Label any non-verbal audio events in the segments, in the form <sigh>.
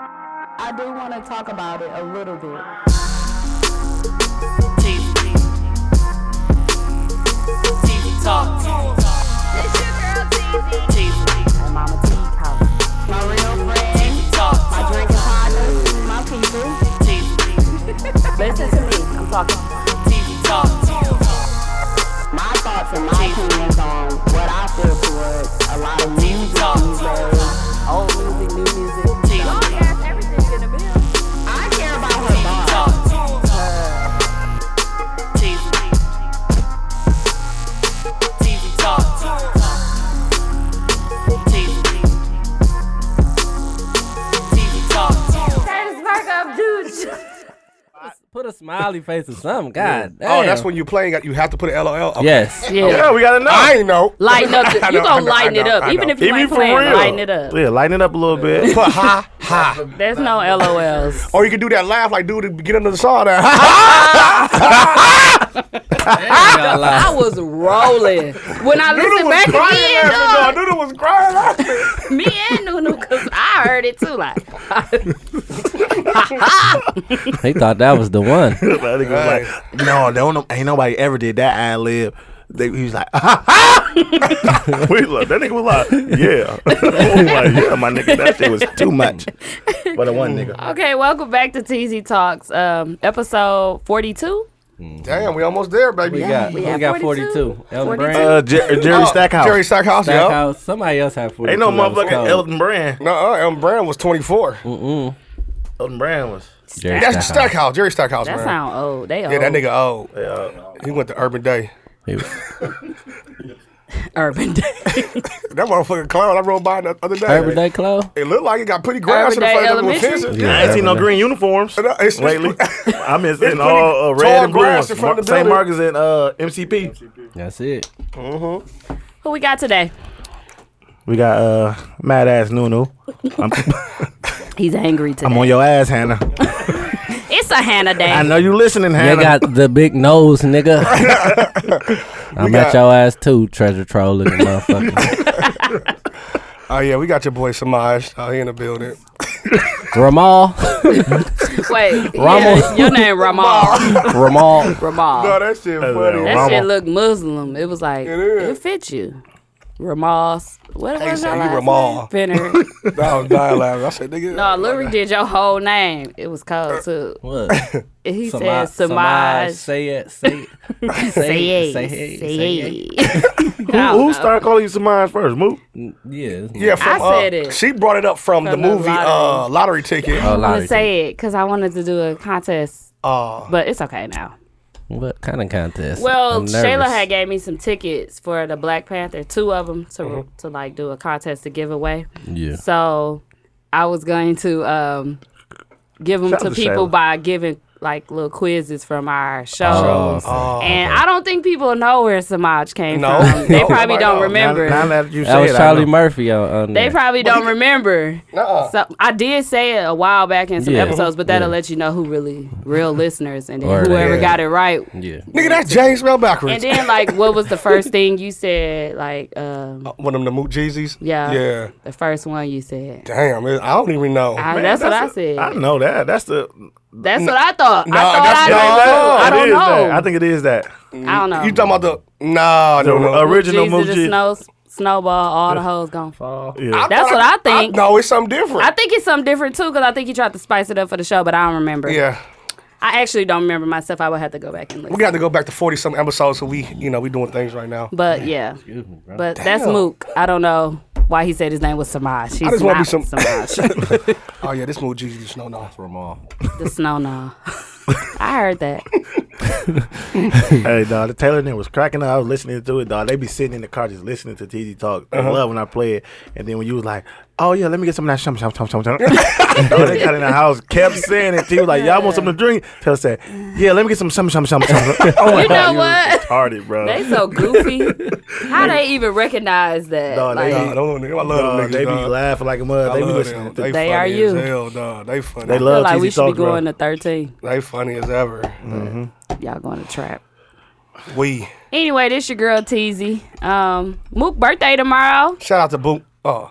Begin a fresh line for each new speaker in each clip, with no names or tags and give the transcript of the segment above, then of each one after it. I do want to talk about it a little bit.
TV. TV talk. TV.
My mama T Collins. My real friend,
TV talk.
my drinking partners, my people.
TV.
Listen to me. I'm talking
TV talk.
my thoughts and my opinions on what I feel towards a lot of music these days. Old music, new music.
TV.
I care about her
TV
thoughts.
talk. TV. TV talk. TV. TV talk.
Put a smiley face or something. God
Oh, that's
damn.
when you playing. You have to put an LOL. Okay.
Yes.
Yeah.
Oh, Yeah, we gotta know. I ain't know.
<laughs> Lighten up. The,
I
you
know, I
gonna
know,
lighten
I
it
know,
up,
I
even
know.
if you ain't playing. Lighten it up.
Yeah, lighten it up a little bit.
Put ha ha.
There's no LOLs.
Or you can do that laugh like dude at the beginning of the song. <laughs> That, ha
Y'all lie.
I was rolling when I
Noodle
listened
was
back.
crying
Me and
laughing.
Nunu, me and
though. Noodle was crying laughing.
<laughs>
Nunu, cause I heard it too. Like,
<laughs> He thought that was
<laughs>
the one.
The other nigga was like, no, don't, ain't nobody ever did that ad lib. They, he was like, <laughs> we like, that nigga was like, yeah. <laughs> I was like, yeah, my nigga, that shit was
<laughs>
too much. But the one
Ah,
nigga.
okay, welcome back to TZ Talks, um, episode 42.
Damn, we almost there, baby.
We got,
we
we
have
got 42.
42.
Elton
42.
Brand,
Uh, Jer-
<laughs>
Jerry
Oh,
Stackhouse.
Jerry Stackhouse, yeah.
Stackhouse. Somebody else had 42.
Ain't no
that was
motherfucking
cold.
Elton Brand.
No, uh, Elton Brand was 24.
Elton Brand was.
Jerry
That's Stackhouse, Jerry Stackhouse,
That
man.
sound old. They old.
yeah, that nigga old.
Yeah.
He went to Urban Day.
He-
Urban Day. <laughs>
That motherfucking clown I rode by the other day.
Urban Day Clo?
It looked like it got pretty
Urban
grass in the
Day
front of the
Elementary?
fences.
I ain't seen no green uniforms
No, it's- it's-
lately.
<laughs>
I'm in
pretty
all uh,
tall
red and blue.
grass
ones.
in front of the
St.
building.
Mark's and uh, MCP.
That's it.
Who we got today?
We got uh, mad ass Nunu. I'm,
He's angry today.
I'm on your ass, Hannah.
it's a Hannah day.
I know you listening,
They
Hannah.
got the big nose, nigga. <laughs> I'm
got-
at your ass too, treasure trolling motherfucker.
Oh, yeah, we got your boy Samaj. Oh, he in the building.
Ramal,
Wait, yeah,
Ramal.
your name Ramal.
Ramal.
Ramal.
No, that shit funny.
That
Ramal.
shit looked Muslim. It was like
It
it,
is.
fit you. Ramos. What
They
was
say
your
you
last
Ramal.
name?
<laughs>
Finner.
I was dying laughing. I said, nigga.
no, Lyric did your whole name. It was cold too.
What?
He
Samaj-
said Samaj.
Say it. Say
<laughs>
it.
Say
Say
it.
Say it. Say
<laughs>
it.
Who, who started calling you Samaj first? Moot.
Yeah.
Yeah, from,
I said
uh,
it.
She brought it up from,
From
the
the
movie Uh,
lottery.
Lottery Ticket.
A
I
lot
want
of
to say it because I wanted to do a contest,
Uh,
but it's okay now.
What kind of contest?
Well,
I'm
Shayla
nervous.
had gave me some tickets for the Black Panther, two of them to to like do a contest to give away.
Yeah.
So I was going to um, give them
Shout
to
out to
people
Shayla.
by giving like little quizzes from our
Oh,
shows. and I don't think people know where Samaj came
No.
<laughs>
from. They
No,
probably
nobody
don't
knows.
Oh Now,
remember.
now that you
that
say
was
it, I
Charlie
know.
Murphy on, on
they
there.
probably don't remember.
nuh-uh.
So I did say it a while back in some
Yeah.
episodes, but that'll let you know who really
<laughs>
real listeners and then
Word.
whoever
Yeah.
got it right.
yeah.
Nigga, that's James Mel
And
backwards.
<laughs>
then like what was the first thing you said? Like
Oh.
um,
One of them the Moot Jeezys.
Yeah.
Yeah.
the first one you said.
Damn, man, I don't even know.
I,
Man,
that's, what I
that's
said.
a- I know that. That's the.
that's what I thought.
Nah,
I thought
that's-
I,
nah,
knew. I
that's-
it
don't
is
know.
That. I think it is that.
I don't know.
you talking about the nah?
The
no, no.
ori- original
Jesus,
Muji.
the snow, snowball, all the hoes gonna fall.
Yeah.
I
That's
thought
what I think.
no, it's something different.
I think it's something different too, because I think you tried to spice it up for the show, but I don't remember.
yeah,
I actually don't remember myself. I would have to go back and look.
we got to go back to forty some episodes. So we, you know, we doing things right now.
but yeah, but that's Mook. I don't know why he said his name was Samaj. He's
just wanna
not
be
<laughs>
some-
Samaj.
Oh yeah, this Moot Jeezy just no no.
Ramal.
the snow no. <laughs> I heard that.
hey, dog, the Taylor name was cracking up. I was listening to it, dog. They be sitting in the car just listening to TD talk.
Uh-huh.
I love when I play it. And then when you was like, oh, yeah, let me get some of that shum shum shum
<laughs>
shum shum. dog, they got in the house, kept saying it. She was like, y'all want something to drink? Taylor said, yeah, let me get some shum shum
<laughs>
shum shum.
<laughs>
oh,
You know what?
Retarded, bro.
They so goofy. How <laughs> they even recognize that?
Dog, they-
like,
Nah, don't, I love
Dog,
them niggas.
they be
dog.
laughing like a mother.
I
They be
love
listening.
them.
to-
They,
They
funny
are you.
As hell, dog. They funny.
They
They,
I feel
love
like we
TZ
should be
Talk, bro.
going to thirteen.
funny as ever.
Y'all going to trap.
We
Anyway, this your girl Teasy. Um, Mook birthday tomorrow.
shout out to Boot. Oh,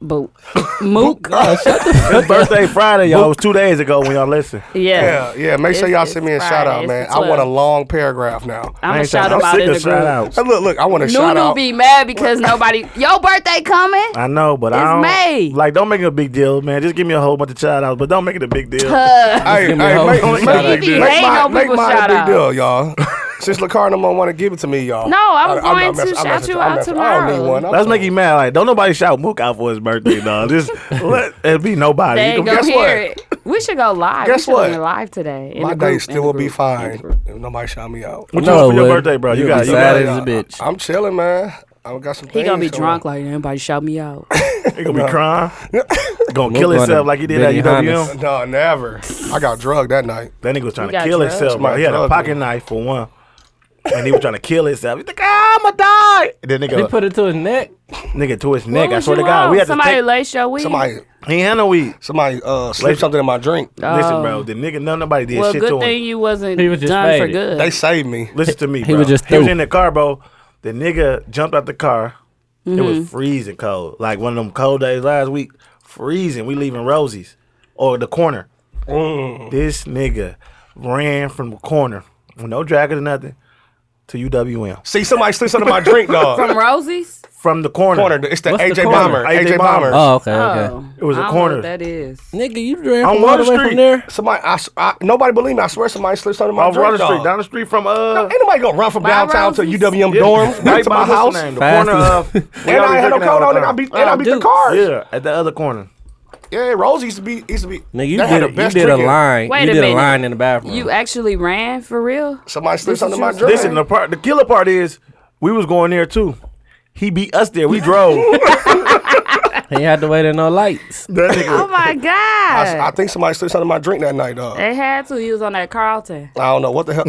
Boot.
<laughs>
Mook.
His birthday Friday, y'all. It was two days ago when y'all listened.
Yeah.
Yeah, yeah. Make sure
It's-
y'all
it's
send me a
Friday.
shout out,
It's
man.
the
I want a
12th.
long paragraph
I'm
now.
I
going to
ain't
shout
trying-
them
I'm
out
sick
in the
of shout
group.
outs.
Hey, look, look. I want a shout
Nunu
out.
be mad because nobody. Your birthday coming?
I know, but
It's
I don't
May.
like. Don't make it a big deal, man. Just give me a whole bunch of shout outs, but don't make it a big deal.
Uh,
Hey, hey,
give me a whole
make,
bunch
make,
of
shout outs.
make,
Ain't
make,
no
mine, make
people
mine
shout
a big
out.
deal, y'all. <laughs> Since Lacarna don't want to give it to me, y'all.
No, I'm
I-
going
not
to
messing- I'm
shout
messing-
you
I'm
out
messing- I don't need
tomorrow.
one. I'm
Let's
cool.
make him mad. Like, don't nobody shout Mook out for his
<laughs>
birthday, dog. Just let it be nobody.
they
You
ain't
can-
going to
guess
<laughs> hear
what?
it. We should go live.
Guess
we should
what?
Go live today. In
My
the group,
day
in
still
the
will be
group, in the
fine
group.
if nobody shout me out.
What you want for your
boy.
birthday, bro? You
You
got
be
you
sad
got.
as
Oh,
a bitch.
I'm chilling, man. I got some.
He gonna be
things going.
drunk like anybody shout me out.
He gonna be
<laughs>
crying. gonna
Mook
kill
on
himself
a
like he did at E
Benny
UWM.
Hannes.
<laughs> No, never. I got drugged that night.
That nigga was trying
He
to
got
kill
drugs.
himself, bro.
My
He had a
drug
pocket
dealer.
knife for one, and he was trying to kill himself. He's like, ah, I'ma die. And then
They
nigga,
put it to his neck.
Oh, nigga to his
What
neck. I
was
swear to
you
God,
on?
we had to
somebody
take.
lace your weed.
Somebody,
He had no weed.
somebody uh,
Like-
slipped something in my drink.
Oh.
Listen, bro. The nigga, no, nobody did
well,
shit
good
to him.
thing you wasn't
He was just
done for
faded.
good.
They saved me.
Listen to me.
He
bro.
was just
he was
through.
in the car, bro. The nigga jumped out the car. It
Mm-hmm.
was freezing cold, like one of them cold days last week. Freezing. We leaving Rosie's or the corner.
Mm.
This nigga ran from the corner, no jacket or nothing, to UWM
See, somebody slipped something in my drink, dog.
<laughs>
From Rosie's.
from the corner.
corner. It's the
What's the
AJ
corner?
Bomber.
AJ
AJ
Bomber.
Bomber.
Uh,
Oh, okay, okay.
Oh,
It was a
I don't know
corner.
what That is.
Nigga, you ran
On
from all
Water
the way
Street.
from there.
Somebody, I, s- I- nobody believe me. I swear, somebody slipped something in my
Off
drink,
Water Street,
dog.
down the street from uh.
Ain't nobody gonna run from
By
downtown to
Rosie's?
UWM
yeah,
dorms right to my
what's her
house. <laughs>
name,
And
The corner
Fastest.
of. we
I
always
ain't had no
drinking out
coat
all
on,
the
and I
time.
beat, and I
Oh,
Uh,
beat the
Dukes.
cars. Yeah.
Yeah, at the other corner.
Rose used to be, used to be.
Nigga, you
they had the
did, a, you
best
did a
drinking.
line.
Wait
you
a
did
minute.
a line in the bathroom.
You actually ran for real?
Somebody slipped
This
something in my
is your-
drink.
Listen, the part, the killer part is, we was going there too. He beat us there. We drove.
he had to wait in no lights.
<laughs>
that nigga.
Oh my god!
I, I think somebody slipped something in my drink that night, dog. I
they had to. He was on that Carlton.
don't know what the hell.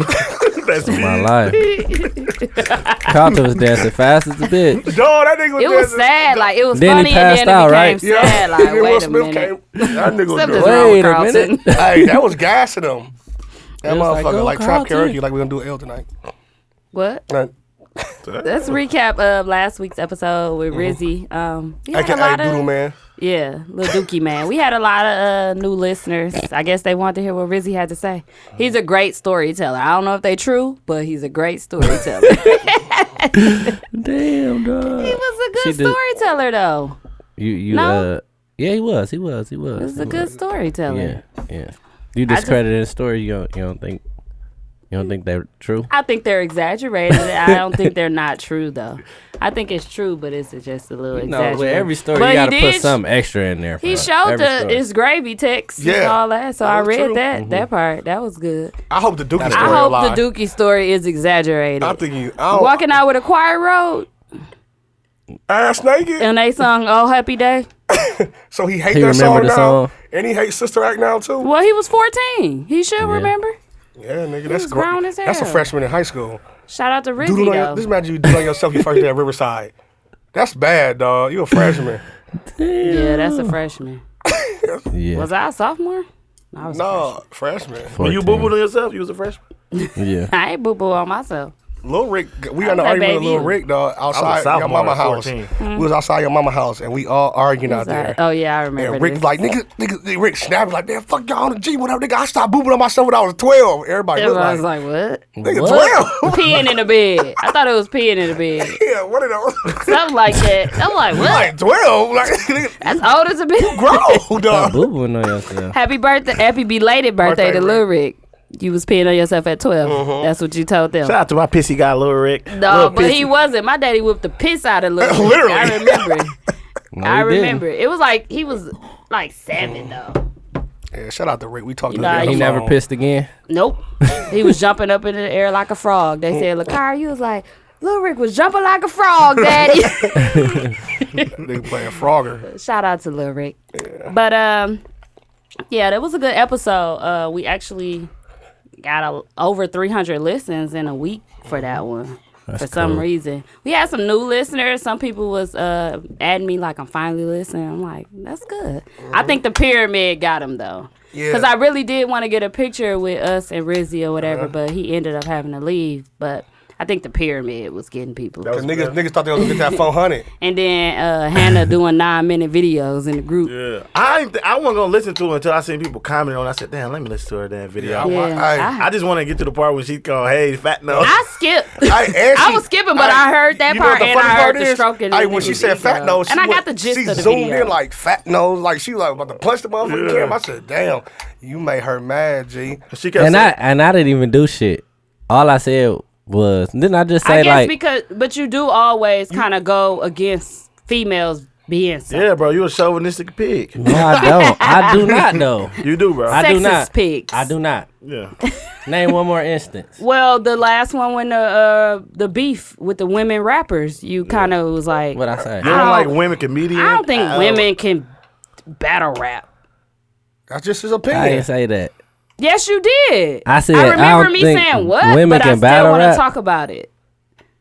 That's me.
My life. Compton was dancing fast as
<laughs>
a bitch.
Dog, that nigga was
It was
dancing.
sad. Like it was
Then
funny,
he
and then
passed out,
it became
right?
uh, Yeah.
sad.
<laughs>
Like
Will
wait a
Smith
minute.
Came, that nigga was
Something's
drunk.
wrong
Wait
with
a
Carlton.
minute.
Hey, that was gassing him. That
It was like,
motherfucker,
go
like, trap
Carlton.
karaoke, like we're gonna do L tonight.
what?
Like,
Let's recap of last week's episode with Rizzy. Um, we had a
AKA
lot of-
Doodle Man.
Yeah, Lil Dookie man. We had a lot of uh, new listeners. I guess they wanted to hear what Rizzy had to say. He's a great storyteller. I don't know if they true, but he's a great
<laughs>
storyteller. he
Damn, dog.
was a
She
good
did-
storyteller though.
You, you,
No?
uh, yeah, he was, he was, he was.
He was
he
a good
was.
storyteller.
Yeah, yeah. You discredited his story. You don't, you don't think, you don't think they're true.
I think they're exaggerated. I don't think they're not true though. I think it's true, but it's just a little
No,
exaggerated.
with every story
But
you
he
gotta put
did-
something extra in there.
He
bro.
showed
Every
the
story. Mm-hmm.
it's gravy text and
Yeah,
all that, so
that
I
was
read
true.
that that part. That was good.
I hope the Dookie
I
story
hope
alive.
the Dookie story is exaggerated.
I'm thinking, I don't,
Walking out with a choir road
ass naked.
and they sung "Oh Happy Day."
So he hate
He
that song
remember the
now,
song.
and he hates Sister Act now too.
Well, he was 14. He should remember.
Yeah, nigga, that's
was
gr-
brown as
That's a
hell.
freshman in high school.
Shout out to Rizzy
Doodle on
though.
your, this imagine you doodle on yourself your
<laughs>
first day at Riverside. That's bad, dog. You
<coughs>
a freshman?
yeah, that's a freshman.
yeah.
Was I a sophomore?
no, freshman.
When you boo booed on yourself, you was a freshman. <laughs>
Yeah.
I ain't boo boo on myself.
Lil Rick, we got in an
like,
argument with
baby,
Lil
you-
Rick, dog, outside
sophomore
your mama
at
house.
14.
We was outside your mama house, and we all arguing out
Sorry.
there.
Oh yeah, I remember.
And Rick
this.
like nigga, nigga, Rick snapped like, man, fuck y'all on the G, whatever, nigga. I stopped booping on myself when I was twelve. Everybody looked
I
like,
was like, what?
<laughs> nigga,
"What?"
twelve.
peeing in the bed. I thought it was peeing in the bed.
yeah, what are those? <laughs>
Something like that. I'm like, what?
like twelve, like
<laughs>
<laughs> nigga,
That's old as a bitch.
grow, dog.
Boo booing on yourself.
Happy birthday, happy belated birthday,
Birthday,
to Lil Rick. You was peeing on yourself at 12. That's what you told them.
Shout out to my pissy guy, Lil Rick.
No,
Lil
but he
Pissy.
wasn't. My daddy whipped the piss out of Lil Rick.
Literally.
I remember.
No,
I
Oh, he didn't.
remember. It was like he was like seven though.
Yeah, shout out to Rick. We talked to
know,
him. on
he
the
He never
phone.
pissed again.
Nope. he was jumping up in the air like a frog. They said, Lakar, you was like, Lil Rick was jumping like a frog, Daddy.
Nigga playing Frogger.
Shout out to Lil Rick. But um yeah, that was a good episode. Uh we actually got a, over 300 listens in a week for that one. for some
cool.
reason, we had some new listeners. Some people was uh adding me like I'm finally listening. I'm like, that's good. I think the pyramid got him though,
Yeah.
because I really did want to get a picture with us and Rizzy or whatever, but he ended up having to leave. But I think the pyramid was getting people.
Cause niggas, niggas thought they was gonna get that <laughs> 400.
And then uh, Hannah doing nine minute videos in the group.
Yeah, I ain't th- I wasn't gonna listen to it until I seen people comment on. it. I said, "Damn, let me listen to her damn video." I,
Yeah,
wa-
I-
I just want to get to the part when she go, "Hey, fat no."
I skipped. <laughs>
Hey, and
I
she-
was skipping, but I, heard that
you know
part
what the
and I
funny
heard
part
the
is?
stroke. in
Hey,
the
when she
nigga
said fat
video.
nose, she
and I
went-
got the gist
she
of the
zoomed
video.
in like fat nose, like she was like about to punch the motherfucking
Yeah.
camera. I said, "Damn, you made her mad, G."
she kept
And I
saying,
and I didn't even do shit. All I said was, didn't I just say
I guess
like,
because, but you do always kind of go against females being so
"Yeah, bro, you a chauvinistic
<laughs>
pig.
<laughs>
no, I don't. I do not though.
You do, bro.
I do
Sexist
not.
pigs.
I do not.
yeah,
Name one more instance.
Well, the last one when the uh, the beef with the women rappers, you kind of was like,
What
I,
I say?
you don't
don't-
like women comedians.
don't think women can battle rap.
That's just his
I didn't
opinion.
say that.
Yes, you did.
I said,
I
I
remember
don't
me
think
saying what,
women
but I
can
still
battle
want to
rap.
talk about it.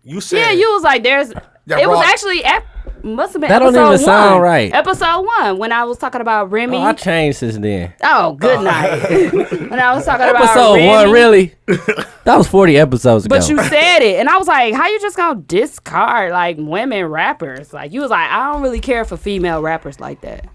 You said,
Yeah, you was like, there's.
<laughs> Yeah,
it was
Ross-
actually ep- must have been
That don't
episode
even
one.
sound right.
Episode one when I was talking about Remy.
Oh, I changed since then.
Oh, good night. <laughs> when I was talking about
Episode
Remy, <laughs>
one, really? that was forty episodes ago.
But you said it, and I was like, "How you just gonna discard like women rappers?" Like you was like, "I don't really care for female rappers like that."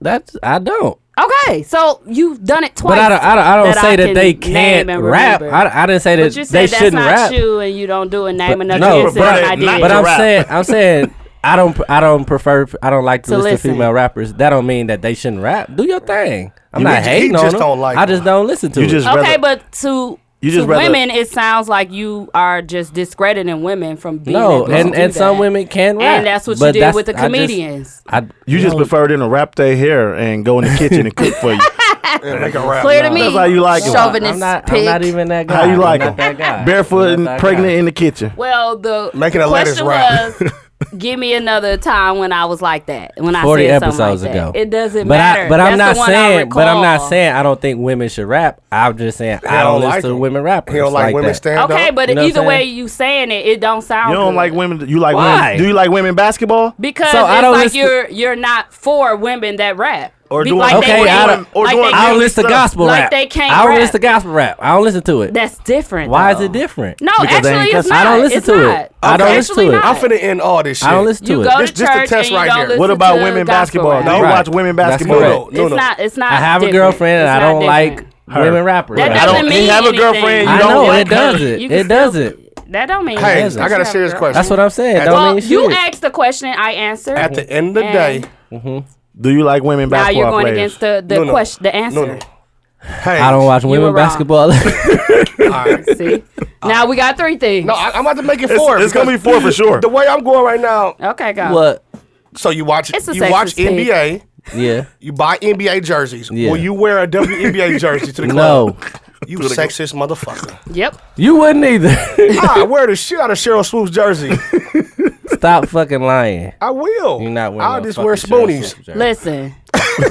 That's I don't.
Okay, so you've done it twice.
But I don't. I don't, I don't
that
say
I
that
can
they
name
can't
and
rap.
remember.
I, I didn't say that
But you said
they
that's
shouldn't
not
rap.
you, and you don't do a name
But-
another
no,
no,
but
I
it- not
did.
But
to
I'm
rap.
saying, I'm saying, I don't, pr- I don't prefer, I don't like to
To
listen,
listen.
to female rappers. That don't mean that they shouldn't rap. Do your thing. I'm
You
not
just- he
hating on
just
them.
don't like
I just
them.
don't listen to
You
it.
just
okay,
rather-
but to
You just
to
rather-
women, it sounds like you are just discrediting women from being
no,
able to
and
do
and
that.
some women can rap,
and that's what
but
you did
that's-
with the
I just-
comedians.
I
you just
no,
prefer them to wrap their hair and go in the kitchen and cook
<laughs>
for you.
yeah, make a rap.
Clear to
Nah.
me.
That's how you like 'em.
Chauvinist
I'm not,
pig.
I'm not even that guy.
How you
I'm
like
not
them?
that guy.
Barefoot
I'm
and
not that
pregnant
guy.
in the kitchen.
Well, the
Making a lettuce
question
rap.
was, give me another time when I was like that. When I
40
said
episodes
something like
ago.
that. it doesn't
But
matter.
I, but I'm
That's
not
the one I
saying, but I'm not
recall.
saying I don't think women should rap. I'm just saying
He
I don't, listen
like
to
them.
women rappers.
He don't like, women
that.
stand
Okay,
up.
but
You know what
either
I'm
way
saying?
you saying it, it don't sound.
You don't
good.
like women. You like
Why?
women. Do you like women basketball?
because
So
it's
I don't
like
listen-
you're you're not for women that rap
Or
Be-
doing-
like they
Okay, I
can't-
don't-
or
like
doing-
they
I
I
can't-
don't listen to
Like
gospel
they
rap.
can't
I don't
rap.
listen to gospel rap. I don't listen to it.
That's different.
Why is
though.
it different?
No,
Because they ain't
actually, it's
cussing.
not.
I don't listen
It's
to
not.
it. I don't
It's
listen
actually
to it.
not.
I'm finna end all this shit.
I don't listen to
You
it.
go
This-
to
this the
church
test
and you
right
don't
here.
listen
What about
to
women
gospel
basketball?
rap.
Do you
Right.
watch women
That's
basketball?
correct.
No,
it's not. It's not.
I have a
different.
girlfriend and
It's not
I don't
different.
like
Her.
women rappers.
That
I
doesn't
don't-
mean
you have a
anything.
girlfriend, you
I
don't
know
like
it
her.
doesn't.
You can
It
still-
doesn't.
That don't mean.
Hey,
anything.
I got a serious
Girl.
question.
That's what I'm saying. Don't
Well,
mean
you
shit.
asked the question. I answered.
At the end of the
And-
day,
Do you like women
now
basketball
you're going
players?
against the the
No, no.
question, the
no,
answer.
no. Hey,
I don't watch
were
women
wrong.
basketball.
See, now we got three things.
No, I, I'm about to make it
It's-
four.
It's, gonna be
because
four for sure.
The way I'm going right now,
okay, go.
What?
so you watch
It's a
you watch
sexist pick.
NBA,
Yeah.
you buy NBA jerseys.
Yeah.
Will you wear a
<laughs>
WNBA jersey to the
No.
club? You sexist motherfucker.
Yep.
You wouldn't either.
I wear the shit out of Cheryl Swoop's jersey.
Stop fucking lying.
I will.
You're not wearing.
I'll
no
just
fucking
wear
Cheryl
spoonies.
Swoops jersey.
Listen,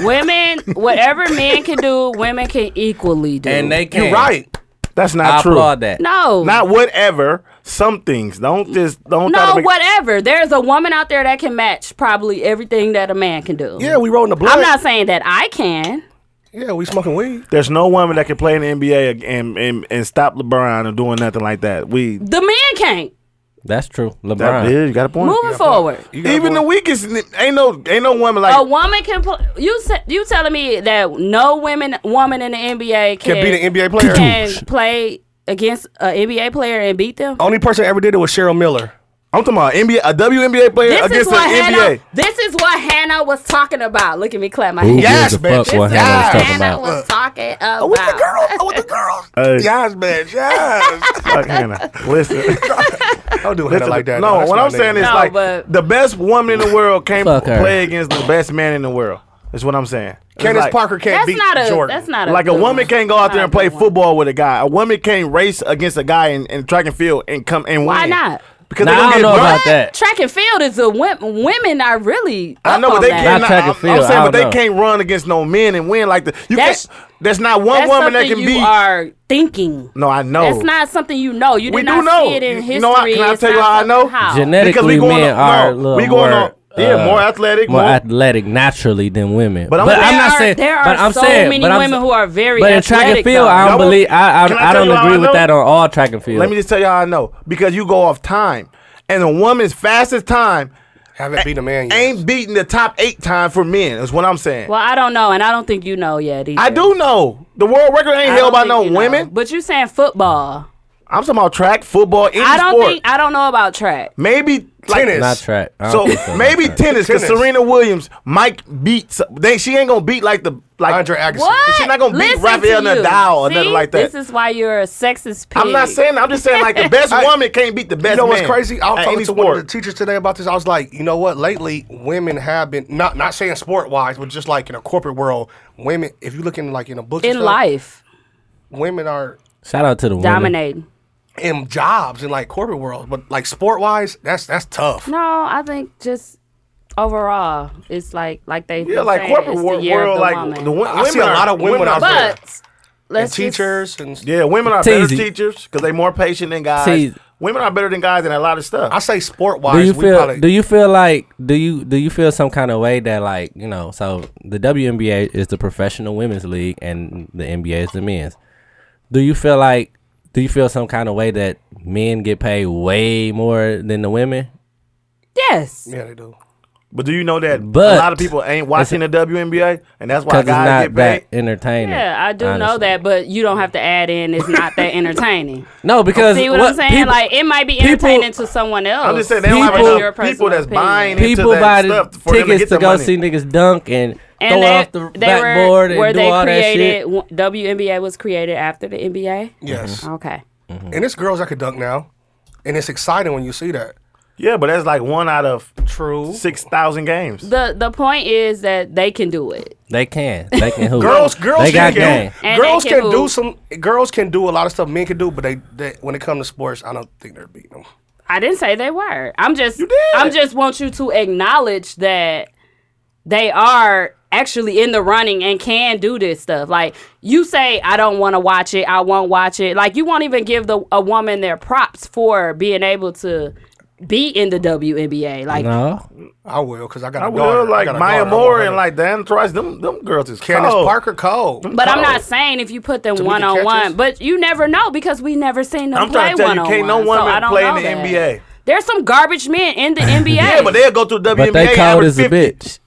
women, whatever men can do, women can equally do.
And they can.
You're right.
That's
I
not true.
applaud that.
no,
Not whatever. Some things. Don't just don't. try
no,
to make-
whatever. There's a woman out there that can match probably everything that a man can do.
Yeah, we rolling the blood.
I'm not saying that I can.
Yeah, we smoking weed.
There's no woman that can play in the NBA and and, and stop LeBron or doing nothing like that. We
The men can't.
That's true.
that
LeBron.
did. You got a point.
Moving forward.
You got
Even
boy-
the weakest n- ain't no ain't no woman like
A woman can play. You sa- you telling me that no women woman in the NBA can,
Can beat an NBA player.
can play against an NBA player and beat
Oh,
them?
only person that ever did it was Cheryl Miller.
I'm talking about NBA a WNBA player
This is
against
what
an
Hannah.
NBA.
This is what Hannah was talking about. Look at me clap my
Who
hands.
Yes,
gives a
bitch.
fuck what
This is
Hannah was
what
talking
Hannah
about?
Uh,
was talking about.
With the girls, with the girls.
Hey.
Yes, man. Yes.
<laughs>
Fuck uh, Hannah. Listen.
Don't do it like that.
No,
that's
what
my
I'm saying
nigga.
is
No,
like
but-
the best woman in the world can't
Fuck her.
play against the best man in the world. That's what I'm saying. It's
Candace
like,
Parker can't
That's
beat
not a.
Jordan.
That's not a.
Like a
good
woman
one.
can't go out there
Not
and
a
play
good one.
football with a guy. A woman can't race against a guy in, in track and field and come and
Why
win.
not?
Because
Nah,
they
I
don't
don't
get
know
burnt.
about that.
Track and field is a women. Women are really. Up
I know, but
on
they
that.
can't.
Not track and
I'm,
field,
I'm saying,
I
but they
don't know.
can't run against no men and win like the. You
That's-
can't. There's not one
That's
woman that
something
can
you
be.
are thinking.
no, I know.
That's not something you know. You did
We
not
do know.
see it in history.
You know what? Can I
It's
tell you
not
how I know?
something how.
Genetically,
going
men
on-
are a
no,
little
we going
more
on- Yeah,
uh,
more athletic,
more
more-
athletic naturally than women.
But I'm- There
are- there
but
are
I'm
so
saying-
many
but I'm
women
s-
who are very
But in track and
athletic,
field,
though.
I
Y'all
don't
want-
believe. I
Can I
I, I
tell
don't
you how
agree
I
with
know?
that on all track and field.
Let me just tell you how I know because you go off time, and a woman's fastest time
Haven't beat a man yet.
ain't beating the top eight time for men. Is what I'm saying.
Well, I don't know, and I don't think you know yet. Either.
I do know the world record ain't
I don't
held by
think
no
you know.
women.
But you saying football?
I'm talking about track, football, any
I don't
sport.
think I don't know about track.
maybe like,
Tennis.
Not track. I don't
So
think so, not
maybe
track.
tennis, because
Tennis.
Serena Williams might beat. some- They she ain't gonna beat like the like
Andre Agassi.
What?
She's not gonna beat
Listen
Rafael
to you.
Nadal or nothing
See?
like that.
This is why you're a sexist pig.
I'm not saying. I'm just saying like
<laughs>
the best
I-
woman can't beat the best.
You know what's
man
crazy? I was
at
talking
any
to one of
sport.
the teachers today about this. I was like, you know what? Lately, women have been not not saying sport wise, but just like in a corporate world, women. If you look in like in a book, and
in
stuff,
life
women are
Shout out to the women.
dominating.
in jobs in like corporate world, but like sport wise, that's that's tough.
No, I think just overall, it's like like they
Yeah, like corporate wor- world, like the wo-
I
women
see a
are-
lot of women out there.
but
And
let's
teachers
Just,
and
Yeah, women are better
Teasy.
teachers because they more patient than guys.
Teasy.
Women are better than guys in a lot of stuff.
I say sport
Do you
wise, we
feel?
probably
do you feel like? Do you do you feel some kind of way that like you know? So the WNBA is the professional women's league, and the NBA is the men's. Do you feel like? Do you feel some kind of way that men get paid way more than the women?
yes,
yeah, they do.
but do you know that
But-
a lot of people ain't watching the WNBA, and that's why
Because it's
guys
not
get
that
paid.
entertaining.
yeah, I do know
honestly.
that, but you don't have to add in. It's not that
<laughs>
entertaining.
No, because
See what, I'm saying?
people-
like it might be
people-
entertaining to someone else.
I'm just saying they don't
That's
have
your
enough people
personal
that's
opinion.
buying into
people
that
buy
stuff
the
for them to
tickets
get
to,
the
go
money.
see niggas dunk and,
And
throw
they,
off the
they
backboard
were,
and
where
do
they
all that
created
shit.
w- WNBA was created after the NBA.
Mm-hmm.
Yes,
Okay.
and it's girls that could dunk now, and it's exciting when you see that.
Yeah, but that's like one out of
True.
six thousand games.
The the point is that they can do it.
They can, they can hoop.
Girls, girls
they got
can
game.
do.
And
girls
they
can,
can
do
hoop.
some. Girls can do a lot of stuff men can do, but they, they when it comes to sports, I don't think they're beating them.
I didn't say they were. I'm just I'm just want you to acknowledge that they are actually in the running and can do this stuff. Like you say I don't want to watch it, I won't watch it. Like you won't even give the a woman their props for being able to be in the WNBA. Like
No,
I will because I got.
I
a
will
daughter. I
like
got a
Maya
daughter. I
Moore
want
and
her.
like Dan Trice. Them them girls is
Candace
cold.
Parker Cole.
But I'm
Oh.
not saying if you put them one on
catches?
one. But you never know because we never seen them
I'm
play
trying to tell
one
you,
on
can't
one.
no
so
woman
I don't
play in
know
the
that.
NBA.
There's some garbage men in the NBA.
<laughs> Yeah, but they'll go to the WNBA.
but they called
average
as a
50.
bitch.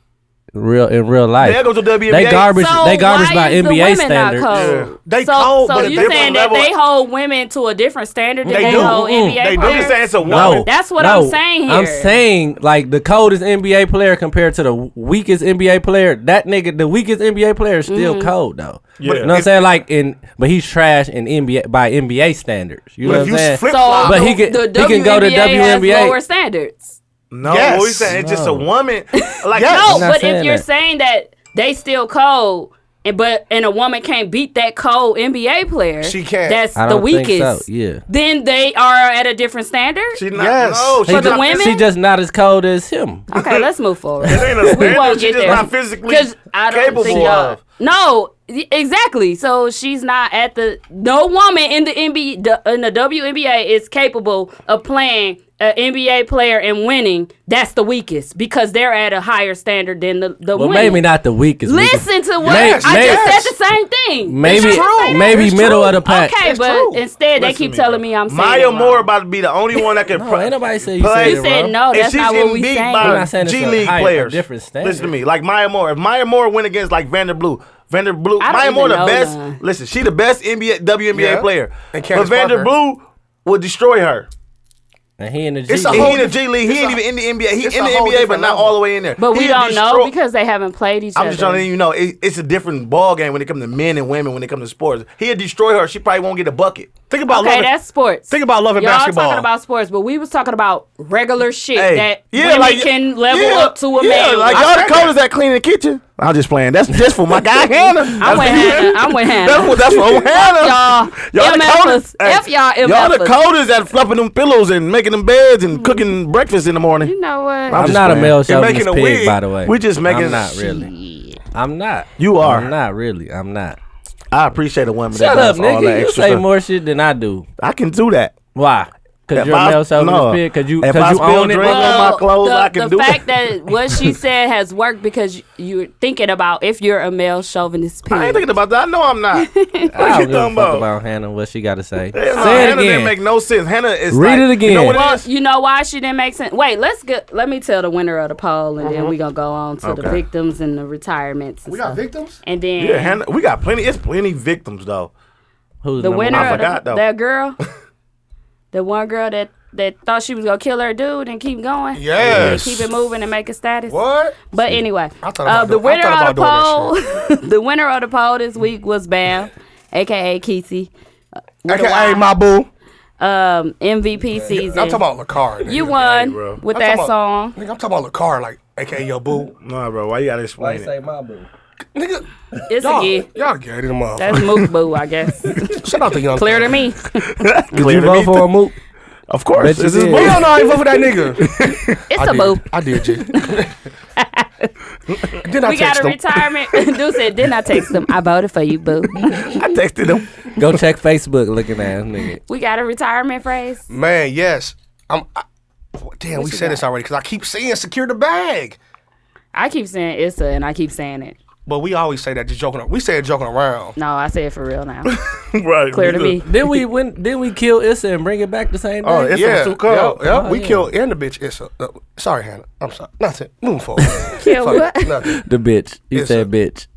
Real in real life,
They go to WNBA.
They garbage.
So
they garbage
why
by
is the
NBA
women not
standards.
cold?
Yeah. They
so,
cold,
so
but a
you
different
saying that
level.
they hold women to a different standard than
They
they,
do.
hold
Mm-mm.
NBA
They do. I'm
players?
just saying it's a woman.
No,
That's what
no.
I'm saying
I'm
here.
saying like the coldest NBA player compared to the weakest NBA player. That nigga, the weakest NBA player is still
Mm-hmm.
cold though.
Yeah.
you know what I'm saying? Like in, but he's trash in NBA by NBA standards. You know
But
what
if
I'm
you
saying?
flip
So
flop,
But
the,
he can-
the
he can go to WNBA.
has lower standards.
No,
Yes.
what we saying it's just a
No.
woman. Like
Yes.
No,
I'm not
but if
saying
you're
that.
saying that they still cold, and but and a woman can't beat that cold NBA player,
She can't.
That's
I
the
don't think
weakest.
so, yeah.
Then they are at a different standard.
She not,
Yes.
No, she
For the
not-
women? Uh,
She just not as cold as him.
okay, let's move forward.
It ain't a
we
standard.
won't
She
get
just
there.
not physically
'Cause I don't
capable
think y'all-
of.
No, e- exactly. So she's not at the. No woman in the NBA the- in the WNBA is capable of playing an NBA player and winning. That's the weakest because they're at a higher standard than the the
Well,
women.
maybe not the weakest. weakest.
Listen to what
May-
I
may-
just said the same thing.
Maybe,
Did y'all say that?
maybe
It's
middle
true.
of the pack.
Okay, but
true.
instead they
Listen
keep
to me,
telling
bro.
me I'm saying it
Maya
wrong.
Moore about to be the only one that can.
No, ain't nobody say you
play.
said it
You said
wrong.
no.
And
That's
she's
not
getting
what we
beat
saying.
by
I'm not saying it's
G
a
League
high- a
players.
different standard.
Listen to me, like Maya Moore. If Maya Moore went against like Vander Blue, Vander Blue,
I don't
Maya
even
Moore the
know
best.
none.
Listen, she the best NBA WNBA
Yeah.
player.
And
but
Candace
Vander
Parker.
Blue will destroy her.
And he in the G.
It's a
And
whole
he in the
diff-
G League. He
it's
ain't
a-
even in the NBA. He
it's
in
a
the
whole
NBA, but
different
not
level.
all the way in there.
But we
He'll
don't know
destroy-
because they haven't played each
I'm
other.
just trying to let you know it, it's a different ball game when it comes to men and women when it comes to sports. He'll destroy her. She probably won't get a bucket.
Think about
Okay,
loving,
that's sports.
Think about loving
Y'all
basketball.
talking about sports, but we was talking about regular shit
Hey,
that
yeah,
women
like-
can level
yeah,
up to a
yeah,
man.
Like
I-
y'all the
said that.
coders that clean the kitchen. I'm just playing. That's just for
<laughs>
my guy Hannah.
I'm with Hannah. I'm with
<laughs> That's
Hannah.
what. That's for Hannah.
Y'all
the
MFers.
coders. Hey,
F y'all
Y'all the
MFers.
coders that fluffing them pillows and making them beds and cooking breakfast in the morning.
You know what?
I'm
just
not a
playing.
male
You're
chauvinist
making a
pig,
wig.
by the way.
We just making-
I'm not really. I'm not.
You are.
I'm not really. I'm not.
I appreciate a woman
Shut
that
up,
does all
nigga.
that
You
extra
say
stuff.
more shit than I do.
I can do that.
Why? because
If
you're a
I-
male chauvinist
no.
bitch? Because you,
If
cause
I
you
spill
own it,
drink
bro?
on my clothes,
the,
I can
the
do
fact
it.
that what
<laughs>
she said has worked because you're thinking about if you're a male chauvinist.
I ain't
period.
thinking about that. I know
<laughs>
I'm not. what you
I don't give a
talking
fuck
about?
about Hannah, what she got to say.
Hell no,
Say it
Hannah didn't make
again.
no sense. Hannah is
Read
like-
it again.
You know what
Well,
it is?
you know why she didn't make sense? Wait, let's get. Let me tell the winner of the poll, and then we gonna go on to the
Mm-hmm. Okay.
victims and the retirements. And
We got
stuff.
victims?
And then
Yeah, Hannah. We got plenty. It's plenty victims though.
Who's
the
number
winner
one?
of
forgot,
the,
though.
that
<laughs>
girl, the one girl that that thought she was gonna kill her dude and keep going.
Yes.
And keep it moving and make a status.
What?
But anyway,
I thought
uh,
about
the
doing- I
winner
thought
of the
about
poll, <laughs> the winner of the poll this week was Bam, <laughs> aka Kesey,
AKA my boo.
um, MVP
I'm talking
season.
about LaCar. nigga.
You
Hey,
won
bro.
with
I'm
that
talking about-
song.
Nigga, I'm talking about LaCar, like, AKA your boo.
No, bro. Why you gotta explain it?
my boo.
Nigga,
It's a
y'all,
gift.
y'all gay to the mother.
That's Mook Boo, I
<laughs>
guess.
Shout out to Young
Clear to me.
Did
Clear
you
to
vote
me.
for a
<laughs>
mook?
Of course.
Bet you
This is
did.
Thug.
bull-
Hell no, I ain't vote for that nigga.
It's
I
a boo.
did. I
<laughs>
did, G. Then I
We got
text
a
him.
retirement. <laughs> Dude said, then I text him, I voted for you, boo. <laughs>
I texted him.
Go check Facebook looking ass <laughs> nigga.
We got a retirement phrase.
Man, yes. I'm. I, damn, we said this already because I keep saying secure the bag.
I keep saying Issa and I keep saying it.
But we always say that just joking. We say it joking around.
No, I say it for real
<laughs>
now.
<laughs> right.
Clear to me.
Then we when then we kill Issa and bring it back the same day.
Oh, it's
yeah,
too cold.
Yep, yep.
Oh,
we
yeah.
killed and the bitch. It's a, uh, sorry, Hannah. I'm sorry. Nothing. Moving forward.
<laughs> Kill
Fuck
what?
it, Nothing.
the bitch. He
Issa.
said bitch.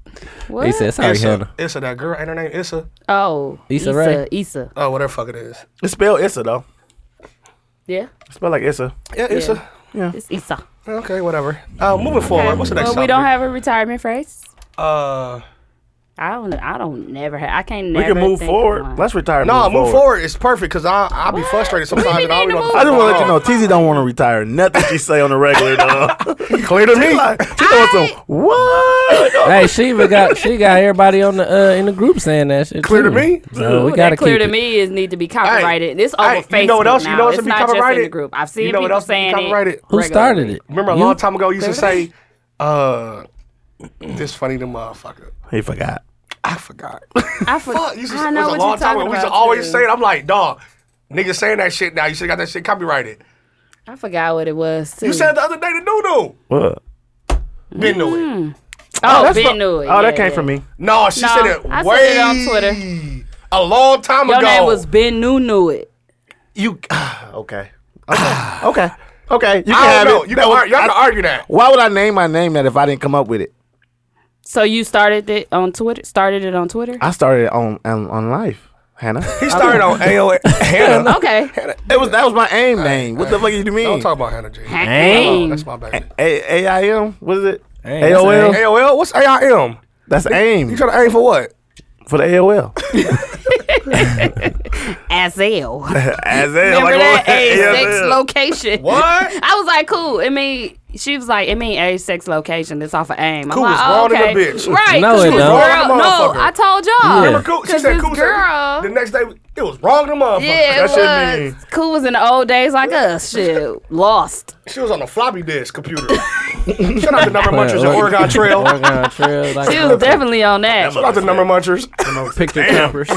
What?
He said sorry,
Issa,
Hannah.
Issa, that girl. Ain't her name Issa?
oh,
Issa
Issa,
Rae.
Issa,
Oh, whatever fuck it is.
It's spelled Issa though.
Yeah,
It's spelled like Issa.
Yeah, Issa.
it's Issa.
Okay, whatever. Uh, moving forward. What's the next?
Well, we don't
topic?
have a retirement phrase.
Uh,
I don't. I don't never. Have, I can't.
We
Never
can move
think of
forward.
one.
Let's retire. and
no, move forward. It's perfect because I I be frustrated
What do you
sometimes and I
mean
don't know.
move
what the fuck
I just want to let you
going
know,
on.
TZ don't want to retire. Nothing she say on the
<laughs>
regular, dog.
Clear to me.
like, she throwing some what? <laughs>
hey, she even got she got everybody on the uh, in the group saying that shit.
Clear to
too.
me?
So we
Ooh,
gotta
that clear
keep
to me is need to be copyrighted.
Hey,
It's over
hey,
Facebook
you know what else?
now.
You know what else
it's
be
not just in
copyrighted?
the group. I've seen
You know what
people
else be
saying
copyrighted?
it.
Who
regularly.
started it?
Remember a
You?
long time ago, you used to say, uh, this funny the motherfucker.
He forgot.
I forgot. <laughs>
I, for,
Fuck, you used to,
I
it
know
was
what
a long
you're
time
talking
ago.
about.
We used to always
too.
say it. I'm like, dog, niggas saying that shit now. You should got that shit copyrighted.
I forgot what it was. Too.
You said the other day to Nunu.
What?
Didn't do it.
Oh,
That's
Ben
fu-
knew it.
Oh,
yeah,
that came
yeah.
from me.
No, she
No,
said it
I said
way
it on
Twitter. A long time
Your
ago.
name was Ben New Knew it.
you. I
Okay. Okay. <sighs> okay. Okay. You can
don't
have
know.
it.
You
That
can,
was-
ar- y'all
I-
can argue that.
Why would I name my name that if I didn't come up with it?
So you started it on Twitter. Started it on Twitter.
I started it on on, on life, Hannah.
He started <laughs> on AOL. Hannah.
okay.
it was that was my aim name. What the fuck you mean?
Don't talk about Hannah G.
Dang.
That's my baby.
A A I M. What is it?
Hey, that's
AOL.
an
AOL? What's AIM?
That's aim
You trying to aim for what?
for the AOL.
Azel.
As in,
Remember
like,
that
<laughs> what?
age, sex,
AOL.
location. <laughs>
What?
I was like, cool. It mean, she was like, it mean age, sex, location. It's off of aim. I'm
Cool
like,
is
oh,
wrong in the
okay.
bitch.
Right?
No,
'cause
it
this
don't.
girl-
Wrong
no,
mother-
I told y'all.
Yeah.
Remember Cool? She
'Cause
said
this
Cool
girl-
said the next day it was wrong to the motherfucker.
Yeah,
That shit
it was. Cool was in the old days like us. Shit,
<laughs>
lost.
She was on a floppy
<laughs>
disk computer. Shout out to
Well, <laughs>
Number Munchers and
well,
Oregon Trail.
Oregon Trail, like
She was definitely on that.
Shout out to
<laughs>
Number Munchers.
picture covers.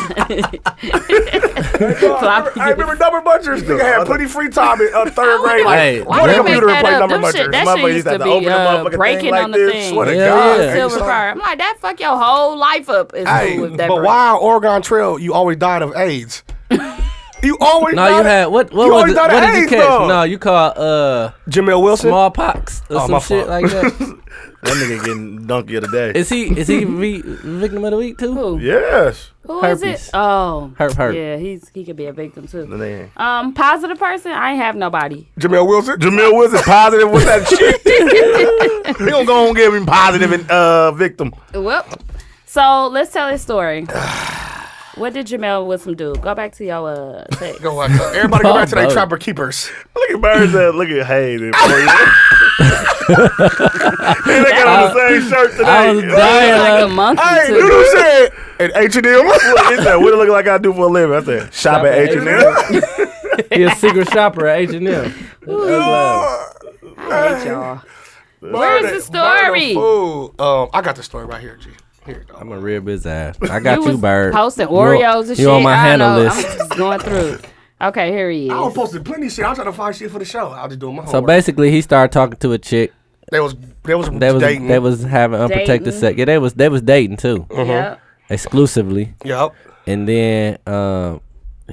Oh,
Floppy
I remember Number Munchers. Nigga had plenty free time in
<laughs>
uh, third grade. Like,
Hey,
Why
Put
they
a
make
computer and
that
play
up?
number
Them shit-
munchers.
That
Motherfucker
shit
used
used to
to have to open
be
the
uh,
motherfucking thing
breaking
like
on the
this.
thing.
Swear to
Yeah,
God.
yeah.
Silver fire. I'm like, that fuck your whole life up is
Hey,
cool with that.
but
girl.
why on Oregon Trail you always died
<laughs>
of AIDS? you always
No,
died
you
of-
had what? What,
you
was
always
it,
died of
what did you
AIDS,
catch?
though.
No, you called
<laughs>
uh,
Jamel Wilson.
smallpox or
Oh,
some
my
shit
fault.
like that.
That nigga getting donkey of the day.
is he is
<laughs>
he v- victim of the week too?
Who?
yes.
Who is
Herpes.
it? Oh,
Herp, herp.
Yeah, he's he could be a victim too.
Jamil
Um, positive person. I ain't have nobody.
Jamel Wilson.
Wilson positive with that
<laughs>
shit. he gonna go and give him positive and uh victim.
Well, so let's tell his story. <sighs> what did Jamel Wilson do? Go back to your uh. text.
Go watch that. Everybody go back to their
Both.
Trapper Keepers.
Look at Birds uh, look at Hayden. <laughs> and they got on the same shirt today.
I was dying. uh,
like a
of-
month or
<laughs> Hey,
two.
you know what I'm saying? At H&M.
He said, what it look like I do for a living? I said, shop at H and <laughs> M.
<laughs>
he a secret shopper at H and
<laughs>
M.
I hate y'all.
Where's
the story?
Um, I got the story right here, G. Here you
I'm
go.
a rib his ass. I got you,
was
Bird.
Posting
You on-
Oreos and shit.
You on my
I don't
Hannah
know. <laughs>
list?
I'm just going through. Okay, here he is.
I was posted plenty of shit. I was trying to find shit for the show. I was just doing my
So
homework.
basically, he started talking to a chick.
they was they was
They was
dating.
they was having unprotected
Dating.
sex. Yeah, they was they was dating too,
Yep.
exclusively.
yep.
And then um,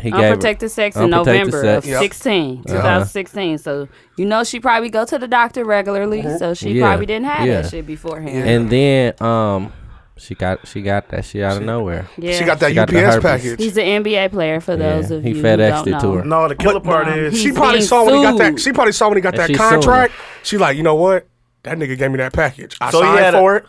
he gave
Unprotected sex in
Unprotected
November
sex. Uh-huh.
of
Yep.
16, 2016. So you know she probably go to the doctor regularly. So she
Yeah.
probably didn't have
Yeah.
that shit beforehand.
and then um, she got she got that shit out of nowhere.
Yeah.
She got that
She got the
UPS
herpes.
package.
He's an NBA player for those
Yeah,
of
he
you
FedExed
who
it
don't
to
know.
her.
No, the killer part
um,
is
he-
She
He's
probably
being
saw when he got that.
sued.
She probably saw when he got
And
that
she sued him.
contract. She like, you know what? That nigga gave me that package. I
So he had
signed
a-
for it.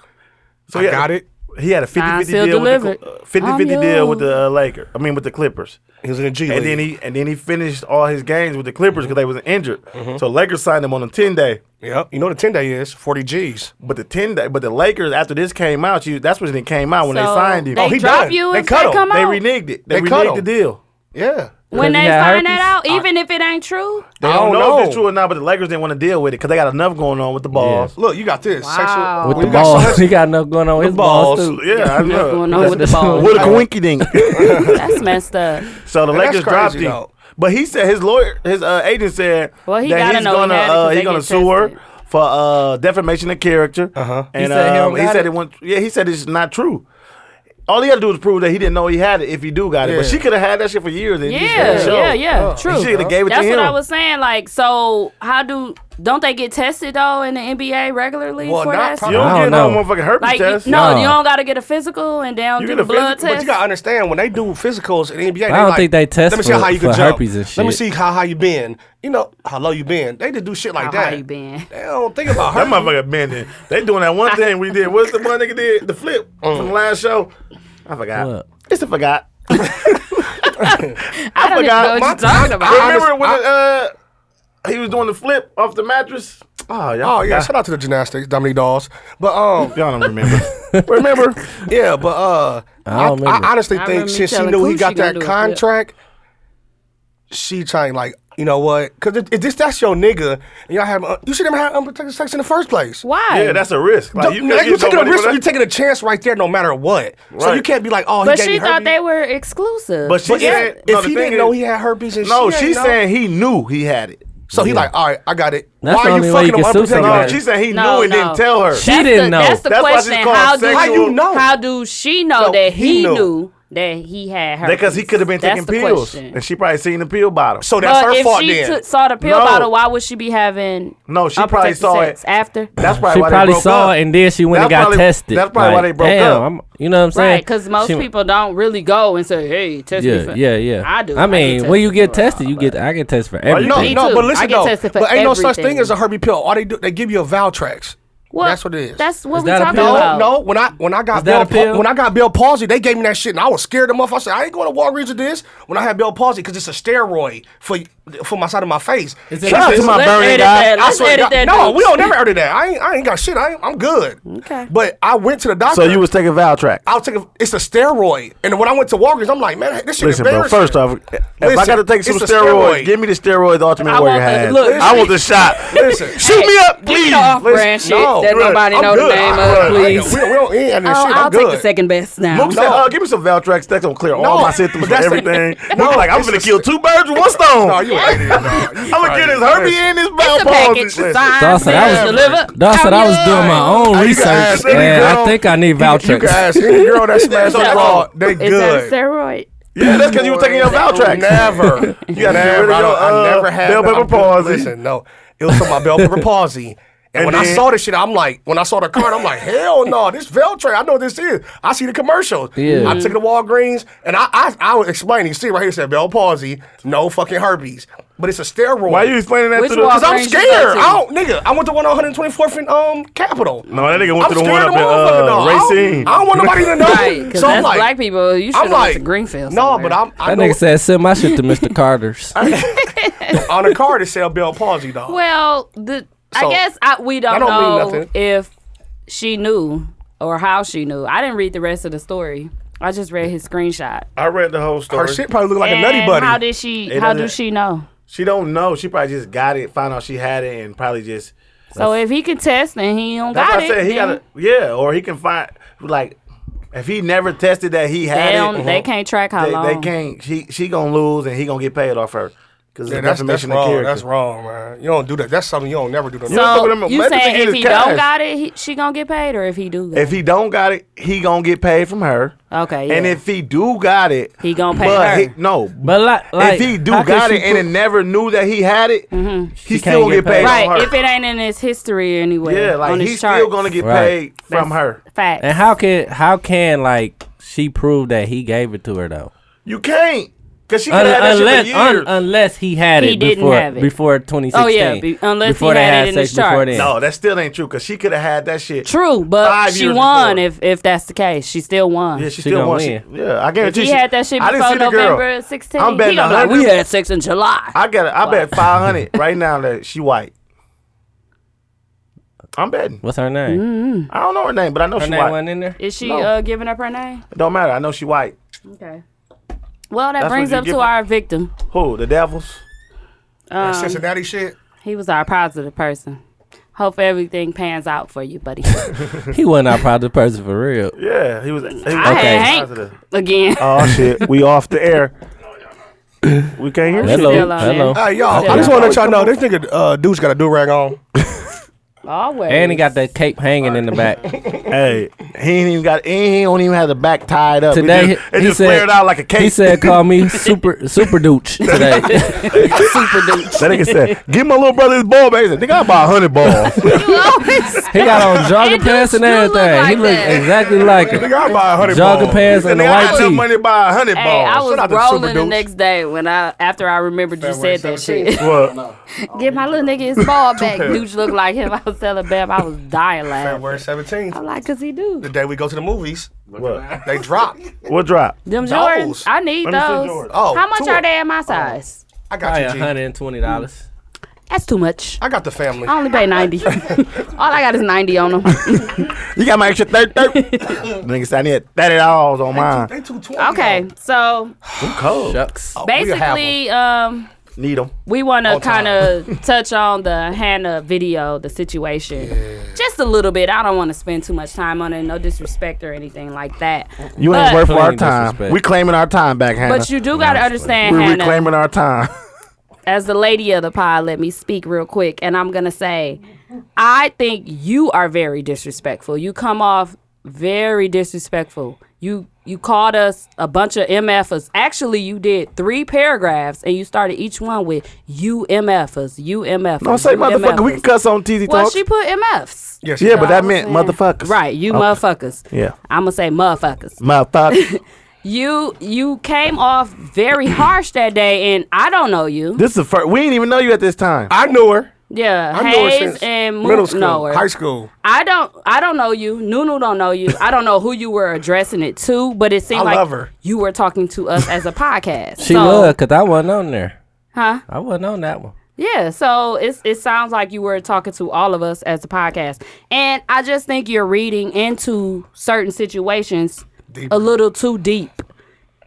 so
I
he had-
got it.
he had a 50 50
Signed,
deal
sealed,
with the,
delivered.
Cl- uh, 50-50
I'm
deal
yours.
with the uh, Lakers. I mean with the Clippers.
He was in the G
And then
League.
he and then he finished all his games with the Clippers because they was injured.
Mm-hmm.
So Lakers signed him on a 10 day.
Yep. You know what the ten day is forty G's.
But the 10 day but the Lakers after this came out, you that's when it came out when they
So
signed him.
They
Oh, he
drop
done.
you
They
if
cut
they
him.
come
They
out.
reneged it.
They
They,
cut
reneged the
him.
deal.
Yeah.
when
Because
they
he had
find that out,
herpes?
even if it ain't true.
They
I
don't,
don't
know, if
know.
it's true or not, but the Lakers didn't want to deal with it because they got enough going on with the balls.
Look, you got this.
Wow.
With
Sexual,
Oh,
the
you got so
balls,
much-
<laughs> he got enough going on with his balls, too.
Yeah, I know.
going on with the ball.
What a
<laughs>
coinky dink.
That's messed
<laughs>
up.
so the
that's
Lakers dropped
crazy,
him.
though.
But he said his lawyer, his uh, agent said
Well, he
that
gotta
he's
know he
gonna
had it 'cause
uh, he's
they
gonna
get
sue her
tested.
for uh, defamation of character. Uh-huh. And
said he
um,
don't
he,
got
said
it?
it went. Yeah, he said it's not true. All he had to do was prove that he didn't know he had it if he do got it. But
Yeah.
she could have had that shit for years. And just
Yeah,
didn't show.
yeah, yeah.
Oh.
True.
She could have gave it
That's
to him.
what I was saying. Like, so how do don't they get tested though in the NBA regularly
Well,
for
not
that?
prob-
You
stuff?
don't,
I
get
don't
no
know.
motherfucking herpes
Like, you-
test.
no,
Nah.
you don't got to get a physical and down
You
do
get
the
a
blood
But
test.
you gotta understand when they do physicals in the NBA.
I don't
they like,
think they test
Let me see
for-
how you
for
can jump.
herpes and
Let me
shit.
see how high you been. You know how low you been. They just do shit like
How
that.
high you been?
They don't think about
That
herpes.
<laughs> motherfucker bending. They doing that one thing we did. What's the one nigga did? The flip
Mm.
from the last show. I forgot.
What?
It's a forgot.
I don't even
forgot
know what
my-
you're talking
I
about.
remember when uh, he was doing the flip off the mattress. Oh, y'all
Oh yeah,
forgot.
shout out to the gymnastics, Dominique Dawes. But um,
Y'all don't
<laughs>
remember.
remember? <laughs> Yeah, but uh, I,
don't
I
remember.
honestly
I
think
remember
since she
telling
knew he
Coochie
got
gonna do
that
a flip.
contract, she trying like, you know what? Because if, if this that's your nigga, and y'all have uh, you should never have unprotected sex in the first place.
Why?
yeah, that's a risk. Like,
you
you
are
could get
taking a
nobody
risk.
for
or You're
that.
taking a chance right there, no matter what. So
Right.
you can't be like, oh, he
but
gave
she
me
thought
herpes.
they were exclusive.
But she
But yeah,
said, no,
if
the
he
thing
didn't
is-
know he had herpes and
no,
she
she's
ain't know.
saying he knew he had it.
So he like, all right, I got it.
That's
Why
the
are
only
you
way you
fucking
can
him
sue
unprotected?
somebody.
No,
Like,
Right.
she said he
No,
knew and
no.
didn't tell her.
She didn't
the,
know.
That's the
That's why she's
question.
called
How do
sexual-
How you know?
How do she know
No,
that
he
he
knew.
knew. that he had her?
Because he could have been taking pills, and she probably seen the pill bottle.
so that's
But
her
if
fault
she
then.
took- saw the pill
No.
bottle, why would she be having?
No, she probably
unprotected
saw
sex
it.
after.
That's probably
She
why
probably
they broke
saw
up.
it and then she went
That's
and got
probably-
tested.
That's probably why
Like,
they broke
damn,
up.
I'm, you know what I'm saying?
Right, because most
She-
people don't really go and say, "Hey, test me."
Yeah,
for-"
yeah, yeah.
I do.
I mean,
get
when you
tested
get
for all
tested, you get I get tested for
Oh, you
everything.
no,
Me
no,
too.
but
I
listen
get
though,
tested for
but ain't no such thing
everything.
as a herpes pill. All they do, they give you a Valtrex.
Well,
that's what it is.
That's what
Is
we
that a
talking
pill?
about.
no, no. When I when I
that
got Bell
a pill?
pa- when I got Bell palsy, they gave me that shit, and I was scared of them off. I said I ain't going to Walgreens with this. When I had Bell palsy, because it's a steroid for for my side of my face.
Is it-
She
Shout out
said-
to my
Let's
Bernie
edit
guy.
that.
I
Let's
swear, to
edit that.
God, no,
dude.
we don't never edit that. I ain't, I ain't got shit. I ain't, I'm good.
Okay.
But I went to the doctor.
So you was taking Valtrax.
I'll take a, it's a steroid. And when I went to Walgreens, I'm like, man, this shit
Listen, bro.
embarrassing.
First off, if I
Listen,
gotta take some
it's a
steroids,
steroid.
give me the steroids Ultimate
I
Warrior
want the-
had.
look,
I want the shot.
Listen.
shoot me up,
Give me
please.
the off-brand
Listen,
shit that
good.
nobody
I'm
know the
good.
name
I- I-
of.
I-
Please.
we, don't- we don't end that shit.
Oh, I'll,
I'm
I'll
good.
take the second best now.
Luke said, uh, give me some Valtrax. That's gonna clear all
No,
my symptoms
but
and
that's the-
everything. Luke
No,
like, I'm
it's
gonna
a-
kill two birds with one stone.
No, you <laughs> ain't
I'm gonna get his herpes and his bowel
It's a package.
palsy.
Signed,
Listen,
Dawson, I
sealed,
was-
delivered.
Dawg said I was
I'm
doing my
yours.
own
can
research,
ask any
and I
girl-
think I need
You, you can
Valtrex.
ask any girl that smashed
Is
the
that-
bra, they
Is that a
good.
steroid?
Yeah, that's because you were taking your Valtrax.
Never.
You gotta get
never.
rid of
I,
your,
don't- I
uh,
never had
bell
that.
pepper
I'm good.
palsy.
Listen, no. It was for my bell pepper palsy. And,
And
when I
then-
saw this shit, I'm like, when I saw the card, I'm like, hell no, this Veltray, I know what this is. I see the commercials.
Yeah.
I took it to Walgreens, and I I, I was explaining. You see right here, it said Bell palsy, no fucking herpes, but it's a steroid.
Why you explaining that
Which
to the?
Walgreens?
Cause I'm
Range you go
scared.
to?
I don't, nigga. I went to one on 124th and um Capitol.
No, that nigga went
I'm
to the
scared
one
of
up in,
motherfucker,
uh,
no. I don't-
Racine.
I don't want nobody to
<laughs>
know.
Right, because
So I'm
that's
like-
black people. You should
I'm
have went
like
to Greenfield.
No,
somewhere.
but I'm. I
That
know
nigga said send my shit to
<laughs>
Mr. Carter's.
on the card it said Bell palsy, dog.
Well, the
So,
I guess I, we don't,
don't mean
know
nothing.
if she knew or how she knew. I didn't read the rest of the story. I just read his screenshot.
I read the whole story.
Her shit probably look like
and
a nutty buddy.
how did she?
It
how
doesn't-
do she know?
She don't know. She probably just got it, found out she had it, and probably just.
So if he can test and he don't
That's
got
why I
it,
said he
then
got to Yeah, or he can find like. If he never tested that he had
They
it, uh-huh.
don't. They can't track how
they,
long.
they can't. She she gonna lose and he gonna get paid off her because
Yeah,
the
that's, that's
defamation of
wrong.
character.
That's wrong, man. You don't do that. That's something you don't never do. To
don't
So
fuck with him,
you
let him
saying
get
if
his
he
cash.
don't got it, he, she gonna get paid, or if he do? Got
If he don't got it, he gonna get paid from her.
Okay,
And
yeah.
if he do got it,
He gonna pay
but
her.
He, no,
But like, like
if he do
how could
got
she
it and
put-
it never knew that he had it, he
She
still
can't
gonna get
get
paid.
paid.
on
Mm-hmm. right,
her.
if it ain't in his history anyway,
yeah,
on
like
his
he's
charts,
still gonna get
Right.
paid from
That's
her.
Facts.
and how can how can like she prove that he gave it to her though?
You can't, cause she
Un-
could have had that
unless
shit for
un-
years.
unless he had
He
it
didn't
before
have it.
before 2016.
Oh, yeah, be- unless he
before they
had it in his
sex before
chart.
then.
no, that still ain't true, cause she could have had that shit.
True, but
Five
she
years
won.
before.
If if that's the case, she still won.
Yeah, she,
She
still
gonna
wants. it.
win.
Yeah, I guarantee.
he
she-
had that shit
I didn't
before
see the girl.
November 16.
I'm betting
he gonna be like,
100.
we had sex in July.
I got. I bet five hundred <laughs> right now that she white. I'm betting.
What's her name?
Mm-hmm.
I don't know her name, but I know
Her
she
name
white.
wasn't in there.
Is she
No.
uh, giving up her name?
It don't matter. I know she white.
Okay. Well, that
That's
brings
what you
up
get
to
for-
our victim.
Who? The devils?
that Cincinnati shit.
He was our positive person. Hope everything pans out for you, buddy. <laughs>
He wasn't our project person for real.
Yeah, he was. He was
I
Okay.
had Hank again.
Oh shit, we off the air. <coughs> We can't hear
Hello.
Hello,
Still on
hello.
there.
Hey, y'all.
Yeah.
I just want to let y'all know this nigga uh, dude's got a do rag on.
Always.
And he got that cape hanging in the back.
shit. Hey, he ain't even got. He don't even have the back tied up.
Today,
it just, it
he
just
said-
flared out like a cake.
He said, "Call me super super dooch today."
super dude.
that
<laughs>
nigga said, "Give my little brother his ball back." He said, "Nigga, I buy a hundred
<laughs>
balls."
<laughs> You always.
He got on jogger
It
pants
do
and everything.
look like
he looked
that.
exactly like it.
Nigga, I buy a hundred
Jogger
balls.
pants and a
Nigga, I
white
had enough
tee.
money to buy a hundred
Hey,
balls.
I
Shout out
was
to Super
rolling the
Dukes.
next day when I after I remembered you
February
said that
17th.
<laughs> shit.
What?
Get my little nigga his ball back. Dude looked like him. I was telling Bam I was dying laughing.
February seventeenth,
I'm like, cause he do.
the day we go to the movies,
What?
they dropped.
What drop?
Them
Those.
Jordans. I need
Let me see
those.
Jordans.
Oh,
How much
two
are
of-
they at my size?
I got you,
Probably
G.
hundred and twenty dollars.
That's too much.
I got the family.
I only pay 90. <laughs> All I got is 90 on them.
You got my extra third third.
<laughs>
Nigga said I need thirty dollars on mine.
They two twenty.
Okay, so
Cold.
Shucks.
we'll have 'em.
basically, um,
Need them.
we want to
On time.
kind
<laughs>
of <laughs> touch on the Hannah video, the situation, just a little bit. I don't want to spend too much time on it. No disrespect or anything like that.
You ain't
But-
worth our
Plain
time.
disrespect.
We claiming our time back, Hannah.
But you do got to understand,
we
Hannah,
reclaiming our time. <laughs>
as the lady of the pod, let me speak real quick, and I'm gonna say, I think you are very disrespectful. You come off very disrespectful. You you called us a bunch of MFers. Actually, you did three paragraphs, and you started each one with you MFers, you MFers.
Don't say
you
motherfucker. We can
MFers."
cuss on TZ
Well,
Talks.
she put MFs.
Yes,
yeah, but that
I'm
meant
saying.
motherfuckers.
Right, you motherfuckers.
Yeah.
I'm gonna say motherfuckers <laughs>
Motherfucker.
you you came off
<coughs>
very harsh that day and i don't know you
this is the first. We didn't even know you at this time.
I knew her.
yeah
I knew her
hayes
since
and Mo-
middle school,
know her.
high school.
I don't I don't know you. Nunu don't know you. I don't know who you were addressing it to, but it seemed
I
like
love her.
you were talking to us as a podcast.
She
so,
was, cause I wasn't on there.
Huh?
I wasn't on that one.
Yeah. So it's it sounds like you were talking to all of us as a podcast. And I just think you're reading into certain situations a little too deep.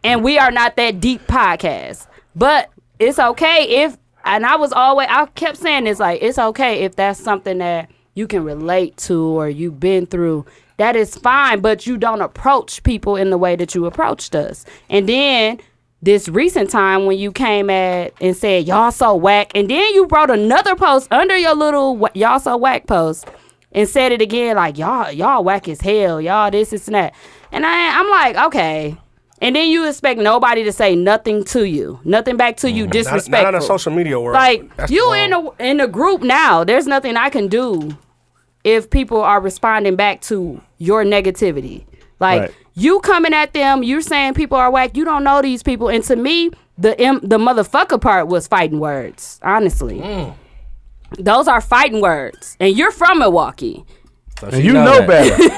And we are not that deep podcast. But it's okay if and I was always I kept saying this like it's okay if that's something that you can relate to or you've been through. That is fine, but you don't approach people in the way that you approached us. And then this recent time when you came at and said y'all so whack, and then you wrote another post under your little wha- y'all so whack post and said it again like y'all y'all whack as hell, y'all this this and that. And I I'm like okay. And then you expect nobody to say nothing to you, nothing back to you,
Mm, Not,
disrespectful.
not in the social media world.
Like
That's
you
wrong.
in a in a group now. There's nothing I can do if people are responding back to your negativity. Like
Right.
you coming at them, you're saying people are whack. You don't know these people. And to me, the M, the motherfucker part was fighting words. Honestly,
Mm.
those are fighting words. And you're from Milwaukee,
So
And
she
you know
that.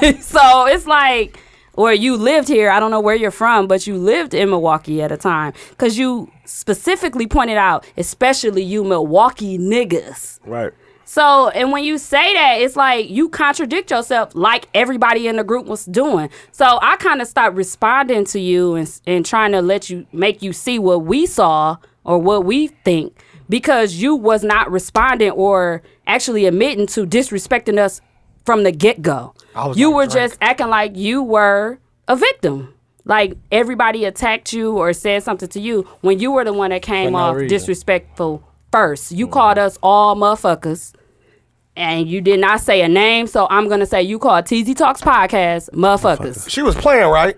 <laughs>
better.
so it's like. Or you lived here. I don't know where you're from, but you lived in Milwaukee at a time. Cause you specifically pointed out, especially you Milwaukee niggas.
right.
So, and when you say that, it's like you contradict yourself, like everybody in the group was doing. So I kind of stopped responding to you and and trying to let you make you see what we saw or what we think because you was not responding or actually admitting to disrespecting us from the get go.
I was
You
like
were
Drake.
just acting like you were a victim. Like everybody attacked you or said something to you when you were the one that
For
came
no
off
reason.
disrespectful first. You called us all motherfuckers and you did not say a name, so I'm gonna say you called TZ Talks Podcast motherfuckers.
She was playing, right?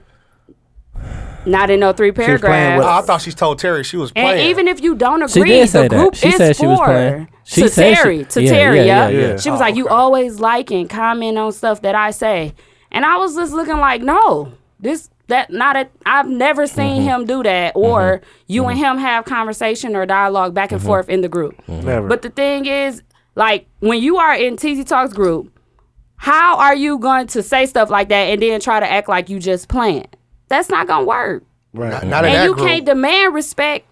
Not in no three
was playing with
paragraphs.
I thought she told Terry she was
And
playing.
even if you don't
She
agree,
did say
the
that.
group
She
is
said she
for
was playing. She
to
said she-
Terry. to
yeah,
Terry,
yeah,
yeah,
yeah, yeah.
She was
Oh,
like, "You always like and comment on stuff that I say," and I was just looking like, "No, this that not a. I've never seen
Mm-hmm.
him do that, or you and him have conversation or dialogue back and
Mm-hmm.
forth in the group."
Never.
But the thing is, like when you are in TZ Talks group, how are you going to say stuff like that and then try to act like you just playing? That's not gonna work
right.
not in
and
that
you
group.
can't demand respect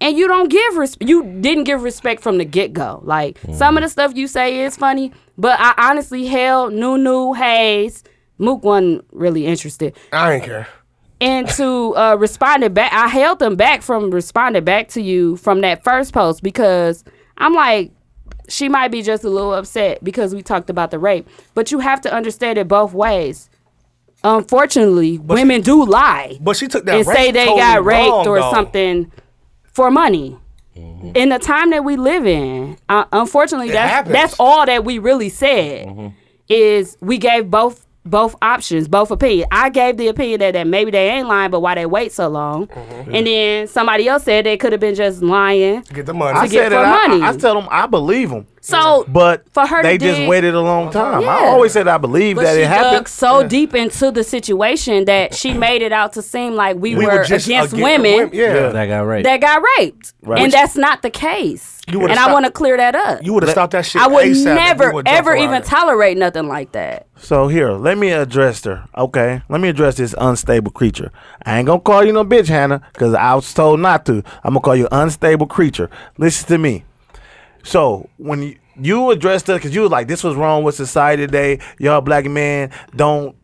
and you don't give respect you didn't give respect from the get-go like some of the stuff you say is funny but i honestly held nunu hayes mook wasn't really interested
I ain't care.
into uh, responding back. I held them back from responding back to you from that first post because I'm like, she might be just a little upset because we talked about the rape, but you have to understand it both ways. Unfortunately, women do lie,
but she took that
and
rape
say they
totally
got raped
wrong,
or
though.
something for money. In the time that we live in, uh, unfortunately, that's
happens.
that's all that we really said is we gave both both options, both opinion. I gave the opinion that, that maybe they ain't lying, but why they wait so long? And then somebody else said they could have been just lying.
Get the money.
I
get
said
for
that
money.
I, I tell them I believe them.
So
But
for her,
they
to
just
dig-
waited a long time. I
Yeah.
always said I believe
But
that
she
it happened.
dug so deep into the situation that she made it out to seem like we,
we
were,
were just uh,
against
again-
women.
Yeah.
That got raped.
that got raped.
Right.
And
Which-
that's not the case.
You
and
would've
I
stopped-
want to clear that up.
You would have stopped that shit.
I would
ASAP if you
never,
would've jumped
ever
around
even
it.
tolerate nothing like that.
So here, let me address her. Okay, let me address this unstable creature. I ain't gonna call you no bitch, Hannah, because I was told not to. I'm gonna call you unstable creature. Listen to me. So when you, you addressed her, because you was like, "This was wrong with society today. Y'all black men don't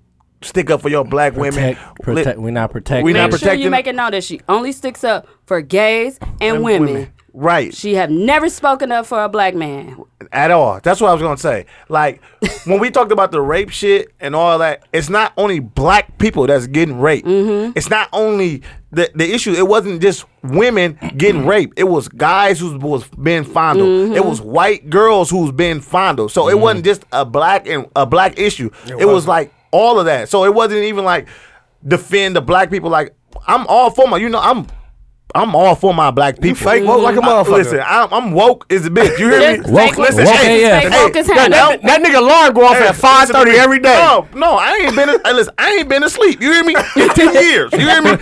stick up for your black women."
protect, protect,
Li-
we're not protecting.
We not
Make
it.
sure
protecting-
you make it known that she only sticks up for gays and, women.
Right.
She have never spoken up for a black man.
at all. That's what I was gonna say. Like when we talked about the rape shit and all that, it's not only black people that's getting raped. It's not only the the issue. It wasn't just women getting raped. It was guys who was being fondled. It was white girls who was being fondled. So it wasn't just a black and a black issue. It, was
wasn't.
like all of that. So it wasn't even like defend the black people. Like I'm all for my. You know I'm. I'm all for my black people.
fake woke like a
I-
motherfucker.
Listen, I'm, I'm woke as a
<laughs>
bitch. You hear me?
Just Woke- fake woke
listen,
as
hey,
hell.
hey,
Fake woke as hell.
that-
That nigga alarm go off
Hey,
at five
listen to
thirty
me.
every day.
No, no, I ain't been. hey, listen, I ain't been asleep. You hear me?
<laughs>
In ten years, you hear me?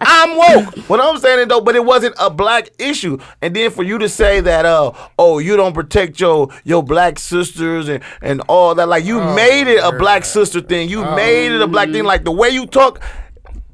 I'm woke. What I'm saying is, though, but it wasn't a black issue. And then for you to say that, uh, oh, you don't protect your your black sisters and and all that, like you made it a black sister thing. You made it a black thing. Like the way you talk.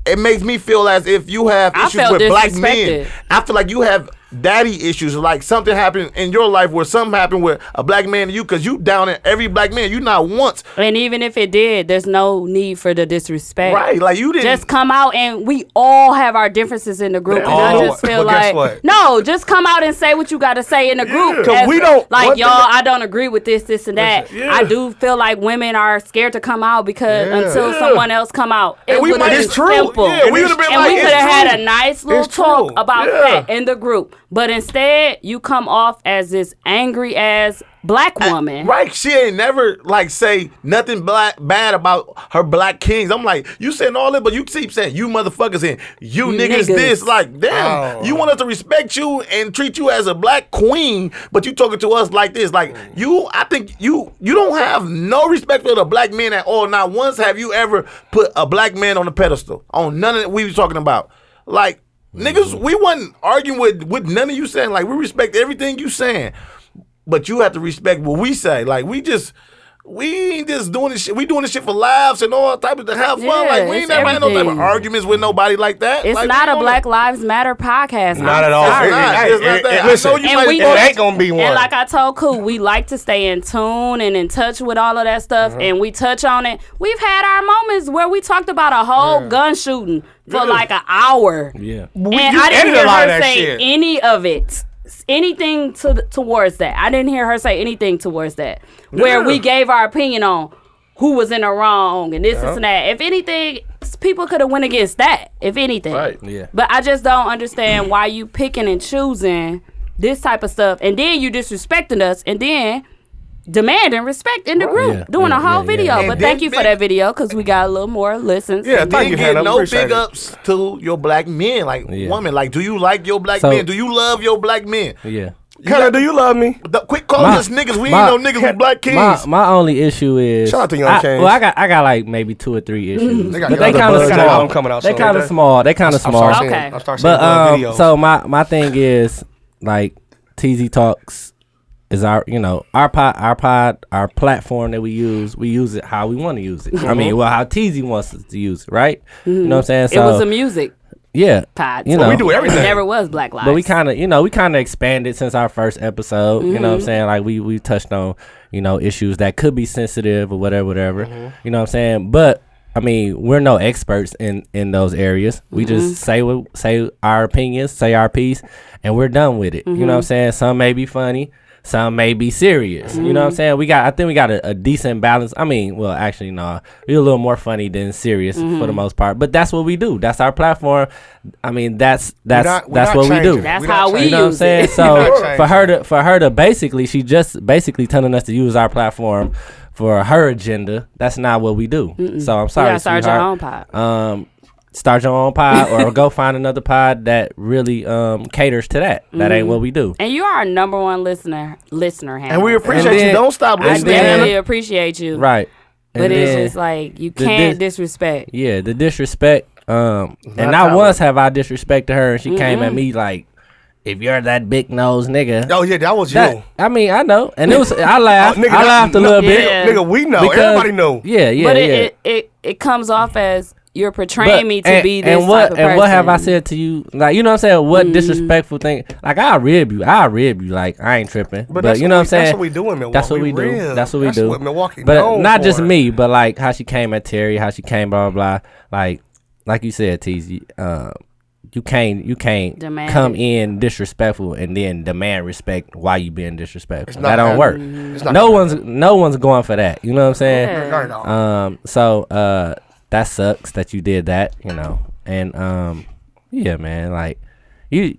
It makes me feel as if you have
I
issues
felt
with black men.
disrespected.
I feel like you have daddy issues. Like something happened in your life where something happened with a black man to you because you down in every black man. You not once
And even if it did, there's no need for the disrespect.
right. Like you didn't.
Just
<laughs>
come out and we all have our differences in the group. And I
all-
just feel
but
like
guess what?
no, just come out and say what you got to say in the group.
'Cause
As-
we don't- one
like
thing
y'all.
that-
I don't agree with this, this, and that.
Listen, yeah.
I do feel like women are scared to come out because
Yeah.
until
Yeah.
someone else come out, it
we
would have
might-
been
it's true.
simple.
Yeah, we would've been
and
like,
we
it's
could have had
true.
a nice little
It's
talk
true.
about
Yeah.
that in the group. But instead, you come off as this angry ass black woman.
Uh, Right, she ain't never like say nothing black bad about her black kings. I'm like, you saying all this, but you keep saying you motherfuckers and you,
You
niggas,
niggas.
this. Like, damn,
Oh.
you want us to respect you and treat you as a black queen, but you talking to us like this. Like, you, I think you, you don't have no respect for the black men at all. Not once have you ever put a black man on a pedestal on none of that we was talking about. Like, niggas, we wasn't arguing with with none of you saying. Like, we respect everything you saying but you have to respect what we say. Like we just we ain't just doing this shit. We doing this shit for laughs and all type of to have fun.
Yeah,
like we ain't
it's
never had no type of
everything.
arguments with nobody like that.
It's
Like,
not
we
a
don't-
Black Lives Matter podcast. I'm
Not at all.
sorry.
It's not.
Hey,
It's not
hey, hey,
that.
listen.
I know you
And
might
we-
fuck-
It ain't gonna be one.
And like I told Cool, we like to stay in tune and in touch with all of that stuff, and we touch on it. We've had our moments where we talked about a whole gun shooting for like an hour,
Yeah.
and
you
I didn't
edited
hear
a lot of
her
that
say
shit.
any of it, s- anything to th- towards that. I didn't hear her say anything towards that. Where we gave our opinion on who was in the wrong and this, this, and that. If anything, people could have went against that, if anything.
Right.
Yeah.
But I just don't understand why you picking and choosing this type of stuff, and then you disrespecting us, and then demanding respect in the group,
Yeah,
doing
yeah,
a whole
yeah,
video.
yeah.
But
And
thank
then
you for that video because we got a little more listens.
Yeah, thank
Thank
you,
you,
get
Hannah.
no
Appreciate
big
it.
ups to your black men, like
Yeah.
woman. Like, do you like your black
So-
men? Do you love your black men?
Yeah.
Hannah, do you love me?
The- quit calling
My-
us niggas. We
my-
ain't no niggas with black kids.
My my only issue is
Shout out to Young
I-
Kings.
Well, I got I got like maybe two or three issues,
They got
but
Young
they
the
kind of
Buds out.
small.
I'm coming out
they
soon.
kind of
Okay.
small. They kind of
I'm
small.
sorry,
Okay.
saying, I'm sorry saying
But
love
um,
videos.
so my my thing is like TZ Talks is our you know our pod our pod our platform that we use. We use it how we want to use it. I
Mm-hmm.
mean, well, how TZ wants us to use it, right? You know what I'm saying?
It was a
So
music
yeah,
pod.
You
so
know,
we do everything.
It never was Black Lives.
but we kind of, you know, we kind of expanded since our first episode. You know what I'm saying? Like we we touched on, you know, issues that could be sensitive or whatever, whatever. You know what I'm saying? But I mean, we're no experts in in those areas. We just say what say our opinions, say our piece, and we're done with it. You know what I'm saying? Some may be funny. Some may be serious. You know what I'm saying? We got, I think we got a, a decent balance. I mean, well, actually, no, we're a little more funny than serious for the most part. But that's what we do. That's our platform. I mean, that's that's
not- we're
that's
not
what we
changing.
do.
That's
We not
how we
changing.
You know what I'm
use
saying?
it.
Not
So
changing.
for her to for her to basically she just basically telling us to use our platform for her agenda. That's not what we do. So I'm
You
sorry,
gotta start your
sweetheart.
own pod.
Um, start your own pod
<laughs>
or go find another pod that really um caters to that. That
Mm-hmm.
ain't what we do.
And you are our number one listener, listener, Hannah.
and we appreciate
And
you.
then-
Don't stop
I
and
listening.
then-
definitely appreciate you.
Right.
But
And
it's
then-
just like you can't
dis-
disrespect.
yeah, the disrespect. Um, and
not
not
tolerated.
once have I disrespected her, and she came at me like, "If you're that big nose nigga."
oh yeah, that was you.
That- I mean, I know, and it was. I laughed.
Oh, <laughs> nigga,
I
that-
laughed a little
no,
bit.
Yeah.
Nigga, we know.
Because-
Everybody know.
Yeah, yeah,
but
yeah.
it, it, it it comes off as you're portraying me to
and,
be this
and what
type of
and
person. Mm-hmm.
what have I said to you? Like you know what I'm saying? What disrespectful thing? Like I rib you, I rib you. Like I ain't tripping. But,
that's
you know
what
what
we-
I'm saying?
that's what we do in Milwaukee.
That's what we,
We
do.
real.
That's what we
That's
do.
what Milwaukee
But
known
not
for.
just me, but like how she came at Terry, how she came, blah blah. blah. Like like you said, TZ. Uh, you can't you can't
Demand
come
it.
in disrespectful and then demand respect while you being disrespectful.
not
that don't work.
happening. It's not
No
gonna
one's no one's going for that. You know what I'm saying?
Mm-hmm. Yeah.
Not at all.
Um, so uh, that sucks that you did that, you know. And um, yeah, man, like you,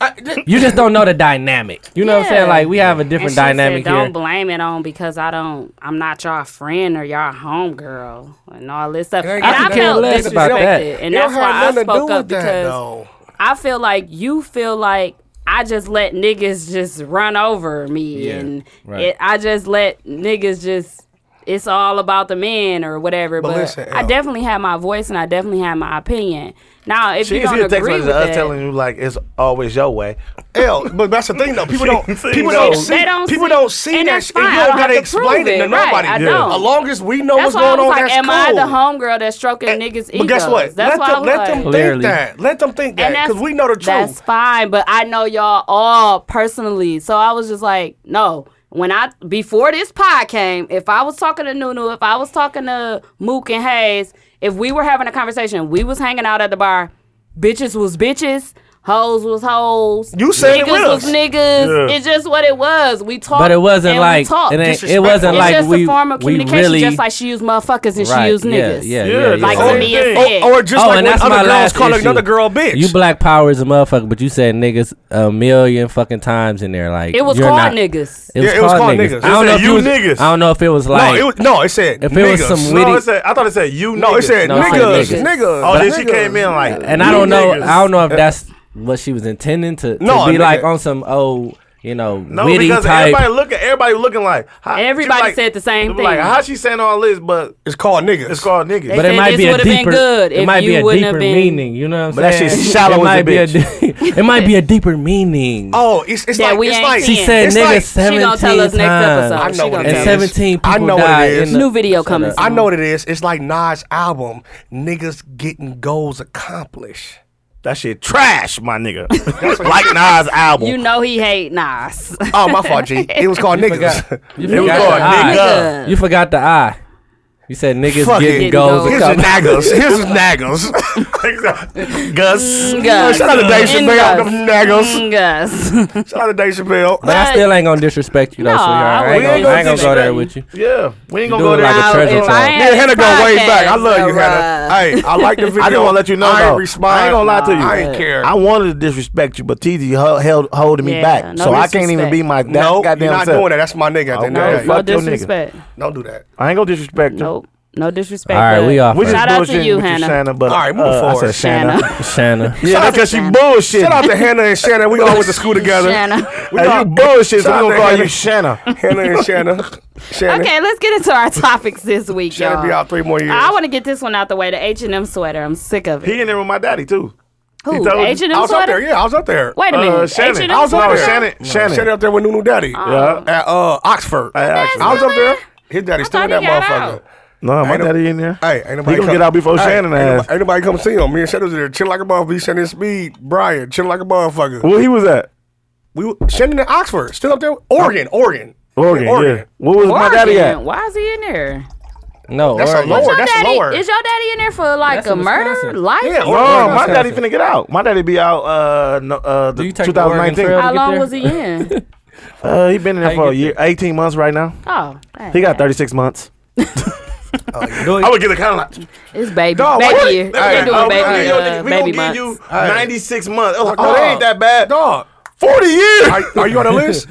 I- th-
you just don't know the dynamic. You know what I'm saying?
Yeah.
Like we have a
And
different
she
dynamic
said, don't
here.
blame it on because I don't. I'm not y'all friend or y'all homegirl and all this stuff.
It ain't
And
got
I
nothing
felt
to do with
disrespected,
that.
and
it don't
that's
have
why I
nothing to do
spoke up
with that,
because
though.
I feel like you feel like I just let niggas just run over me,
Yeah,
and
right.
it, I just let niggas just. It's all about the men or whatever. But,
But listen, uh,
I
Elle.
definitely had my voice and I definitely had my opinion. Now, if
She
you don't
didn't see a text
agree
message
with
of us
that,
telling you like it's always your way.
Hell, but that's the thing though. People <laughs> don't.
See,
People
they-
don't
they
see.
don't
people
see-
don't see
and
that.
that's
shit. and
fine.
you
I
don't
don't
gotta
have to prove
explain it to
it. Right,
nobody.
I
As
don't.
long as we know
that's
what's
why I
going
was
on,
like,
that's
"Am
cool.
I the homegirl that's stroking
And-
niggas' egos?"
But guess what?
That's
let
why I
them,
was
let
like,
them think
Clearly.
that. Let them think that.
And that's-
Because we know the
That's
truth.
fine, but I know y'all all personally. So I was just like, no. When I before this pod came, if I was talking to Nunu, if I was talking to Mook and Hayes, if we were having a conversation, we was hanging out at the bar, bitches was bitches, hoes was hoes,
You said
niggas
it with
was
us.
niggas.
Yeah.
It's just what it was. We talked,
But it
and
wasn't
we
like
talked.
it, ain't, it
Disrespectful.
wasn't
It's
like
just
we
a form of
we
communication,
really
just like she used motherfuckers and
right,
she used
yeah,
niggas.
yeah, yeah,
Yeah,
yeah,
like
yeah.
Like
Same
me and
thing.
said.
Or, or oh, just
oh,
like
and
when
that's my
other girls
last
call
issue.
another girl bitch.
You black power is a motherfucker, but you said niggas a million fucking times in there. Like
it was
you're
called
not-
niggas.
It was,
Yeah, it
called,
was called
niggas.
niggas.
I don't know
It said,
if it
"You
was,
niggas."
I don't know if it was
no,
like
it, was- no, it said
If it was
niggas.
some
No,
witty-
it said, I thought it said you.
No, it
niggas.
said
No, it said
niggas,
niggas.
niggas.
Oh, then
niggas.
she came in like,
and I don't know.
niggas.
I don't know if that's what she was intending to, to
Uh, No,
be
nigga.
like on some old, you know,
No,
witty
because
type.
everybody looking, everybody looking like how,
Everybody
she like-
said the same
Like
thing.
how she saying all this, but
It's called niggas.
it's called niggas.
but
said
it might
this
be a
would've been
deeper.
good
it
if
might be
you
a
wouldn't have
deeper
been-
meaning. You know what I'm
But that
saying? <laughs>
shit's
It
shallow as a
might be a
bitch.
de- It might be a deeper meaning.
Oh, it's it's
That
like
we
it's
ain't
like
she
man,
said
it's
niggas
like-
She
seventeen
gonna tell us
times.
next episode.
I
She
know
gonna
what
and
it is.
tell us.
seventeen people
I know what it
died.
is.
in the-
New video
Shut
coming
up.
soon.
I know what it is. It's like Nas' album, niggas getting goals accomplished.
That shit trash, my
<laughs>
nigga. like Nas album.
You know he hate <laughs> Nas.
Oh, my fault, G. It was called niggas.
You
it was
forgot
called
the I.
nigga.
You forgot the I. You said niggas
Fuck
getting
it.
goals.
Getting
<laughs> Here's
a
your
couple.
naggles. Here's
<laughs>
your naggles. Gus.
Mm,
Gus.
Shout out to Dave Chappelle.
Gus.
Them naggles.
Gus.
Shout out to Dave Chappelle.
But I still ain't gonna disrespect you though,
No,
sweetheart. I ain't
we
gonna,
ain't
I ain't
gonna
gonna go there with you. <laughs>
Yeah, we ain't gonna
do
go
it
there.
like a
Now,
treasure
if I
trove.
had
Me and Hannah
this
go way back. I
podcast,
love you,
so,
Hannah.
uh,
Hey, I like the video.
I didn't want to let you know.
I ain't
though.
respond.
I ain't gonna lie to you.
I ain't care.
I wanted to disrespect you, but TZ hel- held holding me
Yeah,
back,
no
so I can't even
disrespect.
be my that
no, you're
goddamn
not
self.
doing that. That's my nigga. At the end
No,
of the
Okay.
day.
Fuck
no
your nigga.
disrespect.
Don't do that.
I ain't gonna disrespect you.
Nope. No disrespect.
All right,
Doug.
we off
We
Right.
just
Shout out to
bullshitting
you,
with
Hannah.
Shannon, but
All right, move
uh, I
forward.
said Shannon.
Shannon.
Shanna.
<laughs> Yeah, that's because she bullshit.
Shout out to Hannah and Shannon. We all went to school together.
Shanna.
<laughs> We
Hey,
all-
<laughs> you bullshit. So we
Shout out
gonna
to
call you
Hannah.
Shannon.
Hannah and Shannon. Shannon.
Okay, let's get into our topics this week,
Shannon
y'all.
be out three more years.
I want to get this one out the way. The H and M sweater. I'm sick of it.
<laughs> He in there with my daddy too.
Who?
told you.
H and
I
M
was up there.
sweater.
Yeah, I was up there. Oh,
Wait a minute.
Uh,
H
Shannon.
and
I
M
was
sweater.
over Shannon. Shannon.
Shannon up there with Nunu Daddy.
Oh.
Yeah.
At uh, Oxford.
That's
I was up there.
really-
His daddy still
thought
in that
he got
motherfucker.
out.
No, my
Ain't no-
daddy in there.
Hey, ain't nobody
gonna
come-
get out before
Hey,
Shannon
ain't
ass.
nobody- Ain't nobody come see him. Me and Shannon was there chilling like a motherfucker. Shannon Speed, Brian, chilling like a motherfucker.
Where he was at?
We were- Shannon in Oxford, still up there. Oregon, Oregon,
Oregon. Yeah. What was my
Oregon.
daddy at?
Why is he in there?
No,
That's a
Oregon.
lower. That's
daddy,
lower.
Is your daddy in there for like
That's
a
in
murder?
Wisconsin.
Life?
Yeah, Oregon.
No,
Oregon,
Oh, my daddy
Wisconsin.
finna get out. My daddy be out. Uh, no, uh,
Do
the
you take the Oregon
2019.
Trail?
How
get
long
there?
was he in?
Uh, he been in there
you
for a
get
year, 18 months right now.
Oh,
He got
<laughs>
36 months.
Oh,
Do it.
would get a kind of like,
It's baby,
Dog,
baby
what?
year.
Hey,
They're doing
oh,
baby,
hey, yo, nigga,
uh,
we gonna
baby
give
months.
you
Hey.
96 months. Oh,
Dog.
that ain't that bad.
dog.
40 years.
Are, are you on the <laughs> list?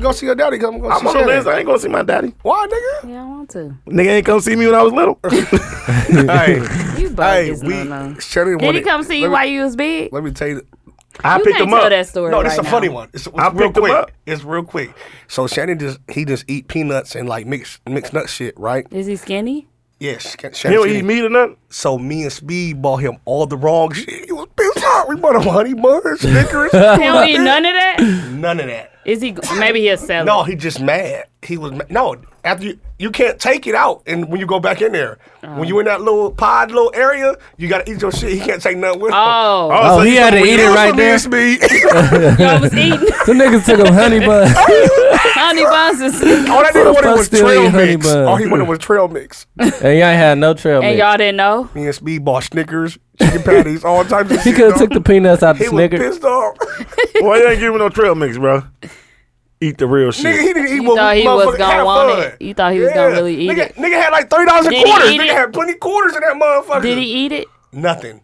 Go see your daddy. Come go see
I'm on the
Shannon.
list. I ain't gonna see my daddy.
Why, nigga?
Yeah, I want to.
<laughs> Nigga ain't come see me when I was little.
<laughs> hey,
You
hey,
bogus, <laughs>
we
<laughs>
no, no.
Shannon.
Did he
wanted-
come see you
let me-
while you was big?
Let me tell you.
I
You
picked
can't
him
tell
up.
that story.
No, this is a
right
funny
now.
one. It's, it's
I
real
picked 'em
quick.
up.
It's real quick. So Shannon just he just eat peanuts and like mix mixed nut shit, right?
Is he skinny?
Yes. Shannon.
He don't
said
eat
it.
meat or nothing.
So me and Speed bought him all the wrong shit. He was pissed off. We bought him honey buns,
<laughs>
Snickers,
He don't eat none of that.
none of that.
Is he? Maybe
<laughs>
he'll sell
No,
it.
he just mad. He was ma- no. After you, you can't take it out, and when you go back in there,
Oh.
when you in that little pod, little area, you gotta eat your shit. He can't take nothing with him.
Oh,
Oh, he had to
when
eat
you
it
was
right
with me
there.
and Speed. <laughs>
y'all was
<laughs>
eating
Some niggas took them honey buns.
honey buns and Snickers,
all that
Who the
nigga
fuck
wanted was
still eat
trail
honey
mix.
buns?
All he wanted was trail mix.
and y'all ain't had no trail
<laughs> and
mix.
y'all didn't know.
<laughs> Me and Speed bought Snickers, chicken patties, all types of shit.
He could have
dog.
took the peanuts out the
He was
Snickers.
pissed off. <laughs>
Why you ain't give me no trail mix, bro? Eat the real
nigga,
shit.
he didn't eat
You
what
thought
we
he was
motherfucking
gonna
had
want
fun.
it. You thought he was gonna really eat
nigga,
it.
Nigga had like three thousand
Did he
quarters.
eat
Nigga
it?
had plenty quarters in that motherfucker.
Did he eat it?
Nothing.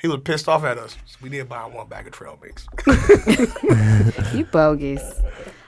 He was pissed off at us. So we did buy him one bag of trail mix.
You bogus.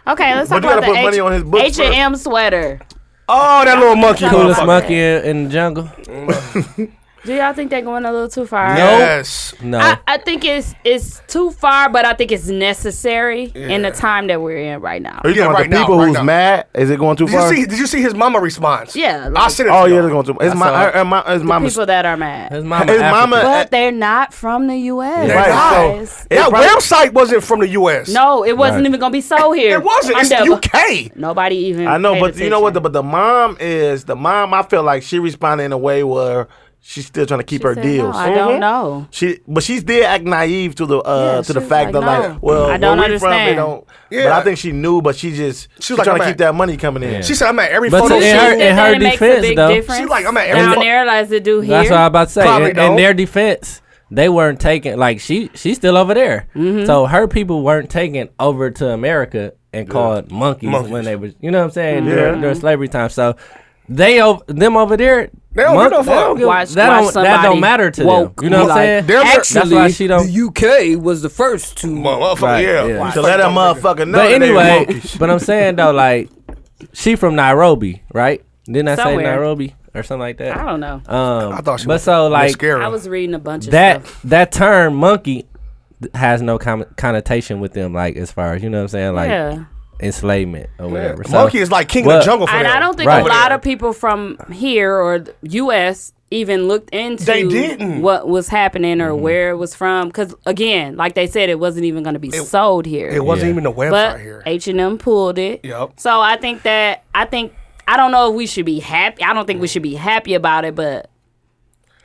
Okay, let's talk
you gotta
about the
put money on his books
H and M sweater.
Oh, that little monkey.
Coolest
motherfucker.
monkey in, in the jungle.
Do y'all think they're going a little too far?
Yes.
No.
I, I think it's it's too far, but I think it's necessary in the time that we're in right now.
Are you
Yeah,
talking about
right
the
now,
people
right
who's
now.
mad? Is it going too
Did you
far?
see? Did you see his mama response?
Yeah,
I
like,
sent it.
Oh
to
yeah,
y'all.
it's going too. It's
I
my,
saw
her,
it.
her ma- it's mama's.
People that are mad,
his mama.
His
African.
mama-
but they're not from the U.S.
Right.
Right,
guys.
so
That
it probably-
website wasn't from the U.S.
No, it wasn't
Right.
even gonna be sold here.
<laughs> it wasn't.
I'm
It's
never-
the U.K.
Nobody even.
I know,
paid
but you know what? The,
attention.
but the mom is the mom. I feel like she responded in a way where she's still trying to keep her
said,
deals. Mm-hmm.
No, I don't know.
She, but she did act naive to the uh
Yeah,
to
she
the
was like,
fact that
no,
like, well,
I don't
where we from, they
understand.
don't. But
Yeah.
I think she knew, but she just she's
was like,
trying
I'm
to keep
at-
that money coming in.
She said, "I'm at every
But
photo
in
She
her-
said
shoot."
in her
that it makes a
defense,
big
though-
difference
She like, I'm at every
down
fu-
there as it do here.
That's what I'm about to say.
Probably
In, in
don't.
their defense, they weren't taken. Like she, she's still over there. So her people weren't taken over to America and called monkeys,
Monkeys.
when they was. You know what I'm saying? During, during slavery time. So they o- them over there.
They don't give no fuck.
give-
Watch-
that,
watch
don't, that
somebody
don't matter to them.
woke
You know what I'm
like,
saying?
they're-
That's why she don't.
the UK was the first to
Motherfucker,
Right,
yeah.
yeah.
to let that motherfucker know.
but
that they were
anyway,
monkeys.
but I'm saying though, like she from Nairobi, right? Didn't I
Somewhere.
say Nairobi or something like that?
I don't know.
Um,
I thought she
but
was
so like
mascara.
I was reading a bunch of
that
stuff.
that term monkey th- has no com- connotation with them, like as far as you know what I'm saying, like
yeah,
enslavement or whatever. So,
monkey is like king of
Well,
the jungle for
and
them.
I don't think
Right.
a lot of people from here or the U.S. even looked into
They didn't.
what was happening or where it was from. Because again, like they said, it wasn't even going to be sold here.
it wasn't
Yeah.
even a
but
website here.
H and M pulled it.
Yep.
So I think that I think I don't know if we should be happy. I don't think we should be happy about it, but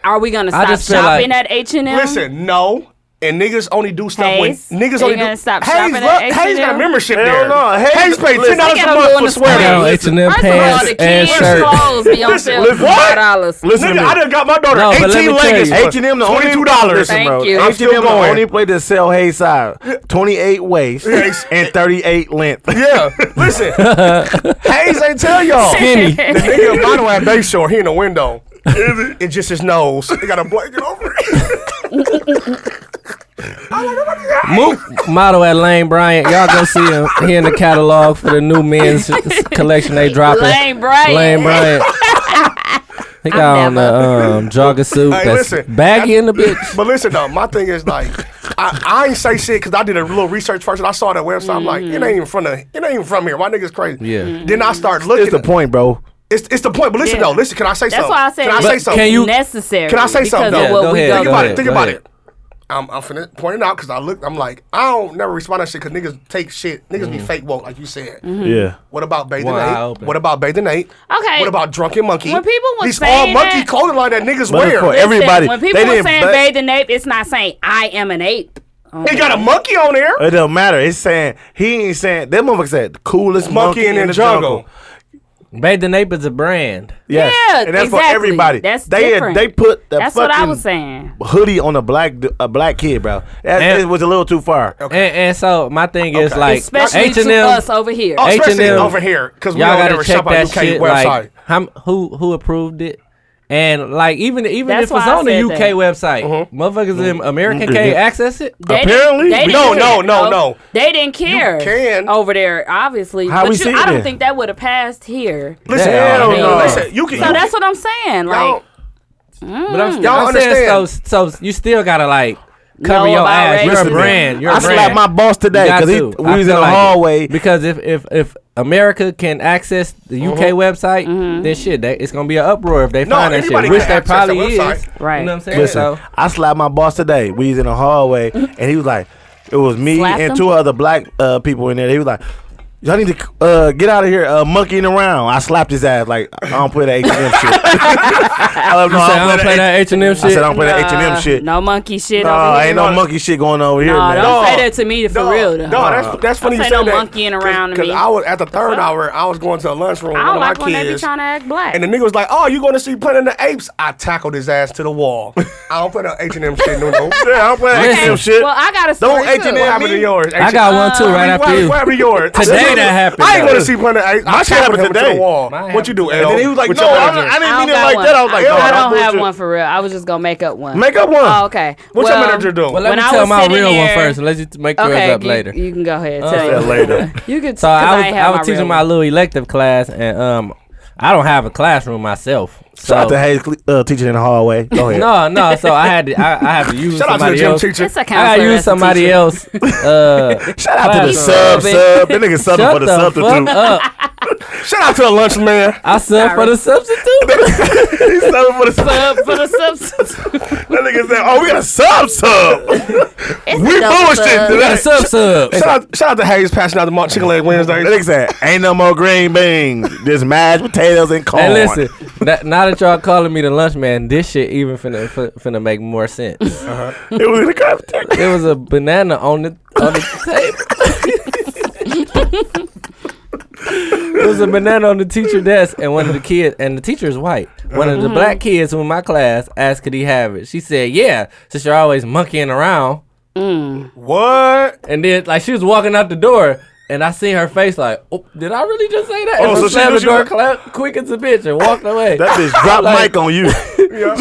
are we gonna stop
just feel
shopping
like-
at H and M?
Listen, no. And niggas only do stuff
Hayes,
when niggas
are
only
you gonna
do.
stop
Hayes,
shopping at
look, Hayes got
H&M?
a membership
Hell
there.
no, Hayes-
Hayes paid ten
listen,
dollars
they
a
got a
month
little
for sweater.
Now,
display.
Nigga,
H and M
First of all,
pants
the
and
kids'
shirt.
clothes be on
Listen,
sale for
listen,
five
what?
dollars.
Listen to me.
I done got my daughter
No, but let me
eighteen
tell you
leggings.
something.
for
H&M the only
$22.
Listen,
Thank
bro,
you.
H&M
I'm
still
the
going.
only place that sell hay side. 28 waist
Yes.
and 38 <laughs> length.
<laughs> Yeah, listen. Hayes ain't tell y'all.
<laughs>
Skinny.
The nigga Bono at Bayshore, he in the window. It just his nose. He got a blanket over it.
Mook model at Lane Bryant. Y'all go see him. He in the catalog for the new
<laughs>
men's collection they dropping.
Lane Bryant.
Lane
<laughs>
Bryant. He got on the um, jogger suit
Hey,
that's
listen,
baggy in the bitch.
But listen though, my thing is like, I, I ain't say shit because I did a little research first and I saw that website. I'm like, it ain't even from the, it ain't even from here. My nigga's crazy.
Yeah. Mhm.
Then I start looking.
That's the point, bro.
It's, it's the point. But listen
Yeah.
though, listen. Can I say
That's
something?
why I said
Can I
it's
say something?
Can you-
necessary.
Can I say something,
Because of
though?
what
Yeah, go
we go
ahead,
think about
ahead.
it. Think
go
about
ahead.
it. I'm, I'm finna point it out because I looked. I'm like, I don't never respond to that shit because niggas take shit. Niggas be fake woke, like you said.
Yeah.
What about bathing
Wide
ape?
Mm. open.
What about bathing ape?
Mm-hmm. Okay.
What about drunken monkey?
When people was
these all
saying
monkey
that-
clothing line that niggas
But of
wear.
course,
It
Listen,
everybody.
When
they
people are
didn't
saying
ba-
bathe an ape, it's not saying I am an ape.
got a monkey on there.
It don't matter. It's saying he ain't saying that motherfucker said the coolest
Monkey
monkey,
in
in,
the
the
jungle.
jungle.
Babe the Nape is a brand.
Yes.
Yeah,
and that's
exactly.
for everybody.
That's
they
different.
they put the
That's
fucking
what I was saying.
hoodie on a black d- a black kid, bro. That
And-
it was a little too far.
And, and so my thing is
Okay.
like
Especially
H and
to
M.
us uh, over here.
Oh, especially
H&M.
over here because we
Y'all
don't
gotta
ever
check
shop on
that
UK
shit.
website.
Like, how, who who approved it? And like even even
That's
if it's
why I
on the
said
UK
that.
website,
Mm-hmm.
motherfuckers in America can't access it.
They didn't-
Apparently,
they
we-
didn't
no,
care.
no, no, no.
They didn't care.
can.
over there, obviously.
How
but
we
you,
see it
I don't
then?
think that would have passed here.
listen,
Hell
no.
listen, you can.
So that's what I'm saying. Like,
y'all,
But I'm,
Y'all
I'm
understand.
saying so so you still gotta like cover
Know
your
about
ass. You're a
racism.
brand. You're a
I
brand.
slapped my boss today
You got
because we
to. I
was in
feel
the
like it.
hallway.
Because if if if America can access the UK
Mm-hmm.
website,
Mm-hmm.
then shit, that, it's gonna be an uproar if they
No,
find that shit.
anybody
Which
can
they
access the
probably is.
website.
Right.
You know what I'm saying?
Listen,
so
I slapped my boss today. We was in the hallway, and he was like, "It was me
Slapped
and
him?
two other black uh, people in there." He was like, "Y'all need to uh, get out of here, uh, monkeying around." I slapped his ass like I don't play that H and M shit. <laughs> I, don't, know,
I
I,
don't play that H and M
I
shit.
said I don't play that H and M shit. No,
uh, no monkey shit over here.
ain't no monkey shit going on over here,
Nah,
man.
don't say that to me for
No,
real. Though.
no, that's that's funny
Don't say
you said
no
that.
monkeying around to
Because
me.
I was at the third hour, I was going to a lunchroom with
I
one
don't
of my
like when they be
kids,
trying to act black.
and the nigga was like, "Oh, you going to see Planet of the Apes?" I tackled his ass to the wall. I don't play no H and M shit no more.
Yeah, <laughs> I don't play that
Listen.
H and M shit.
well, I got a story
Don't H
too.
and
What
M
happened to yours?
I got one too right
What-
after you.
What happened to yours?
Today that happened,
I ain't
though.
going to see Planet of the Apes. I
shit
tackled him to
happened
the
today.
wall.
Mine
What you do,
And
L?
then he was like,
With
"No,
your
I,
manager?"
don't- I
I
didn't mean it
don't got
like
one.
that." I was like,
I
"No,
I
that's
don't have
bullshit."
one for real. I was just gonna make up one.
Make up one.
Oh, okay.
What's
well,
your manager do?
But let
when
me
I
tell
was
my
sitting
real one
there-
first. Let you t- make yours
Okay,
up
you,
later.
you can go ahead.
Uh,
tell
That
you. <laughs>
<laughs> later.
You could.
So I was I,
have
was teaching
real
my
one.
little elective class, and um, I don't have a classroom myself. So
Shout out to Hayes uh, teaching in the hallway. Go ahead.
no, no. So I had to I, I
<laughs>
had to use
Shout out to
somebody
the gym
else.
teacher.
It's a
I gotta
counselor.
use
that's a
somebody
teacher.
else. Uh,
Shout out to the
Classroom.
sub sub. That nigga subbing
shut
for the,
the
substitute.
fuck up.
Shout out to the lunch man.
I sub for the substitute.
He's subbing for the sub.
Sub for the substitute.
That nigga said, "Oh, we got a sub sub."
<laughs> We bullshit
sub.
We got a
today.
sub sub.
Shout out, shout out to Hayes passing out the malt chicken leg Wednesday.
That nigga said, "Ain't no more green beans. Just mashed potatoes and corn."
Hey, listen. That, now that y'all calling me the lunch man, this shit even finna fin- finna make more sense.
it was in the cafeteria.
It was a banana on the on the table. <laughs> There was a banana on the teacher desk, and one of the kids, and the teacher is white. One of the black kids who in my class asked, "Could he have it?" She said, "Yeah." Since you're always monkeying around,
What?
and then like she was walking out the door, and I seen her face like, oh, "Did I really just say that?"
Oh,
and
so
I
she
slammed
knew
the
she
door
was-
clap, quick as a bitch, and walked away.
That
<laughs>
bitch dropped
Like-
mic on you.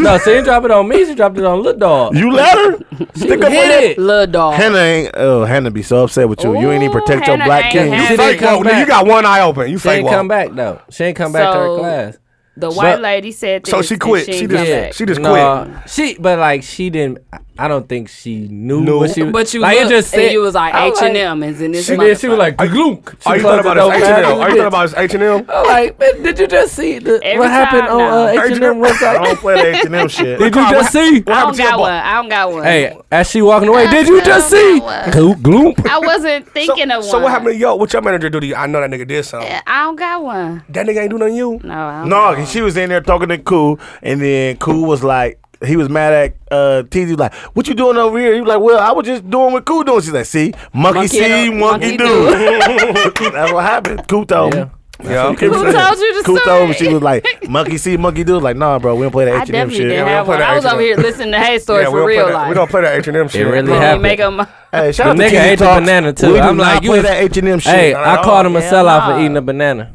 no, she didn't drop it on me. She dropped it on Little Dog.
You let her
<laughs>
stick up with it.
hit it.
Little dog.
Hannah ain't. Oh, Hannah be so upset with you. you ain't even
Ooh,
protect
Hannah
your black
ain't
kid.
had-
She
Fake
didn't
Fake woke.
come
oh, Nigga,
back.
you got one eye open. You
She
fake
ain't come
woke.
back though. She ain't come back to her
So-
class.
The white
But-
lady said this.
So she
and
quit.
ain't
She
come
just-
back.
she just
Nah, She, but like she didn't. I- I don't think she knew.
Knew.
What she, was-
But you
like
looked and you was like
I
H
was
and
like-
M is in this.
She did. She was like, "Gloonk." She
Are you
closed
thought about
the
his
door
H
fast
and M?
as a
Are you
bitch.
thought about his H and M?
I'm like, man, did you just see the,
Every
what happened
time
on
now.
uh, H and M
<laughs> I
website?
don't play that H and M
<laughs>
shit.
Did you just see?
I don't
happened to your
got
boy?
one. I don't got one.
Hey, as she walking away, did you just see?
I
Gloomp.
I wasn't thinking
so,
of one.
so what happened to yo? What your manager do to you? I know that nigga did something.
I don't got one.
That nigga ain't do nothing to you.
No, I don't.
No, she was in there talking to Cool, and then Cool was like, he was mad at uh, TZ. Like, what you doing over here? He was like, well, I was just doing what Cool doing. She's like, see, monkey,
Monkey
see,
do-
monkey,
monkey
do. <laughs>
<laughs>
That's what happened. Cool told him.
Yeah.
Keep
Who
saying.
told you to
Cool told me
say?
she was like, monkey see, monkey do. Like, nah, bro, we don't play that
I
H and M
definitely
shit.
didn't
we don't
have
play
one.
that
I was
H&M.
over here listening to hate stories
yeah, we
for
don't
real
play that.
life.
We don't play that H and M shit.
really
Only
happened.
make 'em-
Hey,
<laughs>
shout
The
out to
nigga
TZ
ate the
Talks.
banana too.
We do
I'm
not
like, you
play
was-
that H and M shit.
Hey,
Not
I
at
called
all.
him a
Yeah,
sellout for
nah.
eating a banana.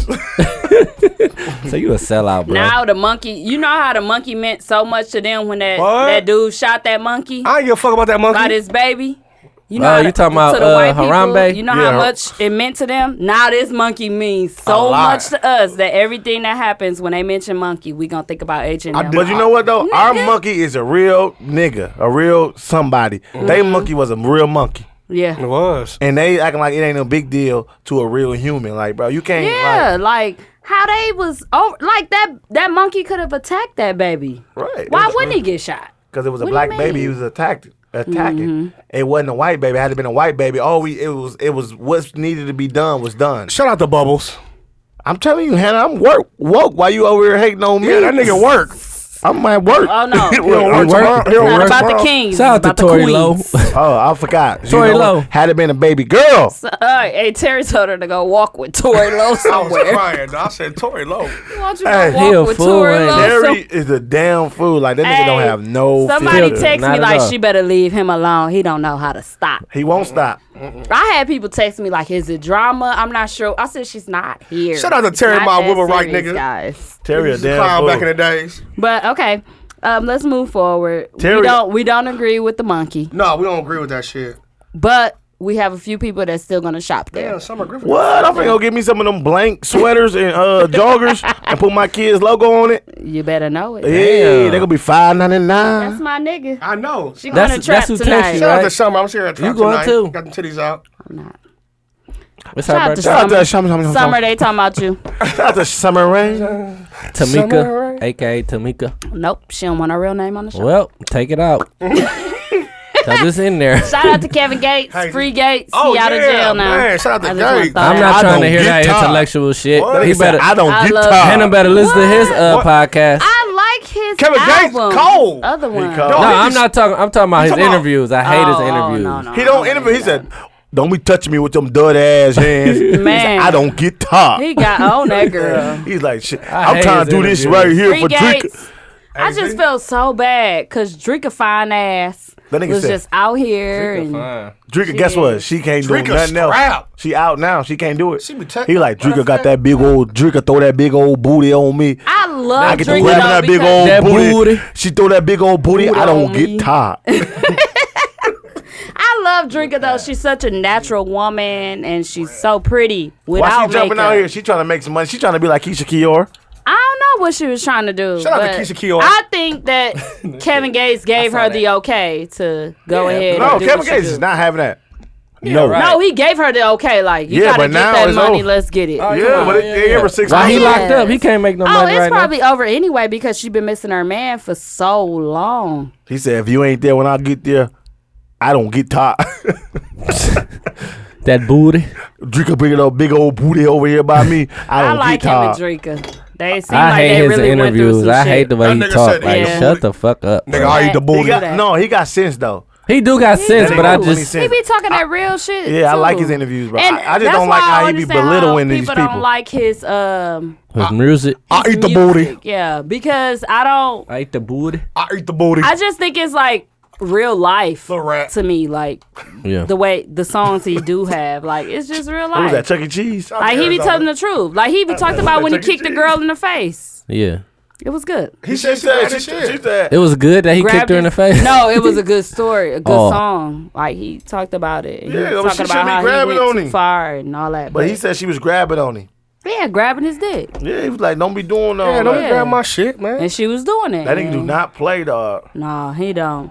<laughs> so you a sellout, bro.
Now the monkey, you know how the monkey meant so much to them when that
What?
that dude shot that monkey
I ain't give a fuck about that monkey.
about his baby. You
Oh,
how
you
the-
talking about,
to the
uh,
white
Harambe?
People, you know
Yeah.
how much it meant to them. Now this monkey means
A
so
lot.
much to us that everything that happens when they mention monkey, we gonna think about H and
I
M.
did-
But you know what though? Our
Nigga.
monkey is a real nigga, a real somebody.
Mm-hmm.
They monkey was a real monkey.
It
Yeah,
was.
And they acting like it ain't no big deal to a real human. Like, bro, you can't
yeah, like how they was over, like that that monkey could have attacked that baby.
like right.
Why wouldn't he get shot?
Because it was a
What do you
black baby he
mean? Mm-hmm.
was attacked attacking. It wasn't a white baby. Had it been a white baby, all we it was it was what's needed to be done was done.
Shout out to Bubbles.
I'm telling you, Hannah, I'm work woke. Why you over here hating on me?
Yeah, that nigga work.
I'm at work.
Oh
<laughs>
no,
He don't work tomorrow. He don't
not
work
about
tomorrow.
the kings.
Shout out
it's
to
about
Tori
the
Lowe. <laughs>
queens.
Oh, I forgot. You
Tori
know
Low.
what? Had it been a baby girl,
So, uh, hey, Terry told her to go walk with Tori Lowe
I was
somewhere. Why
crying. dog. I said Tory Low.
don't you
Hey,
go
he a
walk with
fool,
Tori
ain't he?
Lowe?
Terry is a damn fool. Like that nigga don't
Hey,
have no.
Somebody
filter.
text
Not
me
at
like
all.
she better leave him alone. He don't know how to stop.
He won't stop.
I had people text me like, "Is it drama?" I'm not sure. I said she's not here.
Shout out to
It's
Terry,
not
my
that
woman right
serious,
nigga.
guys.
Terry a
He's a
damn
clown
fool.
back in the days.
But okay, um, let's move forward.
Terry-
we don't we don't agree with the monkey,
No, we don't agree with that shit.
but we have a few people that's still gonna shop there.
Yeah, Summer Griffin.
what? I'm finna go get me some of them blank sweaters
<laughs>
and uh, joggers and put my kids logo on it.
You better know it.
Yeah, they gonna be five ninety nine.
That's my nigga.
I know.
She
That's-
going to trap
that's who text
tonight.
you,
Shout out
right?
to Summer. I'm seeing her at the
You
trap
going
tonight.
too.
Got the titties out.
I'm not.
What's
Shout
her
out to
birthday?
Shout out
Summer.
to Summer, Summer, Summer,
Summer, they talking about you.
Shout out to Summer Rae.
Tamika, aka Tamika.
Nope, she don't want her real name on the show.
Well, take
<laughs>
it out. Cause it's in there.
Shout out to Kevin Gates,
Hey.
free Gates.
Oh,
he out of
yeah,
jail now.
man. Shout out to
I just wanna
Gates.
throw
I'm
that
not
out.
trying to
don't
hear
get
that
tired.
intellectual shit.
What?
He
Nigga said,
better.
I don't
I
get
love-
tired.
Hannah better listen to his uh,
What?
podcast.
I like his
Kevin Gates
albums,
cold.
his Other one.
cold.
no,
No, he
I'm
just-
not talking. I'm talking about his
talking about-
interviews. I hate
Oh,
his interviews.
Oh, no, no,
He
no,
don't
no,
interview. He
no.
said, "Don't be touching me with them dirt
<laughs>
ass hands." He said,
Man.
I don't get tired.
He
<laughs>
got on that girl.
He's like, "Shit,
I
I'm
hate
trying to
his
do this
interviews.
right here
Free
for Drake."
Gates. I
Hey,
just
see?
felt so bad because Drika fine ass
That nigga
was
said-
just out here and
Drika, guess what? She can't
Drika
do nothing
scrap.
else. She out now. She can't do it.
She be tech-
he like
Matter
Drika
of
got
fact-
that big old Drika throw that big old booty on me.
I
I
love
get to
Drika
grabbing
though,
that big
because
old
That
booty.
booty.
She throw that big old booty. I don't
on
get
me.
tired.
I love Drika though. She's such a natural woman and she's so pretty
Why
without
she jumping
makeup.
out here? She trying to make some money. She trying to be like Keisha Kior.
I don't know what she was trying to do.
Shout out
but
to Keisha Keough.
I think
<laughs>
that Kevin Gates gave her the okay to go ahead.
No,
and do
Kevin
what she
Gates
do.
is not having that. no,
right.
No, he gave her the okay. Like you
Yeah,
gotta
but
get
now
that
it's
money.
over.
Let's get it.
yeah, but it, they ever six
Why he
months.
locked up? He can't make no
Oh,
money
it's
right
probably over anyway because she's been missing her man for so long.
He said, "If you ain't there when I get there, I don't get tired." <laughs>
now. That booty.
Drinker bringing up big old booty over here by me. I
I
don't
like
get
him and
tired.
Drika. They seem
Oh, I
like
hate
they
his
really went through
interviews.
some
I
shit.
hate the way
That
he
nigga
talk.
said
Like,
that.
shut the fuck up.
Nigga,
bro.
I
He
eat the
He
booty.
got-
got, no, he got sense though.
He do got sense,
nigga
but I
don't really
just
sense.
He be talking that real shit.
Yeah, I like
too.
his interviews, bro.
And
I, I just
that's
don't like
why I
how he be
understand how
belittling these
people
people.
don't like his um.
his music.
I eat the
music.
booty.
Yeah, because I don't.
I eat the booty.
I eat the booty.
I just think it's like real life
The rat.
to me. Like
Yeah.
the way the songs he do have, like it's just real
What was that
life.
Chuck E. Cheese?
Like he be telling the truth. Like he be talked about when he
Chuck E.
kicked the
Cheese.
girl in the face.
Yeah.
It was good.
He said she said shit.
said,
It was good that he
Grabbed
kicked her in the
his-
face.
No, it was a good story, a good
Oh.
song. Like he talked about it. He
Yeah,
was
well, she
talking
shouldn't
about
be
how he
grabbing
went
on
too
him.
far and all that.
but he said she was grabbing on him.
yeah, grabbing his dick,
Yeah, he was like, "Don't be doing that."
Man, don't
Yeah.
grab my shit, man.
and she was doing it.
that nigga do
and-
not play, dog.
No, he don't.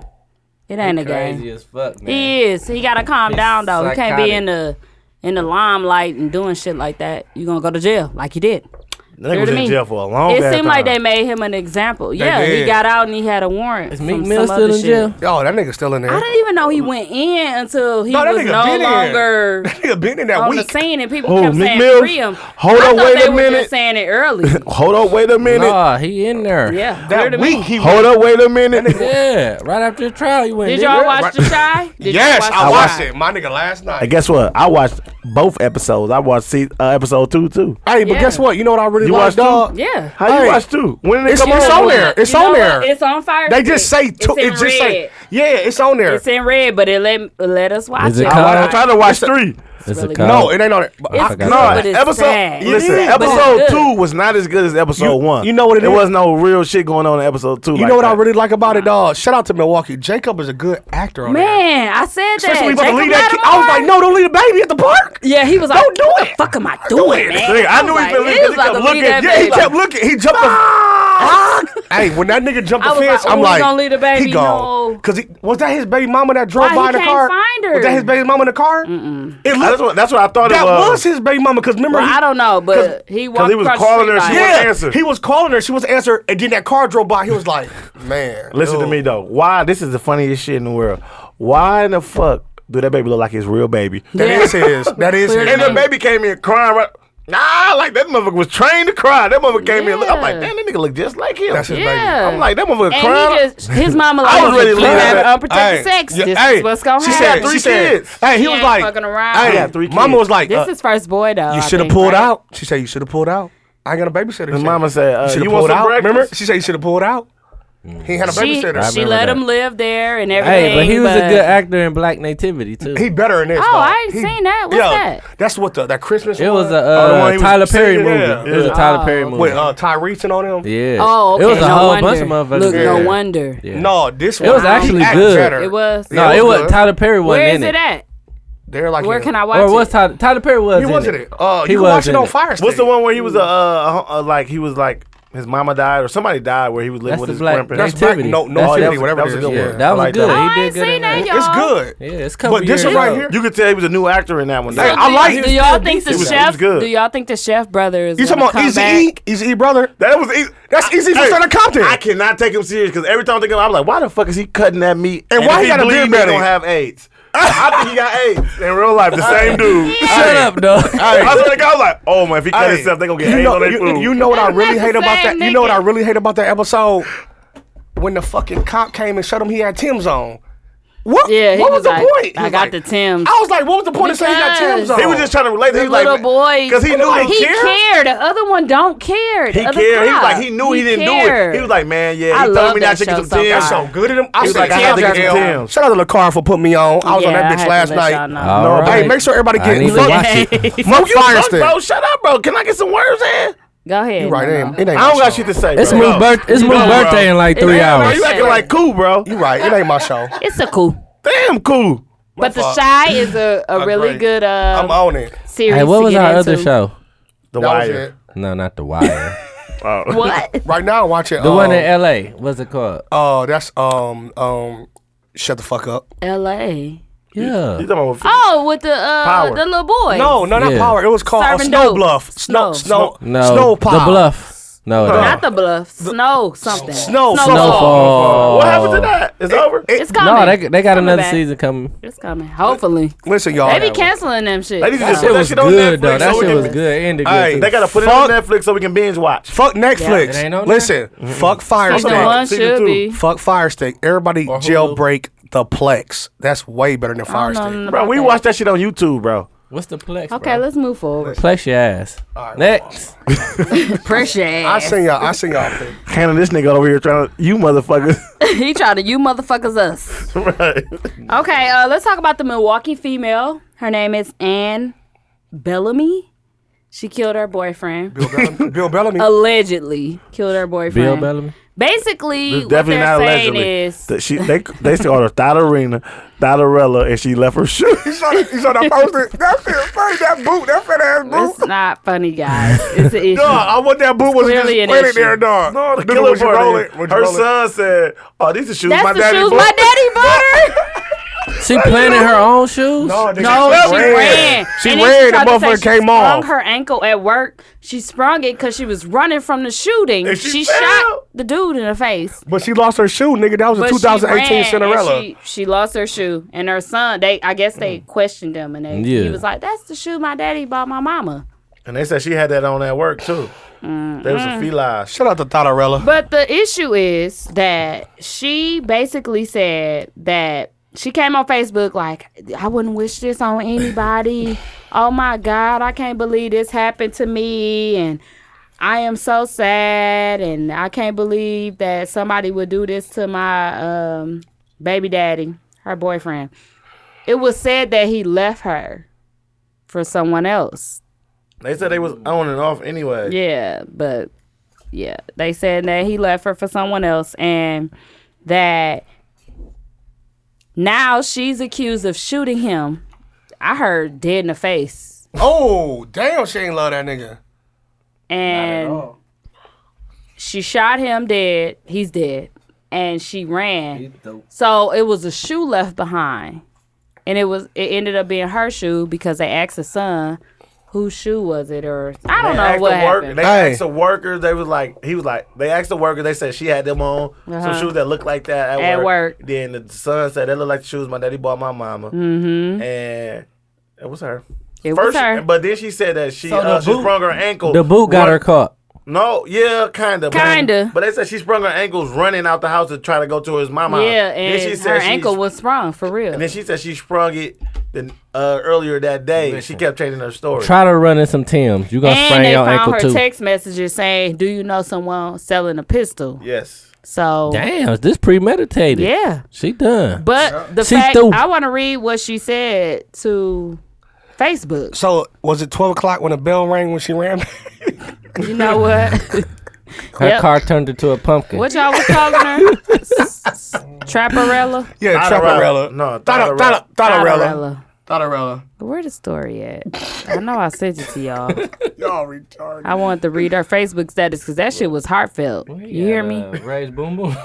It ain't a game.
as fuck,
He is. He gotta calm
He's
down though. He can't
psychotic.
be in the in the limelight and doing shit like that. You gonna go to jail like you did.
That nigga
Hear
was
to
in
me.
jail for a long
It
ass
seemed like
time.
they made him an example. yeah,
did.
he got out and he had a warrant.
Is
from
Meek
some
Mill
other
still in
shit.
jail?
Yo, that nigga still in there.
I didn't even know he went in until he
No, that
was
nigga
no
been in. <laughs>
longer
That nigga been in that
on
week.
the scene, and people
Oh,
kept
Meek
saying
Mills?
free him. I
Hold
thought
up, wait
they
a
were
minute.
Just saying it early.
Hold up, wait a minute.
Nah, he in there.
Yeah.
That
Weird to me.
week he
Hold up, wait a minute.
Yeah, right after the trial, you went.
Did
didn't
y'all
you?
watch The Shy? Did
Yes,
y'all watch
I
The
watched
Chi?
it. My nigga last night.
And guess what? I watched both episodes. I watched se- uh, episode two too.
Hey, but
Yeah.
guess what? You know what I really
You
like,
watched
dog?
two?
Yeah.
How you
Hey.
watch two? When did it
It's-
come
it's
on?
on
what?
there. It's
You
on
know
there.
what? It's on fire.
They just say
It's
two.
in
It just say
red.
yeah. It's on there.
It's in red, but it let let us watch
Is it
it.
called-
I, am trying to watch three.
It's
really
a cop.
no, it ain't on it.
It's
Oh. I-
forgot
good,
about
but it's
episode
sad.
listen,
It is, but it's
episode
good.
two was not as good as episode
You-
one.
you know what it
There
is?
was no real shit going on in episode two.
You
like
know what
that.
I really like about it, dog? Shout out to Milwaukee. Jacob is a good actor on there.
Man, I said that.
Especially when he about to
Jacob
leave that kid. I was
Lattimore?
like, no, don't leave the baby at the park.
Yeah, he was like,
Don't do
"What
it.
the fuck am I
Do
doing,
it.
man?"
Nigga, I knew
was
he been
like,
leaving
was about to
because he kept
leave
looking.
that
Yeah,
He
baby.
kept looking. He jumped the. hey, when that nigga jumped
I
the
was
fence,
like,
I'm
ooh, he
like,
gonna leave the baby,
He gone.
no.
Cause he, was that his baby mama that drove
Why
by
he
in the
can't
car?
find her?
Was that his baby mama in the car? It looked.
That's what, that's what I thought
That
it
was.
was.
his baby mama. Cause remember,
Well,
he-
I don't know, but he walked
he was
across
calling
the
her,
street
she
like,
wouldn't
Yeah,
answer.
he was calling her. She was answer, and then that car drove by. He was like, "Man,
Listen to
dude.
me though. Why this is the funniest shit in the world? Why in the fuck do that baby look like his real baby?
That is
<laughs>
his. That is his.
And the baby came in crying. Right, nah, like that motherfucker was trained to cry. That motherfucker came in. Look, I'm like,
Yeah.
damn, that nigga look just like him.
That's his baby.
Yeah.
I'm like, that motherfucker
and
crying.
he just his mama
I
like,
was really
"If you
leaving
have
that-
unprotected
Hey,
sex.
yeah,
this
hey,
is what's gonna
she
happen."
Said,
Three
she said-
kids.
Hey, he
She
was
ain't
like,
fucking around.
Hey,
She got
three
Mama
kids.
was like,
this
uh,
is first boy though.
you
I
should have
think,
pulled
right?
out. She said, you should have pulled out. I ain't got a babysitter.
His mama said, uh,
should
"You
have
want
pulled
some
out.
breakfast?" Mm.
Remember, she said you should have pulled out. He ain't had a
She,
babysitter.
she
remember
let
that.
him live there and everything.
Hey, but he was a good actor in Black Nativity too.
He better in this.
Oh,
dog.
I ain't
He-
seen that. What's
Yeah,
that?
That's what the that Christmas.
It was a
Oh, the one
uh,
he was
Tyler Perry
singing,
movie.
yeah,
It was a
yeah.
Tyler Perry movie.
with uh, Tyrese and all them.
yeah.
Oh, okay.
It was a
no
whole
wonder.
bunch of motherfuckers.
Look,
in
no
there.
wonder.
Yeah.
No, this
It was
one, he
actually
acted
good.
better.
It was.
Yeah,
No, it was
good.
Tyler Perry wasn't
Where
in
is it
it.
at?
They're like,
Where
yeah.
can I watch
Or was
it?
Tyler? Tyler Perry was.
He
in
wasn't it. Uh,
He
you can
was
watch it
in
on
it.
Fire Stick.
What's the one where he was a uh, uh, uh, like he was like his mama died or somebody died where he was
That's
living with
the
his
black
grandparents?
That's black-
nativity.
no- no
That's
Oh,
it.
that
Nativity,
was,
whatever
that was
it
a
is.
good
Yeah,
one.
that
I
was
like
I
good. He did
ain't
good in
seen
that.
that, y'all.
It's good.
Yeah, it's a couple
But this
years
one right
ago.
here.
You could tell he was a new actor in that one.
So
Like,
do
I
y-
like
Do y'all think the
He was
chef?
good.
Do y'all think the chef brother is?
You talking
gonna
about Easy
come
E?
back?
Easy E brother?
That was easy.
That's easy for Southern Compton.
I cannot take him serious because every time I think of him, I'm like, why the fuck is he cutting that meat?
And why
if
he got a
bleed,
beer
he
belly?
don't have AIDS. I think he got AIDS <laughs> in real life. The same dude.
Shut up, dog.
I swear to God, I was like, oh man, if he cut
Hey,
himself, they gonna get
you
AIDS
know,
on their
you-
food.
You know what I
That's not
really
the
hate about that?
same
You know what I
nigga.
really hate about that episode? When the fucking cop came and shut him, he had Tim's on. What?
Yeah, he
what
was
was, the
like,
point?
I
He was
got
like-
the Tim's.
I was like, what was the point of saying he got
Because-
Tim's on?
he was just trying to relate.
The
He was like,
little boy,
because he knew he,
he
cared.
cared. The other one don't care. The
He
other
cared. He was
cop,
like, he knew he, didn't do it.
cared.
He was like, man, yeah.
I
He
love
told me
that
not to get
show
some
so
Tim's.
much.
so good at him. I
He was
said,
like, I
Tim's
had to get
got
some
L.
Tim's.
Shout out to LaCar for putting me on. I was on
Yeah, I
that bitch
had to
last
let y'all
night.
know.
All
No,
right.
Hey, make sure everybody
I
get
need to
fuck,
watch it.
fuck
You
fire
drunk,
stick.
bro. Shut up, bro. Can I get some words in?
Go ahead.
You right, it
Nana.
ain't, it ain't
I don't
my
got
show.
shit to say.
It's
bro.
Mook's birth, it's
Go,
Mook's
bro.
birthday in like three
It's my
Bro,
hours.
you acting like cool, bro.
You right, it ain't
<laughs>
my show.
It's a cool.
Damn cool.
But the
fault.
shy is a, a really
great.
good uh,
I'm on it.
series.
Hey, what
to
was
get
our
into.
other show?
The
That was
wire.
it.
No, not The Wire.
What?
Right now, watch it.
the one in
um,
L.A. What's it called?
Oh, that's um um. Shut the fuck up.
L.A.
Yeah.
You talking about
Oh, with the uh,
Power.
the little boy.
No, no, not
Yeah.
power. It was called uh,
Serving
Snow
dope.
Bluff. Snow, snow,
Snow.
No.
snow
The
pile.
Bluff. No, it
not
ain't.
the bluff. Snow something.
Snow-
Snowfall. Oh.
Snowfall.
what happened to that? It's over.
It's coming.
No, they, they got
Coming
another
back.
season coming.
It's coming. Hopefully,
Listen, y'all.
they be
that one.
canceling them shit.
They need to
Wow.
just
It
put that
was
shit on
good
Netflix
though. That
so we
shit
can-
was good and the
Hey,
good.
They
too.
gotta put
Fuck.
it on Netflix so we can binge watch.
Fuck Netflix.
It ain't on there?
Listen, <laughs> fuck Fire
Season
Stick.
one
Season
should
two.
be.
Fuck Fire Stick. Everybody
Or Hulu.
jailbreak the Plex. That's way better than Fire
I don't know
Stick.
nothing
Bro,
about
we
that.
watched that shit on YouTube, bro.
What's the plex?
Okay,
bro?
let's move forward.
plex your ass. Next.
Pressure.
I
<laughs>
ass.
seen y'all. I seen y'all. pic.
Hannah, this nigga over here trying to you motherfuckers.
<laughs>
<laughs>
he tried to you motherfuckers us.
right.
Okay, uh, let's talk about the Milwaukee female. Her name is Ann Bellamy. She killed her boyfriend.
Bill Bellamy. Bill Bellamy.
Oh. Allegedly killed her boyfriend.
Bill Bellamy.
Basically, what
Definitely
they're
not
saying
allegedly.
is
That she they they called her Thotterina, Thotterella, and she left
<laughs>
her shoe.
You saw that- you saw that poster? That shit, funny, that boot, that fat ass boot.
<laughs>
it's not funny, guys. It's an issue.
Dog, I want that boot was just
clearly an
planted
issue.
there, dog.
No, the
Remember
killer
when she roll
part
it-
is,
when she
Her
roll it?
son said, "Oh, these are shoes
That's
my
the
daddy
shoes
bought." <laughs>
my daddy bought her.
She planted her own shoes.
No, nigga,
No, she ran.
She
And then
ran.
tried
The
to say
motherfucker
she
came
sprung
off.
her ankle at work. She sprung it because she was running from the shooting.
And she
she
fell.
shot the dude in the face.
But she lost her shoe, nigga. That was a
But
2018
she ran
Cinderella. Mm.
And she, she lost her shoe, and her son. They, I guess, they questioned him, and they,
Yeah.
he was like, "That's the shoe my daddy bought my mama."
And they said she had that on at work too. There was a feline.
Shout out to Thotterella.
But the issue is that she basically said that she came on Facebook like, I wouldn't wish this on anybody. oh my God, I can't believe this happened to me. And I am so sad. And I can't believe that somebody would do this to my um, baby daddy, her boyfriend. It was said that he left her for someone else.
They said they was on and off anyway.
Yeah, but yeah, they said that he left her for someone else and that now she's accused of shooting him. I heard dead in the face.
Oh, damn, she ain't love that nigga.
And she shot him dead. He's dead. And she ran. So it was a shoe left behind. And it was it ended up being her shoe because they asked the son whose shoe was it or I don't
They
know
asked
what
the work-
happened.
They
Hey.
asked the workers. They was like, he was like, they asked the workers. They said she had them on some
Uh-huh.
shoes that looked like that at,
At work.
Then the son said they look like the shoes my daddy bought my mama, mm-hmm. and it was her.
It
First,
was her.
but then she said that she,
So the
uh, she
boot-
sprung her ankle.
The boot got
run-
her caught.
No, yeah, kind of,
Kinda.
But they said she sprung her ankles running out the house to try to go to his mama.
Yeah,
house.
and
then she
her
said she
ankle was sprung for real.
And then she said she sprung it the, uh, earlier that day. She kept changing her story.
Try to run in some Tim's. You gonna
And
sprain
they
your
found
ankle
her
too.
text messages saying, "Do you know someone selling a pistol?"
yes.
So
Damn, is this premeditated?
yeah,
she done.
but the
She
fact
threw-
I want to read what she said to Facebook.
So, was it 12 o'clock when the bell rang when she ran? <laughs>
You know
<laughs>
what?
her
yep.
car turned into a pumpkin.
what y'all was calling
<laughs>
her? S- s- Trapperella.
yeah,
Thotterella.
Trapperella.
No,
Thotter-
Thotterella.
Thotter- Thotterella.
Trapperella.
Thotterella.
Where the story at? I know I sent it to
<laughs>
y'all.
Y'all retarded.
I wanted to read her Facebook status because that shit was heartfelt. You hear me?
Raise boom <laughs> boom.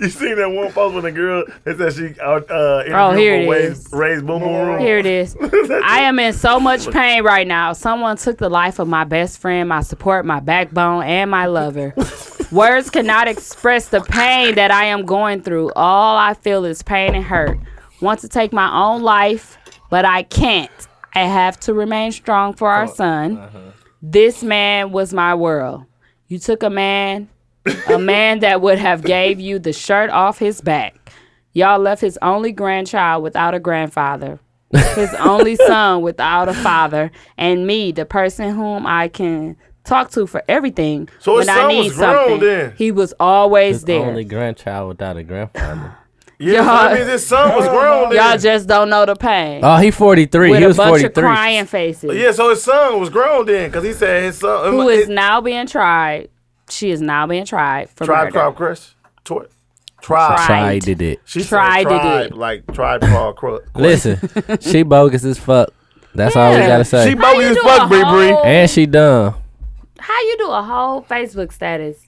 You seen that one post when the girl that said she uh, uh
Oh,
interviewed
here
for
it
Ray's,
is.
Ray's Boom Boom Room.
Here it is. I am in so much pain right now. Someone took the life of my best friend, my support, my backbone, and my lover. Words cannot express the pain that I am going through. All I feel is pain and hurt. Want to take my own life, but I can't. I have to remain strong for our son. This man was my world. You took a man, a man that would have gave you the shirt off his back. Y'all left his only grandchild without a grandfather, his only son without a father, and me, the person whom I can talk to for everything
So his
when I
son
need
was grown
something.
then.
He was always there.
Only grandchild without a grandfather.
Yeah, so that
Y'all-
means his son
<laughs>
was grown. then.
Y'all just don't know the pain.
Oh, he forty three.
With
He
a
was
bunch
forty
of crying
three.
faces.
yeah, so his son was grown then, cause he said his son
Who
his
is now being tried. She is now being tried for
tribe
murder.
called Chris. Twi- tribe.
Tribe.
Tried did <laughs> it.
She said
Tribe did
tribe,
it.
like tribe called Chris.
Listen, she bogus as fuck. That's all we
Yeah.
gotta say.
She
How you
bogus as
do a
fuck, Bree Bree.
whole-
and she done.
how you do a whole Facebook status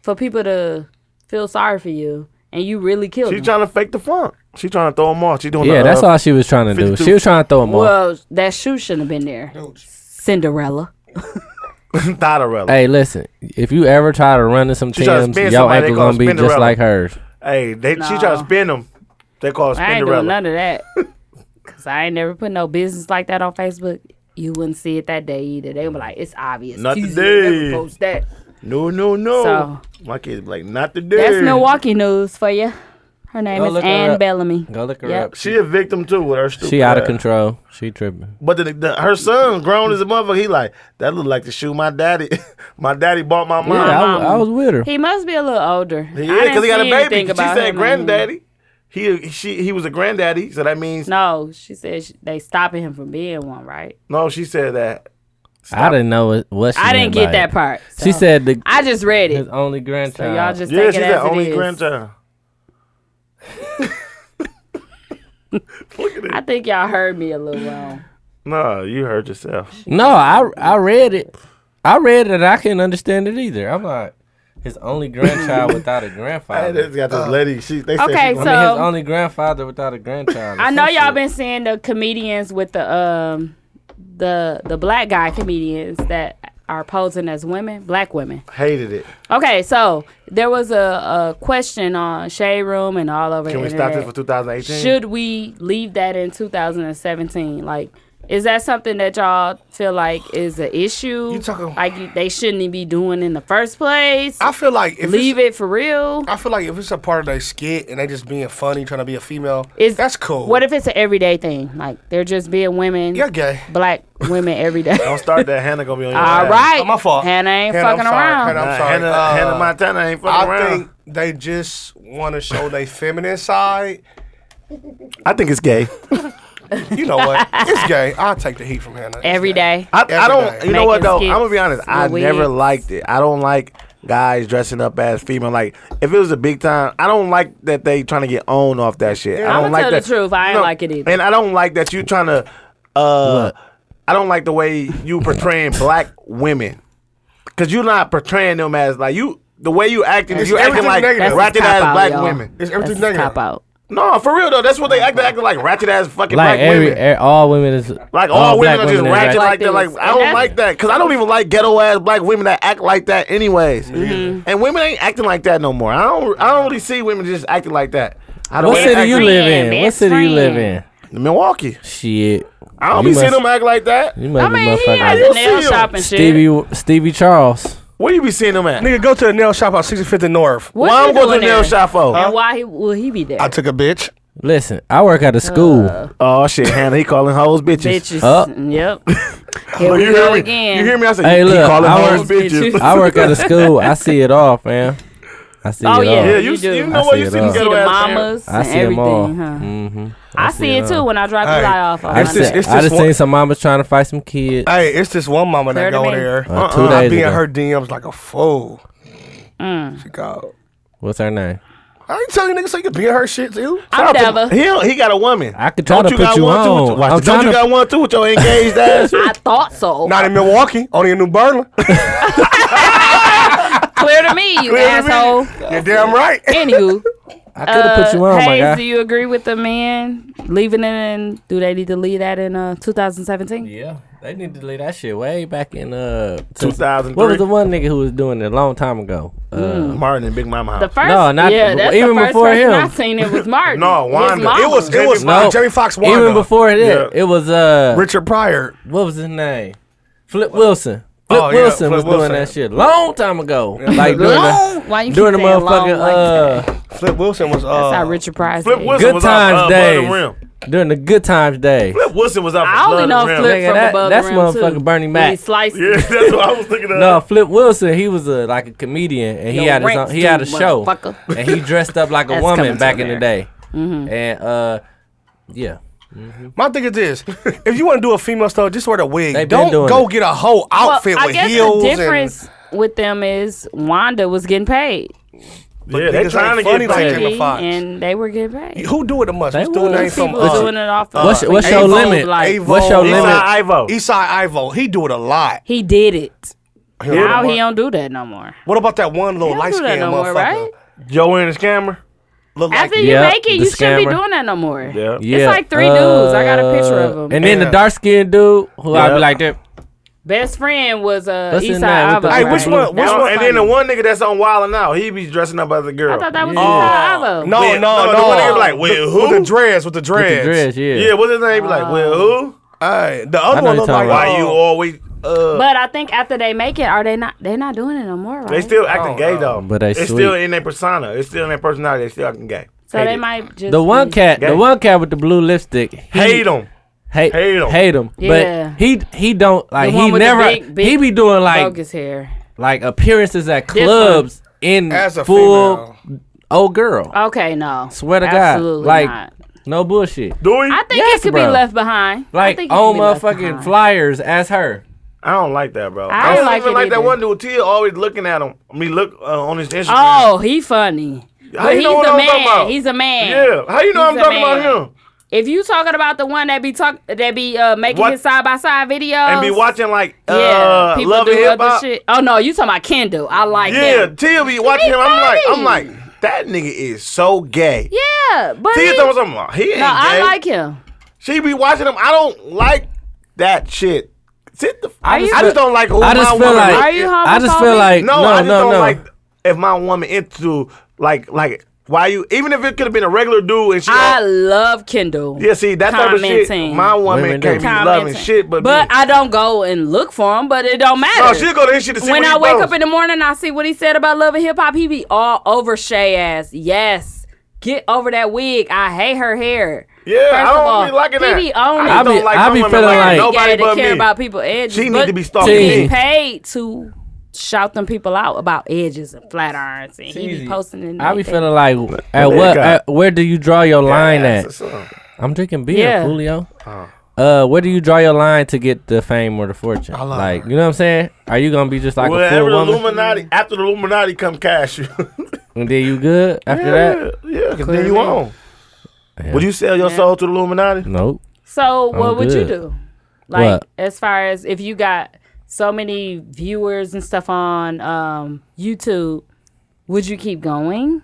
for people to feel sorry for you and you really killed
She
them?
trying to fake the funk. She trying to throw him off. She doing
Yeah,
the,
that's
uh,
all
<laughs>
she was trying to do.
52.
She was trying to throw him off.
well, that shoe shouldn't have been there. Cinderella.
Thotterella.
Hey, listen, if you ever try to run into some
She tryna
Tim's,
spin
your
somebody, they
ankle
call
gonna be just
Spinderella.
like hers.
Hey, they, she trying to
No.
spin him. They call it
I ain't doing
Spinderella.
none of
<laughs>
that. Cause I ain't never put no business like that on Facebook. You wouldn't see it that day either. They would be like, it's obvious.
Not
Keezy
today.
never post that.
No, no, no.
So-
My kids be like, not today.
That's Milwaukee news for you. Her name
Go
is
look her
Ann
up.
Bellamy.
Go look her
Yep.
up.
She a victim too with her stupid.
She out of
ass.
control. She tripping.
But the, the, her son, grown as a motherfucker, he like that look like the shoe my daddy, <laughs> my daddy bought my mom.
Yeah, I, I
mama.
was with her.
He must be a little older.
He
I
is
didn't
because he got a
see
baby.
anything
She
about
said
him.
granddaddy. He she he was a granddaddy, so that means no.
No, she said she, they stopping him from being one, right?
she said that.
I didn't know what, what she
I didn't
meant
get
by
that
it.
part.
She
so.
said the
I just read
his
it.
only grandchild.
So y'all just
yeah,
take
she
it
said
as it
only
is.
grandchild.
I think y'all heard me a little wrong.
No, you heard yourself.
no, I I read it. I read it and I couldn't understand it either. I'm like, his only grandchild without a
<laughs> I
grandfather.
just got this lady. She they said
Okay,
she,
so-
I mean, his only grandfather without a grandchild. or
I know
some
y'all
shit.
been seeing the comedians with the um the the black guy comedians that are posing as women, black women.
hated it.
Okay, so there was a, a question on Shade Room and all over.
Can
the
we stop this
internet.
for 2018?
Should we leave that in 2017? Like, is that something that y'all feel like is an issue?
You talking-
like you- they shouldn't be doing in the first place?
I feel like if
leave it
it's,
for real.
I feel like if it's a part of their skit and they just being funny, trying to be a female,
Is
that's cool.
What if it's an everyday thing? Like they're just being women.
You're gay.
Black women every day.
Don't start that. Hannah gonna be on
<laughs>
your
All
ass.
right.
Oh, my fault.
Hannah ain't
Hannah, I'm
fucking
sorry.
around.
Hannah, I'm
Nah,
sorry.
Hannah,
Uh,
Hannah Montana ain't fucking
I
around.
think they just want to show their feminine side.
I think it's gay.
You
<laughs>
know what? it's gay. I'll take the heat from Hannah. It's
every
gay.
day.
I,
Every
I don't.
day.
You know
Making
what though?
skits
I'm gonna be honest. I
with
never
wigs.
liked it. I don't like guys dressing up as female. Like if it was a big time, I don't like that they trying to get owned off that shit. I
I'ma
don't like
tell the
that.
truth. I ain't like it either.
And I don't like that you trying to. Uh, I don't like the way you portraying black women, cause you're not portraying them as like you. The way you acting,
It's
you acting
everything
like
negative. That's
ratchet
Cop
ass
out,
black
y'all.
women.
It's everything
That's
negative.
Cop out.
No, for real though, that's what they act. They acting like ratchet ass fucking black
like every,
women.
e- all women is
Like all, women
black
are just
is
ratchet.
ratchet like that. Like
Like
I
this.
don't like that because I don't even like ghetto ass black women that act like that, anyways. And women ain't acting like that no more. I don't. I don't really see women just acting like that. I don't.
What
they
city
act-
you live in? What
best
city you live in?
friend.
Milwaukee.
Shit.
I don't
You
be seeing
must-
them act like that.
You
I
must be
mean, he
motherfucking.
has
You
a
see
nail
him.
shop and shit.
Stevie Stevie Charles.
Where you be seeing them at?
Nigga, go to the nail shop on 65th and North.
What
Why
he
I'm going to
doing
the nail
there?
shop for?
And why he, will he be
<laughs>
there?
I took a bitch.
Listen, I work
Uh.
at a school.
Oh shit, Hannah, he calling hoes bitches.
Bitches.
Up.
Yep. Here we
You
go
hear me?
again.
You hear me? I said,
Hey,
hey, he
look,
calling
I
hoes
was- bitches.
bitches.
I work at a school. I see it all, fam. I see
Oh,
it
yeah.
all.
Yeah, you,
You
see-
do.
you
I
know what?
see
You
it
see
all.
these
see the
ghetto ass parents.
mamas
I
and
see them all.
everything, huh?
hmm
I see it too when I drive
Hey,
the light off. on
it's
Monday.
just- it's
I just
one-
seen some mamas trying to fight some kids.
Hey, it's this one mama
Fair
that
to
go
me.
there. Uh-uh.
Uh, two
I
days
be in
ago.
her DMs like a fool.
Mm.
She go.
What's her name?
I ain't telling you niggas so you can be in her shit too.
I'm Deva.
He don't- he got a woman.
I could try
Don't
to put
got
you
one too
on.
with your- watch
I'm
it. Don't
trying
you
to-
got one too with your engaged ass?
I thought so.
Not in Milwaukee, only in New Berlin.
Clear to me, you
Clear to me.
<laughs> asshole.
You're damn right.
<laughs>
Anywho,
I could have put you on,
hey,
my guy.
do you agree with the man leaving it in? Do they need to leave that in uh 2017?
Yeah, they need to leave that shit way back in uh since-
2003.
What was the one nigga who was doing it a long time ago? Uh,
Mm.
Martin and Big Mama house.
The first,
No, not-
yeah, that's
even
the first
before
person
him.
I seen it was
<laughs>
Martin.
No,
His
Wanda.
mama.
It was <laughs> it was
No.
Jamie Foxx Wanda.
even before that,
Yeah.
it was uh
Richard Pryor.
what was his name? Flip Wilson. Flip
Oh, yeah,
Wilson
Flip
was doing
Wilson.
that shit long time ago. Like doing the
Why you keep
doing the
saying long
motherfucking
like that?
uh
Flip Wilson was uh
That's how Richard Pryor
Flip
said.
Wilson
Good
was off,
Times
uh,
Days.
Blood and Rim.
during the good times day.
Flip Wilson was out
I
for
only
Blood
know
and Rim.
Flip
Nigga,
from
that-
above
that's
the rim, too.
motherfucking Bernie Mac.
He sliced
<laughs> Yeah,
it.
that's what I was thinking of.
No, Flip Wilson, he was a like a comedian and he
Yo,
had his
Rex
own, he had a
dude,
show
motherfucker.
and he dressed up like
<laughs>
a
That's
woman
coming to
back in the day.
America. Mm-hmm.
And uh yeah.
My thing is this: if you want to do a female stuff, just wear the wig.
They been
Don't
doing
go
it.
get a whole outfit
well, I
with
guess
heels
the
and.
difference with them is Wanda was getting paid,
yeah, they
niggas ain't
trying to get
funny like
paid.
Jamie
Really?
Foxx.
and they were getting paid.
Who do it the most?
They
What's dude
was.
name from
People
uh,
doing it off. the-
what's- what's your
Avon,
limit?
Like,
Avon,
What's your limit?
Eastside Ivo.
Eastside Ivo. He do it a lot.
he did it.
He don't
Now he
know what-
don't do that no more.
What about that one
He
little
don't
light
do that
skinned
no more,
motherfucker?
right?
Joe wearing a scammer.
Look like
After
you.
you
Yeah,
make it,
the
you shouldn't
scammer.
be doing that no more.
Yeah.
Yeah. Uh,
like three dudes. I got a picture of 'em.
And then the
Yeah.
dark skinned dude who I'd
Yeah.
be like that.
Best friend was uh,
What's his
Eastside
name with
Ava.
the-
Hey, which
right?
one?
That
Which
Oh,
was
one?
and
funny.
then the one nigga that's on Wild and Out, he be dressing up as a girl.
I thought that was
Yeah.
Eastside Ava.
No,
Yeah,
no,
Oh, no,
no.
the one that be like,
With-
with
With
who?
the dreads, with the dreads.
The dress, yeah.
Yeah, what's his name? Be like, well, who?
Hey, the other
know
one
you're
look like
talking
Why you always? Uh,
But I think after they make it, are they not? They're not doing it no more, right?
they still acting gay though.
Oh, But they
it's
sweet.
still in their persona. It's still in their personality. They still acting gay.
so
Hate
they
it.
might just
The one
be-
cat,
Gay.
the one cat with the blue lipstick. he-
hate them.
hate,
hate 'em.
hate him.
Yeah.
But he he don't like
The one
he
with the
never
big, big
he be doing like
bogus hair.
like appearances at
This
clubs in
As a
full old girl.
Okay, no.
Swear to
Absolutely
God, like
not.
no bullshit.
Do we?
I think
Yes,
it could
bro.
be left behind. I
Like
think it
on
could be left
motherfucking
behind.
flyers as her.
I don't like that, bro.
I
don't
don't like
even
it
like that
either.
one dude. Tia always looking at him. I mean, look uh, on his Instagram.
Oh, he funny.
How
But
you
he's
know what
a
I'm talking about?
man. He's a man.
yeah. How you know
He's
I'm
a
talking
man.
about him?
If you talking about the one that be talk that be uh, making
What?
his side by side videos
and be watching like uh,
Um, yeah, people
Love
do
and Hip
other
Hop.
shit. Oh no, you talking about Kendall? I like
Yeah,
him.
Tia be watching him. I'm like, I'm
funny.
like, that nigga is so gay.
Yeah, but
Tia
he-
told me something. like, He ain't
no,
gay.
I like him.
She be watching him. I don't like that shit. Sit the. I
Are
just,
you-
I just don't like who
I just
my
feel
woman.
like
Are you
I just feel
homophobic?
like
no,
no,
I just
no,
don't
no.
like if my woman into like like why you even if it could have been a regular dude and she.
I love Kendall.
yeah, see that type of shit.
Commenting.
My woman
Women do.
can't be loving
Commenting.
shit, but
but
me.
I don't go and look for him. But it don't
no,
matter.
she go to his shit to see
when
what
I
he
wake
posts.
up in the morning, I see what he said about love and hip hop. He be all over Shay ass. Yes, get over that wig. I hate her hair.
Yeah, I don't be liking
he
that.
Be on
I
it.
don't
be-
like
I
some
be
women
feeling
like
like-
nobody
yeah, to
but
care
me.
about people edges.
She need
but
to be stalking
he
me.
paid to shout them people out about edges and flat irons, and he
Teezy,
be posting it. and
I be
everything.
feeling like at what
God.
at, where do you draw your line
Yeah,
at?
that's what's up.
I'm drinking beer,
Yeah.
Julio. Uh, where do you draw your line to get the fame or the fortune? Like, you know what I'm saying? Are you gonna be just like a
Whatever
full
the
woman,
Illuminati, after the Illuminati come cash you.
<laughs> and then you good after that?
yeah, because then you
Clearly.
own.
Yeah.
Would you sell your soul to the Illuminati?
Nope.
So what would you
good.
do? Like
What?
as far as if you got so many viewers and stuff on um, YouTube, would you keep going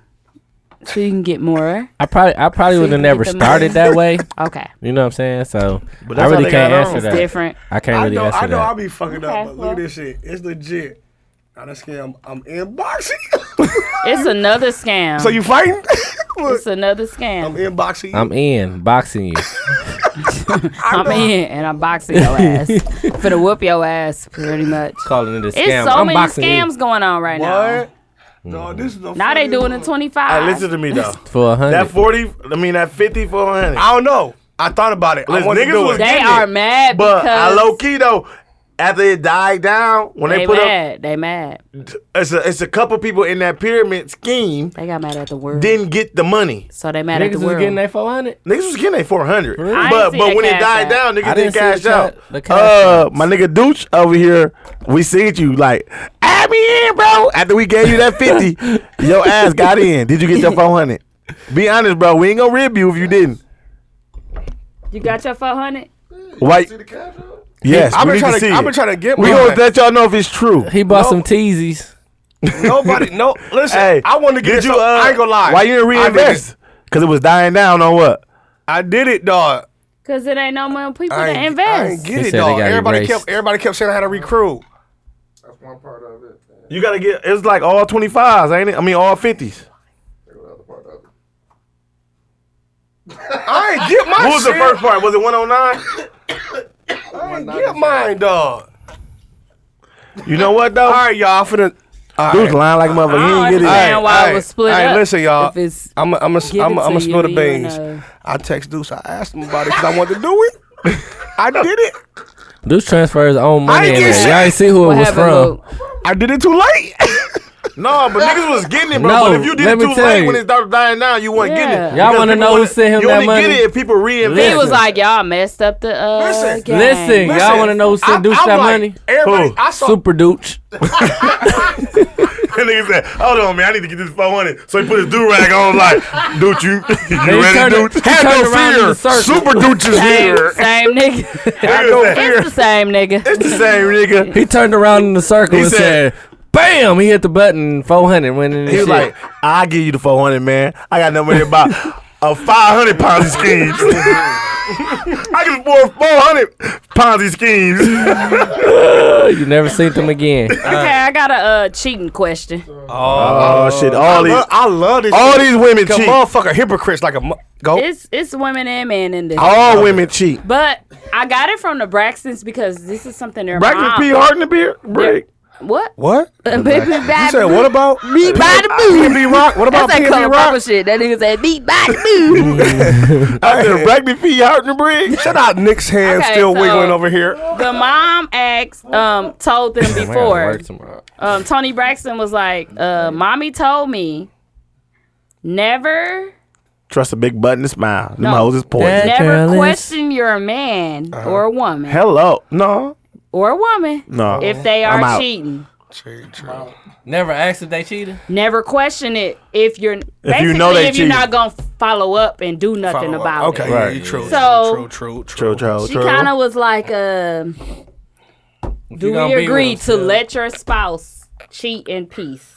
so you can get more?
I probably I probably would have
can
never
get the
started that way.
Okay,
You know what I'm saying? So
But
I
that's how
really
they
can't
got on.
answer
It's
that.
different.
I can't
I
really
know,
answer
I know, I
that.
be fucking
Okay,
up, but look
well.
at this shit. It's legit. Now that's scam. I'm inboxing.
It's another scam.
<laughs> so you fighting? <laughs> Look,
it's another
I'm
scam.
inboxing. you.
I'm in boxing you.
I'm in and I'm boxing
<laughs>
your ass. Finna whoop your ass pretty much.
Calling it a scam.
It's so
I'm
many
boxing
scams going on right now.
what? No,
Mm-hmm.
this is a
Now they
fucking-
doing it twenty
Hey,
five.
listen to me
<laughs>
though.
you for a
That
hundred.
forty, I mean that fifty for a hundred.
I don't know. I thought about it.
Listen,
I wanted
niggas
to do
was
it.
they
getting
are
it.
mad
But I
because
low key though, after it died down, when they,
they
put
mad. they mad.
up, it's a it's a couple people in that pyramid scheme
They got mad at the world.
didn't get the money.
so they mad at
Niggas
the
is
world.
getting that 400.
Niggas was getting their four hundred,
real? I
ain't
but
see
but
the
when it
cash
died
app.
down,
I
niggas
didn't
didn't
see
cash
the ca-
out.
the cash
Uh,
apps.
my nigga Dooch over here, we seen you like add me in, bro. After we gave
<laughs>
you that fifty, your ass got in. Did you get your four hundred? Be honest, bro. We ain't gonna rib you if you didn't.
You got your 400?
Why? Yes,
I've
we
been
need
trying
see
to.
it.
I've been trying to get.
We
mine.
gonna let y'all know if it's true.
He bought some teasies.
Nobody,
<laughs>
no. Listen,
Hey,
I want to get
did
you.
you, uh,
I ain't gonna lie.
Why you didn't
I did it.
reinvest? Because it was dying down on what?
I did it, dog.
Because it ain't no more people
I
that
ain't, I ain't
invest.
get
They
it,
said they
dog.
got
Everybody
erased.
kept. Everybody kept saying I had to recruit.
You gotta get. It's like all twenty fives, ain't it? I mean, all fifties.
I ain't get my.
What was the
shit.
first part? Was it one oh
I ain't get mine, dog.
nine? You know what though?
All right, y'all. I'm finna. All
Dude's
right.
lying like a motherfucker.
I don't
You didn't get
understand
it.
Alright,
why
alright,
it was split
alright,
up.
listen, y'all.
If it's
I'm a, I'm a,
Give
I'm a,
it to
I'm a
you,
spill the
you and,
beans.
uh,
I text Deuce. I asked him about it because I wanted to do it.
<laughs>
I did it.
Dudes transfers own
I
money
ain't
in
get
there.
shit.
Y'all ain't see who it
what
was
happened,
from.
Luke?
I did it too late.
No, but niggas was getting it, bro.
No,
but if you did
let
it
me
too
tell
late
you.
when it started dying down, you wasn't getting
Yeah.
it.
Y'all
Because
wanna
people
know who
wanna-
sent him
you
that
only
money?
get it if people reinvest.
He was like, y'all messed up the uh,
Listen,
game.
Listen, y'all want to know who
I-
sent
<laughs>
Dooch
I'm
that
like,
money?
Everybody,
Who?
I saw.
Super Dooch.
And <laughs> nigga said, "Hold on, man, I need to get this 400. So he put his do rag on, like, "Dude, you, <laughs> you
turned
ready,
it-
dude?
he turned around in the circle.
dude is
Same, <laughs> same nigga.
Nigga said,
it's the same nigga.
It's the same nigga.
He turned around in a circle
He
and
said-
said, "Bam!" He hit the button. 400 went in.
He was like, "I give you the 400, man. I got no money about a 500 Ponzi
<laughs>
schemes. <laughs> I can afford 400 Ponzi schemes."
<laughs> "You never seen them
<laughs>
again."
Okay, I got a uh, cheating question.
Oh shit! All
I
these,
love, I love this.
all
shit.
these women
Cause
cheat.
motherfucker hypocrites like a mu- go.
It's it's women and men in this.
All women cheat.
But I got it from the Braxtons because this is something their
Braxton
mom.
P. Hart in the beer. Break.
What?
what?
<laughs> Baby, baby,
You said what about me
by the boo.
PNB Rock? What about
That's that
PNB
Cole Papa
Rock?
shit. That nigga said beat by the boo.
I said, "Braxton P. Hart in the bridge."
Shut out Nick's hand
Okay,
still
so-
wiggling over here.
the mom asked, um, told them before. Um, Tony Braxton was like, uh, "Mommy told me never,
Trust a big button to smile. Them
No.
hoes is poison.
That-
never
girl is-
question your man or a woman
Hello. No.
or a woman
No.
if they
I'm out.
are cheating.
Never asked if they cheated.
Never question it if you're
If
basically
you know they
if you're
cheating.
not gonna follow up and do nothing
Follow up.
about
okay,
it.
yeah,
Right.
you true,
So-
true, true, true,
True, true,
She
true.
kind of was like, um, "Do
gonna
we
be with
agree
him
to
still.
let your spouse cheat in peace?"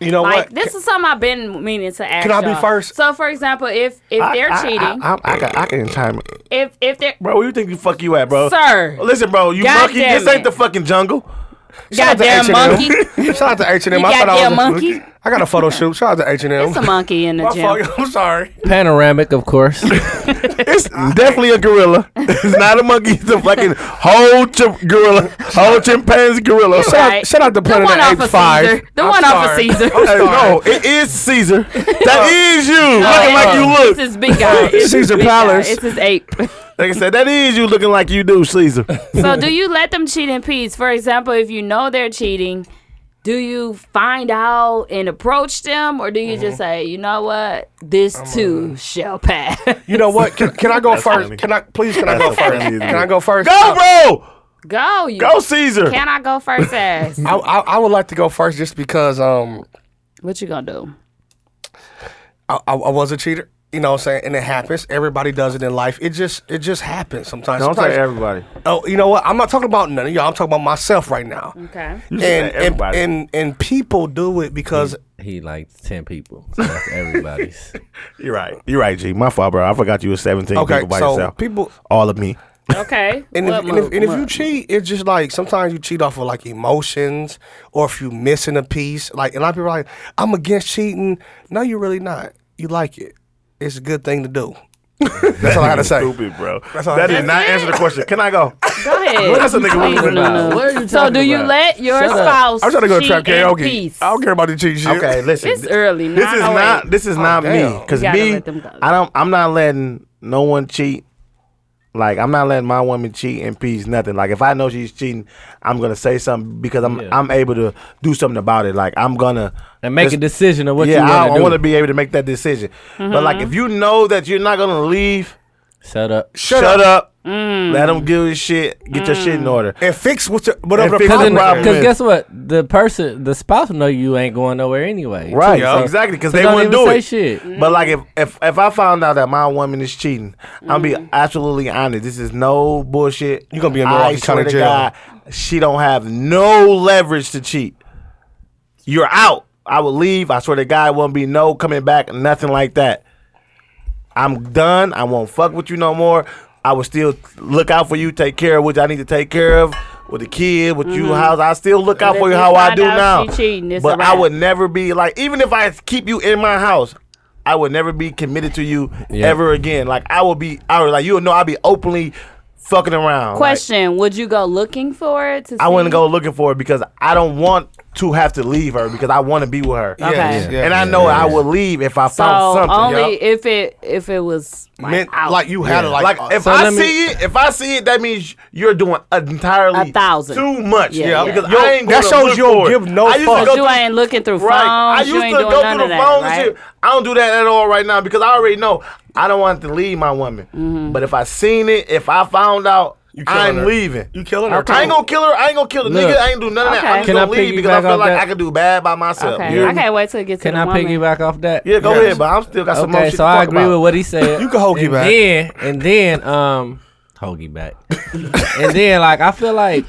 You know
Like
what?
this is something I've been meaning to ask.
Can I be
y'all.
first?
So, for example, if if
I-
they're
I-
cheating,
I, I, I, can, I can time it.
if if they're
Bro, where you think you fuck you at, bro?
Sir.
Listen, bro, you
God
monkey.
damn
This ain't
it.
the fucking jungle.
Shout out
goddamn
to
monkey,
<laughs>
H&M. Shout out to H&M.
You
I thought I was
goddamn
a-
monkey.
I got a photo shoot. Shout out to H&M.
it's a monkey in the
My
gym.
<laughs>
fault. I'm sorry.
Panoramic, of <laughs> course.
It's definitely a gorilla. It's not a monkey. It's a fucking whole chim- gorilla, whole chimpanzee gorilla.
You're
Shut up.
right.
shout out to
the
Planet
one
of the
off of
Apes five.
Caesar. The
I'm
one off of
sorry.
Caesar.
Hey, no, it is <laughs> Caesar. That is you
Oh,
looking like you
It's
look.
his big guy. It's his
Caesar
big guy.
Palace.
It's his ape.
Like I said, that is you looking like you do, Caesar.
So, do you let them cheat in peace? For example, if you know they're cheating, do you find out and approach them, or do you just say, you know what, this too shall pass? <laughs>
You know what? Can, can I go first?
funny.
Can I please? Can I go
That's funny,
first?
isn't
Can
it?
I go first?
Go, bro.
Go, you.
Go, Caesar.
Can I go first, ass?
I, I I would like to go first just because um
what you gonna do?
I, I, I was a cheater. You know what I'm saying? And it happens. Everybody does it in life. It just it just happens sometimes.
Don't
sometimes
say everybody.
Oh, you know what? I'm not talking about none of y'all. I'm talking about myself right now.
Okay.
And, and
said everybody.
and and people do it because
he likes ten people. So that's everybody's.
You're right. You're right, G. My fault, bro. I forgot you were 17
Okay,
people by
so
yourself.
people-
all of me.
Okay.
And if,
What
and, if,
move?
and if you
What?
cheat, it's just like sometimes you cheat off of like emotions or if you missing a piece. Like a lot of people are like, I'm against cheating. No, you're really not. You like it. It's a good thing to
<laughs>
do. That's all I gotta say.
Stupid, bro.
all
that
I-
did not answer the question. Can I go?
Go ahead.
What else a nigga
Please,
was
no,
about?
no.
What are you
so,
talking
do you
about?
let your spouse
I'm trying to go to
cheat
trap
in
karaoke.
peace?
I don't care about the cheat shit.
Okay, listen.
It's
Th-
early,
This
nine
is
oh
not.
eight.
This is not me.
damn.
Cause
You gotta
me,
let them go.
I don't. I'm not letting no one cheat. Like I'm not letting my woman cheat in peace. Nothing. Like if I know she's cheating, I'm gonna say something because I'm I'm able to do something about it. Like I'm gonna
<laughs> And make a
It's-
decision of what
yeah, I,
you
I want
want to
to
do.
be able to make that decision. But like if you know that you're not gonna leave,
Shut <laughs> up.
shut, up. Let them do his shit. Get
Mm.
your shit in order.
And fix what your, whatever
And
the
fix
problem
it.
is.
Problem
Because
is-
guess what? The person, the spouse, know you ain't going nowhere anyway.
Right,
too, so-
exactly, because
so
they
don't
wouldn't
even
do
say
it.
Mm.
shit.
But like, if, if if I found out that my woman is cheating, I'll be absolutely honest. This is no bullshit.
Mm. You gonna be in
I
Milwaukee County
swear to
Jail.
God, she don't have no leverage to cheat. You're out. I would leave. I swear to God, won't be no coming back. Nothing like that. I'm done. I won't fuck with you no more. I will still look out for you, take care of what I need to take care of with the kid, with
Mm-hmm.
you, house. I still look out
But
for
if
you
you
how I
find
do
out
now.
she cheating, it's a
but I
wrap.
would never be like, even if I keep you in my house, I would never be committed to you
Yeah.
ever again. Like I would be, I would like you'll know I'd be openly fucking around. Like,
Question: Would you go looking for it? To
I
see?
wouldn't go looking for it because I don't want to have to leave her because I want to be with her.
Okay.
Yes, yes,
and I
yes,
know
yes.
I would leave if I
So
found something.
only
yup.
if it if it was like,
<laughs> Meant,
out.
like you had it like,
Like
uh,
if
So
I
let me-
see it, if I see it, that means you're doing entirely
A thousand.
too much.
Yeah, Yeah. yeah.
because
Yo,
I ain't
that
gonna
shows
look
you don't
for it.
give no
I used
fuck.
to go
But you
through-
ain't looking through
Right.
phones.
I used
you ain't
to
doing
go
none
through
of
the
that,
phones
right?
and shit. I don't do that at all right now because I already know I don't want to leave my woman. But if I seen it, if I found out,
You killing
I'm
her.
leaving.
You killing her.
I ain't gonna kill her. I ain't gonna kill the
Look.
nigga. I ain't do none of that.
Okay.
I'm just
Can
I
gonna leave because I
piggyback
feel
off
like
that?
I can do bad by myself.
Okay,
You
I can't wait till it gets
Can
to
I
the woman.
piggyback off that?
Yeah, go
Yes.
ahead, but I'm still got some more
Okay,
shit
so
to
I
talk
agree
about.
with what he said.
You can hokey
and
back.
Then, and then, um, hokey back. <laughs> and then, like, I feel like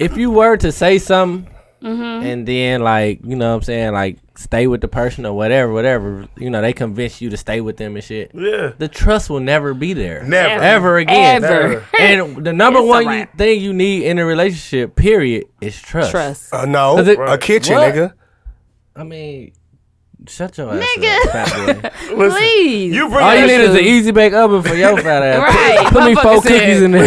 if you were to say something,
Mm-hmm.
and then, like, you know what I'm saying, like, stay with the person or whatever, whatever, you know, they convince you to stay with them and shit.
Yeah.
The trust will never be there.
Never.
Ever
<laughs>
again.
Ever.
And the number
It's a
one you-
wrap.
thing you need in a relationship, period, is trust.
Trust.
Uh, no,
Does it-
a kitchen,
What?
nigga.
I mean, shut your ass
Nigga.
up, fat boy.
Please.
You bring
All you
that
need is an
shit,
easy bake oven for your fat ass.
Right.
Put me
Motherfucker
four
said-
cookies in there. <laughs>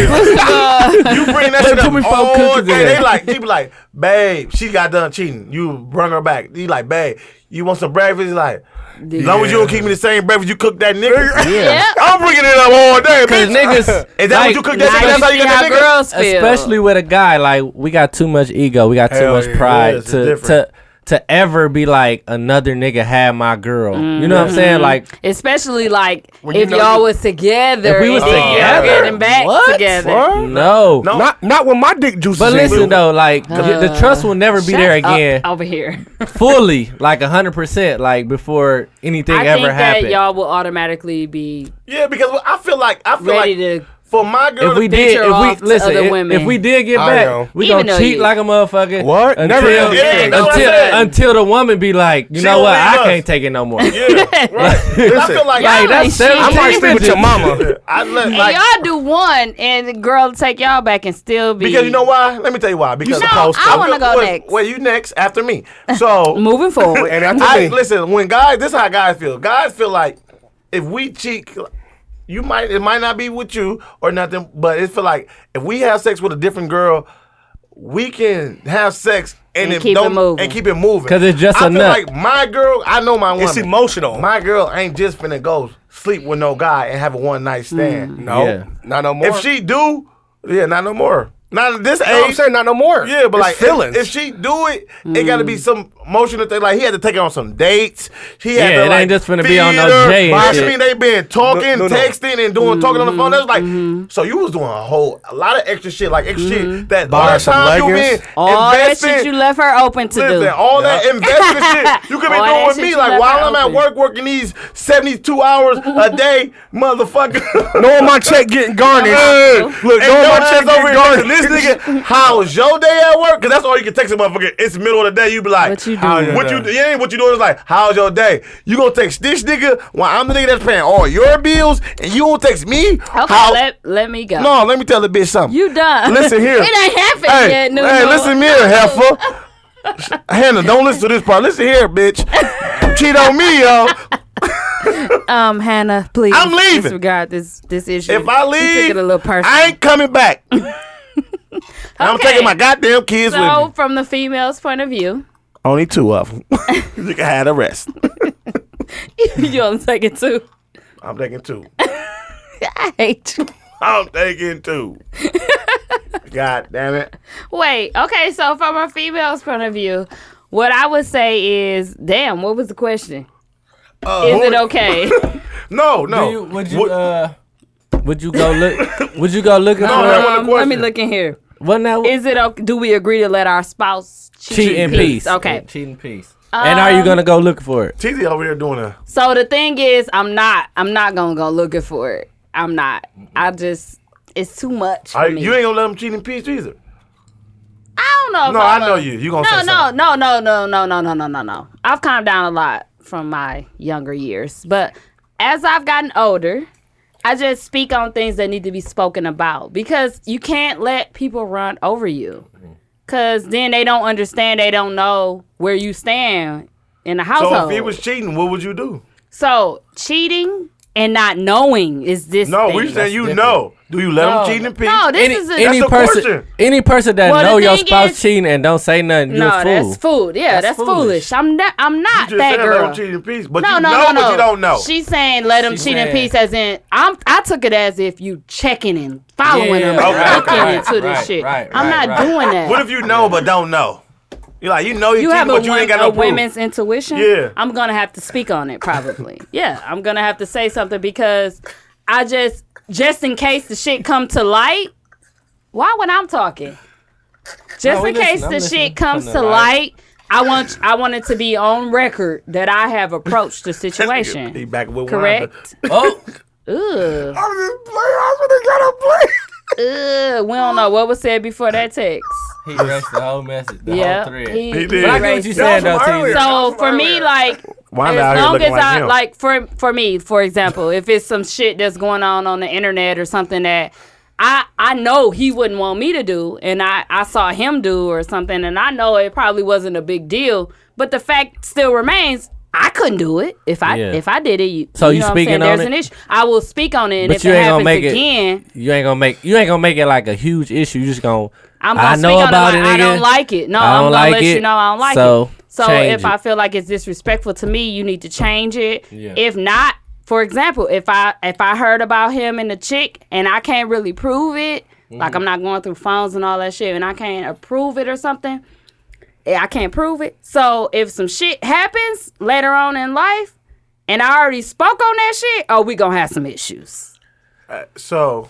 you bring that
Look,
shit
put
up
me four
all
cookies in
day.
there.
They like, he be like, babe, she got done cheating. You bring her back. He like, babe, you want some breakfast? He like, as long as you don't keep me the same breakfast you cook that nigga.
Yeah.
<laughs> I'm bringing it up all day,
Cause
bitch.
niggas,
Is that what
like,
you cook
Now
that nigga? That's
you
how
see
you get
how
that nigga?
girls feel.
especially with a guy, like we got too much ego, we got too
Hell
much
yeah,
pride
yes, it's
to
different.
to to ever be like another nigga had my girl. You know what I'm
Mm-hmm.
saying? Like
Especially like
When you
if
know
y'all
you-
was together.
If we was
and then y'all
together?
Getting back together.
What?
no.
No.
Not not when my dick juice.
But
is in
listen
blue.
though, like the trust will never be
Uh, Shut
there
up
again
over here.
fully, like hundred percent, like before anything
I
ever
think
happened.
that y'all will automatically be
Yeah, because I feel like I feel
ready
like
to.
for my girl,
if we
to-
did,
picture off
if
to
we listen,
other
if,
women.
if we did get
I
back,
know.
we
Even
gonna
though
cheat
you-
like a motherfucker.
What?
Until,
Never did.
Yeah, that's what I
until
said.
until the woman be like, you
She
know
gonna
what, I
leave us.
can't take it no more. <laughs>
<laughs> yeah, right. I feel like
Y'all
Like that's
<laughs>
ain't shit.
I might
17
sleep with your
bitches.
mama.
I
<laughs>
let,
And
like
y'all do one, and the girl will take y'all back and still be.
because you know why? Let me tell you why. Because
No, supposed to. I wanna go
Well,
next.
Well, you next
<laughs>
after me. So
Moving
<laughs>
forward.
And after
I,
me,
listen, when guys, this is how guys feel. Guys feel like if we cheat, you might it might not be with you or nothing, but it feel like if we have sex with a different girl, we can have sex and,
And
if
keep it
don't
moving.
and keep it moving.
'Cause it's just
I feel
enough.
like my girl, I know my woman.
it's emotional.
My girl ain't just finna go sleep with no guy and have a one night stand.
no,
Yeah.
not no more.
If she do, yeah, not no more. Not at this age.
No, I'm saying not no more.
Yeah, but
It's
like if-
feelings.
If, she do it, it got to
Mm.
be some emotional thing. Like he had to take her on some dates. He had
Yeah,
to
it
like
ain't just finna be
feed
on no
her.
J and
But
shit.
I mean, they been talking,
No, no, no.
texting, and doing talking on the phone. That's like
Mm-hmm.
so you was doing a whole a lot of extra shit, like extra shit that
Buy her
all that
some
time you
leggings.
been
all that
investing.
shit you left her open to
Listen,
do.
all that
<laughs>
investment shit you could be
All that
doing with
shit
me,
you
like
left
while
her
I'm at
open.
work working these 72 hours a day,
<laughs>
motherfucker.
knowing my check getting garnished. Look, knowing
Look, no
my
my
check
chest over
getting
here. texting
garnished.
This <laughs> nigga, how's your day at work? Cause that's all you can text a motherfucker. It's middle of the day. You be like,
What you
"How
doing?"
What you? It ain't what you doing. It's like, how's your day? You gonna text this nigga when I'm the nigga that's paying all your bills, and you gonna text me?
okay,
How-
let, let me go.
no, let me tell the bitch something.
You done.
Listen
<laughs>
here.
it ain't happened
hey,
yet, Nunu.
hey, listen
<laughs>
here, heifer. Hannah, don't listen to this part. Listen
<laughs>
here, bitch. Cheat on me, yo.
Um, Hannah, please.
I'm leaving.
Disregard this, this issue.
If I
You
leave,
took it a little personal.
I ain't
<laughs>
coming back. I'm
Okay.
taking my goddamn kids with me.
so, from the female's point of view, <laughs>
Only two of them. <laughs> you can have the rest.
you only take it too.
I'm taking two.
I hate you.
I'm taking two. God damn it.
Wait, okay, so from a female's point of view, what I would say is, damn, what was the question? is it <laughs> okay?
Uh, No,
Do
no.
you- would you
What-
uh, would you
<laughs>
go look? would you go looking for?
that
her?
wasn't a
Um, let me
question.
look in here.
What now?
Is it okay? Do we agree to let our spouse cheat,
cheat in peace.
Okay.
cheat in peace. and are
um,
you gonna go looking for it?
TZ over there doing a.
So the thing is, I'm not. I'm not gonna go looking for it. I'm not. I just. It's too much for
I,
me.
you ain't gonna let him cheat in peace either.
I don't know. If
No,
I'm
I know
gonna-
you. You gonna
No,
say
no,
something.
no, no, no, no, no, no, no, no, no. I've calmed down a lot from my younger years, but as I've gotten older, I just speak on things that need to be spoken about because you can't let people run over you. Cause then they don't understand, they don't know where you stand in the
So
household.
if he was cheating, what would you do?
So, cheating and not knowing is this.
No,
thing.
we saying you know. Do you let
No.
him cheat in peace?
No, this
Any,
is a,
any
That's a
person,
question.
any person that
Well, the
know your
thing
spouse
is-
cheating and don't say nothing, you
no,
a fool.
<laughs> that's food. Yeah, that's,
That's
foolish.
foolish.
I'm not. I'm not
You just
that
saying let
girl.
him cheat in peace, but
No,
you
no,
know,
no, no.
but you don't know.
She's saying let him
She's
cheat in
saying-
peace, as in I'm. I took it as if you checking and following
Yeah,
him,
yeah,
yeah.
looking
Okay,
into
right,
this
right,
shit.
right,
I'm not
right, right.
doing that.
what if you know but don't know? You're like, you know
you
you cheating,
have a,
but you
wo-
ain't got
a
no proof.
women's intuition?
Yeah.
I'm gonna have to speak on it probably. yeah, I'm gonna have to say something because I just just in case the shit come to light. Why when I'm talking? Just
we
in
listen.
case
I'm
the
listening.
shit comes
Come
to
to
light, I want I want it to be on record that I have
<laughs>
approached the situation.
He back with
Correct.
oh,
Ugh.
I'm just playing. I'm gonna gotta play.
Ugh, we don't know what was said before that text.
he erased the whole message, the
Yeah,
whole thread.
he,
He did.
he
But I
I get what
erased
you
it.
said though,
Y'all from
T.
earlier.
So for me, like
Wanda out
as
here
long as
looking like
I
him.
like for for me, for example, if it's some shit that's going on on the internet or something that I I know he wouldn't want me to do, and I I saw him do or something, and I know it probably wasn't a big deal, but the fact still remains. I couldn't do it if I
Yeah.
if I did it. You,
So you
know what I'm
speaking
saying?
on
There's
it?
an issue. I will speak on it, and
But
if
you
it
ain't gonna
happens
make it-
again,
You ain't gonna make you ain't gonna make it like a huge issue. You just gonna
I'm gonna
I know
speak
about
on it.
it.
Like, I
nigga.
don't like it. No,
I
I'm
don't
gonna
like
let
it.
you know I don't like
So,
it. So
change
if
it.
I feel like it's disrespectful to me, you need to change it.
Yeah.
If not, for example, if I if I heard about him and the chick and I can't really
Mm-hmm.
prove it, like I'm not going through phones and all that shit, and I can't approve it or something, eh, I can't prove it. So if some shit happens later on in life, and I already spoke on that shit, oh, we gonna have some issues.
So,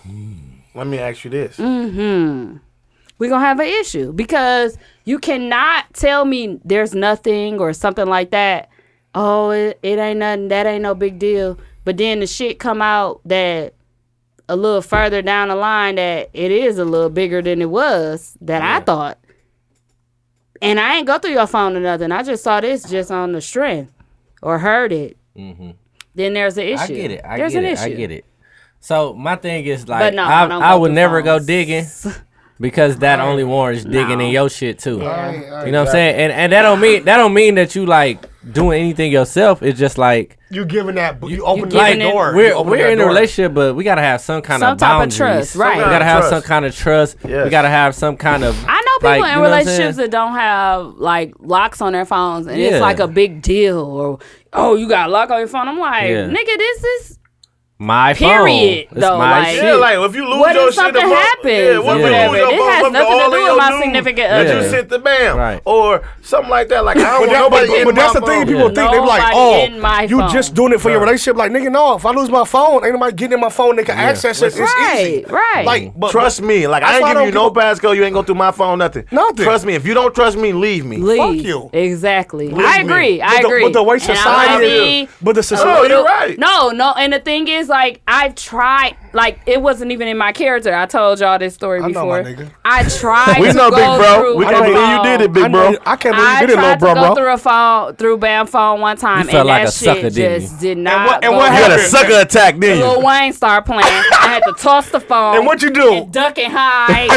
let me ask you this.
We gonna have an issue because you cannot tell me there's nothing or something like that. Oh, it, it ain't nothing. That ain't no big deal. But then the shit come out that a little further down the line that it is a little bigger than it was that I thought. And I ain't go through your phone or nothing. I just saw this just on the strength or heard it. Then there's an issue.
Mm-hmm. I get it. I
there's
get
an
it.
issue.
I get it. So my thing is like
But no,
I,
don't
I
go
would
through
never go
phones. <laughs>
digging because that only warrants digging in
No.
your shit too.
ain't- I ain't
You know what I'm
got
saying? And and that don't mean that don't mean that you like doing anything yourself. It's just like
You giving that? You, open
giving
that
it-
door. You
we're
open
we're
that
in a
door.
relationship, but we gotta have some kind
Some
of
type of
boundaries.
trust, right.
We gotta have
Some kind of
some kind of trust.
Yes.
We gotta have some kind of.
I know people in
like, you know what I'm
relationships
saying?
that don't have like locks on their phones, and
Yeah.
it's like a big deal. Or oh, you got a lock on your phone. I'm like,
Yeah.
nigga, this is
my
Period,
phone. It's
though,
my
like-
shit.
Yeah, like if you lose
what
your
if
shit,
something
the fuck-
happens?
Yeah, what
Yeah.
if you lose
Whatever. It
your
has
motherfucker,
nothing to
all
do
in
with
your
my
dude
significant
that
other.
you sent the bam
Right.
or something like that. Like I don't
But,
want
that,
nobody
but, but,
in my
that's the thing
phone.
people think. They be like,
Nobody in my
oh, you
phone.
just doing it for your relationship. Like, nigga, no. If I lose my phone, ain't nobody getting in my phone. They can access it. It's easy.
Right, right.
Like, but,
trust me. Like I
That's
ain't
why I
giving you no
don't
passcode. You ain't going through my phone. Nothing.
Nothing.
Trust me. If you don't trust me, leave me.
leave.
you.
Exactly.
Leave
I
me.
agree. I
But the-
agree.
but the way
And I
society
might
is-
be
but the
a
society-
little-
No, you're right.
No, no. And the thing is, like, I've tried. Like, it wasn't even in my character. I told y'all this story
I know
before.
my nigga.
I
<laughs>
tried.
We
to
know,
go
big bro.
through
We
the
can't believe you did
phone.
it, big
I, know,
bro.
you- I can't believe
I
you did it, little
tried
bro,
to go
bro.
through a phone through bam phone one time,
You felt
and
like
that
a sucker,
shit
didn't
just
you?
did not.
what- and
go
what
well.
You had a
happened?
sucker attack, didn't
Lil
you?
Wayne started playing. I had to toss the phone.
And what you do?
And duck and
<laughs>
hide.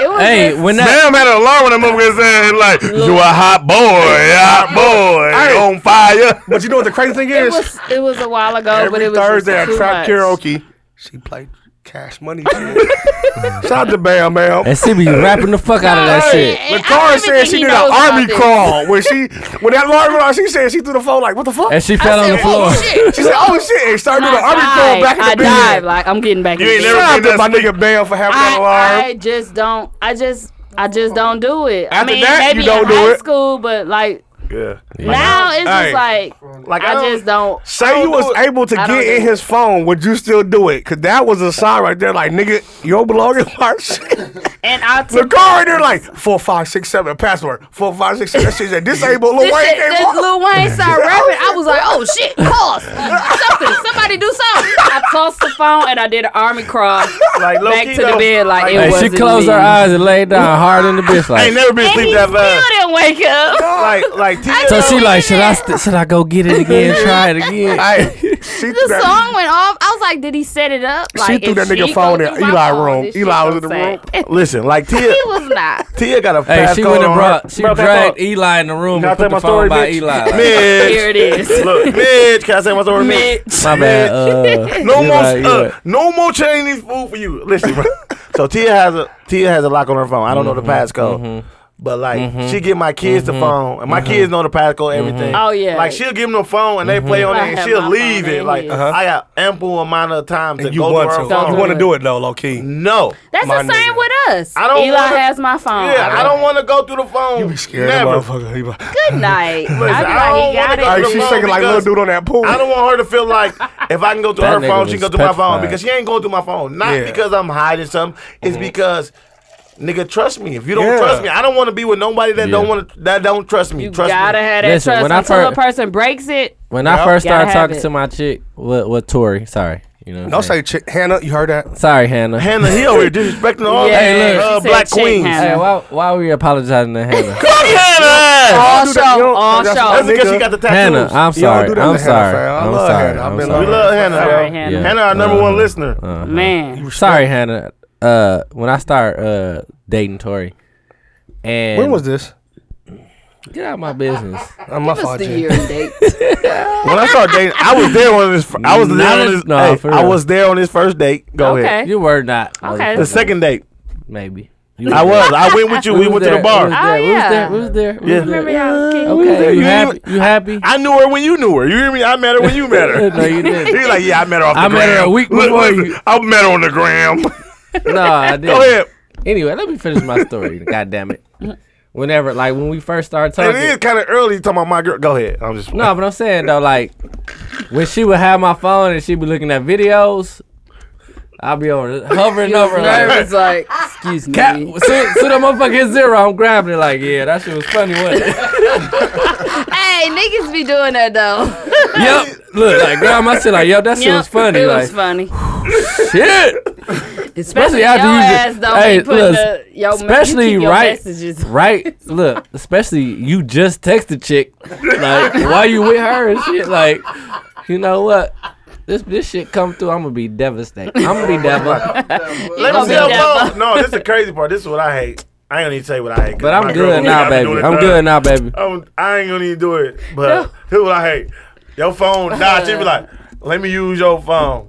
It was
Hey,
just-
when that
Damn, had an alarm when the motherfucker said like, "You a hot boy, hot boy, on fire."
But you know what the crazy thing
it
is?
was it was a while ago, but
Every
it was
Thursday
just
at
too
Trap
much.
Karaoke.
She played cash money. shit. <laughs> Shout out to Bam, man.
and she be rapping the fuck out of that shit.
Hey, I don't
Lakara
even
said
think
she
he
did an
knows about
army
this.
crawl when she when that alarm went off. She said she threw the phone like, "What the fuck?"
And she
I
fell on
said,
the floor.
Oh, shit.
She said, "Oh shit!" And started
I
doing an army crawl
died.
back in the
I dive
bed.
like I'm getting back.
You
in
ain't
the
never
bed.
Shout out
been
to my nigga Bam for having that
I,
alarm.
I just don't. I just. I just don't do it. I
After
mean,
that, you
maybe
don't
in
do
high
it.
school, but like
Yeah.
now, it's
Hey.
just like
Like, I
I
don't-
just don't.
Say you was able to
I don't
get
do
in
it.
his phone, would you still do it? Cause that was a sign right there, like nigga, you don't belong <laughs> in my shit.
And I
The
took
car in there, like four five six seven password four five six seven. She said disabled. Lil
This,
Wayne
shit-
came
this
up.
Lil Wayne started rapping. I was like, oh shit, pause. Something. Somebody do something. I tossed the phone and I did an army
<laughs>
crawl
Like low
back
key
to the
though,
bed like it
Hey,
was
she closed her eyes and laid down hard in the bitch
I
like.
ain't never been
And he
sleep
still
that bad.
didn't wake up.
Like like Tia.
so she
Don't
like,
do
should I
that.
st- should I go get it again?
<laughs>
Try it again.
<laughs>
<laughs>
Hey, she threw
The
that.
song went off. I was like, did he set it up? Like,
threw
if
that nigga
she
phone
go
in
through my
Eli
phone,
room.
this
Eli
shit
was in the
gonna
room.
say-
<laughs>
<laughs>
Listen, like Tia.
He was
<laughs>
not.
Tia got a
Hey,
fast
she
code
went and
on her.
brought, she
Bro, can I
dragged
talk?
Eli in the room
Can I
and
tell
put
my
the
story,
phone by
bitch? <laughs>
Eli. like,
Here it
Midge.
is. <laughs>
Look, Midge, can I say my story? Midge.
My
<laughs>
bad. Uh,
No
you
more,
right, you
uh,
right.
no more Chinese food for you. Listen, bro. <laughs> so Tia has a Tia has a lock on her phone. I don't know the passcode, but like she get my kids the phone, and my kids know the passcode, everything.
Oh, yeah.
like she'll give them the phone and they play on it,
I
and
have
she'll
my
leave
phone
it.
in
Like
his.
I got ample amount of time to
You
go
want
through her
Don't
to?
phone.
You
do
want to
it.
do it though, low key.
No,
That's
My
the same
nigga.
with us.
I don't
Eli
wanna-
has my phone.
yeah, I don't want to go through the phone.
You be scared,
Never.
motherfucker. You be-
Good night. I,
Listen, I
I
don't wanna
got it.
go
Hey,
Your
she's
phone
shaking like little
because-
dude on that pool.
I don't want her to feel like if I can go through
That
her
nigga
phone, she
was
can go through my phone
petrified.
because she ain't going through my phone. Not
Yeah.
because I'm hiding something. It's because nigga, trust me. If you don't
Yeah.
trust me, I don't want to be with nobody that don't
Yeah.
want to that don't trust me.
You
trust
gotta
me.
have that
Listen,
trust
when I
until
first-
a person breaks it.
when I first
Gotta
started
have
talking
it.
to my chick, what what Tori? Sorry, you know. what I'm
Don't
saying?
say chick, Hannah. You heard that?
sorry, Hannah.
Hannah Hill over here disrespecting all
Yeah,
the
Hey, look.
uh,
she said
black
check
queens.
Hannah.
Hey, why why we apologizing to Hannah?
Fuck Hannah!
All
do that. You
show,
don't-
all
that's-
show.
That's
nigga.
because she got the tattoos.
Hannah, I'm
You don't
sorry.
do that
I'm
to Hannah,
sorry.
fam. I
I'm
love
sorry.
Hannah. I've
I'm
been
we
loving
sorry.
love Hannah.
Sorry,
yo.
Hannah.
Hannah, our number one listener.
Man,
Sorry, Hannah. Uh, when I start uh dating Tori, and
When was this?
Get out of my business.
Uh, my fault,
the
Jay.
year and date.
When I started dating, I was there on this. I was there
Not
on
as-
this.
no,
hey,
for
I
real.
was there on this first date. Go
<laughs> Okay.
ahead.
you were not.
Okay.
The
motherfucker.
second date,
Maybe. You
I was. I went with you.
We
We
was
went to
there.
the
We was
bar.
Oh, yeah.
there. We was there. We
Yeah.
was there.
remember
We was
y'all kicking
there. Okay. You
You
happy? You happy?
I knew her when you knew her. You hear me? I met her when you met her.
<laughs> No, you didn't.
You're like, yeah, I met her off the
I
gram.
met her a week
Look,
before
listen,
you.
I met her on the gram.
No, I didn't.
Go ahead.
Anyway, let me finish my story. God damn it. Whenever, like when we first started
It
talking,
is kind of early talking about my girl. Go ahead. I'm just
No, but I'm saying though, like when she would have my phone and she be looking at videos, I'd be over
<laughs>
there hovering over like.
Nervous,
<laughs>
like, excuse me.
Cap, see, see the motherfucker hit zero. I'm grabbing it like, yeah, that shit was funny, wasn't
<laughs>
it?
Hey, niggas be doing that though.
yep. Look, like grab my shit like, yo, that shit was funny.
It
like,
was funny. <laughs>
shit.
Especially
after
your
you
ass
ju-
don't
Hey,
be putting
look,
the, your,
especially
you keep your
right-
messages.
Right? Look, especially you just text a chick, like why you with her and shit. Like, you know what? This this shit come through, I'm gonna be devastated. I'm gonna be devastated.
Little bit
Tell
of-
Bo- no, this is the crazy part. This is what I hate. I ain't gonna even tell you what I hate. 'cause
But
my
I'm
girl
good
gonna
now,
be
baby.
doing it
I'm
to her.
good now, baby.
I'm, I ain't gonna even do it. <laughs> But here's what I hate. Your phone died. She be like, let me use your phone.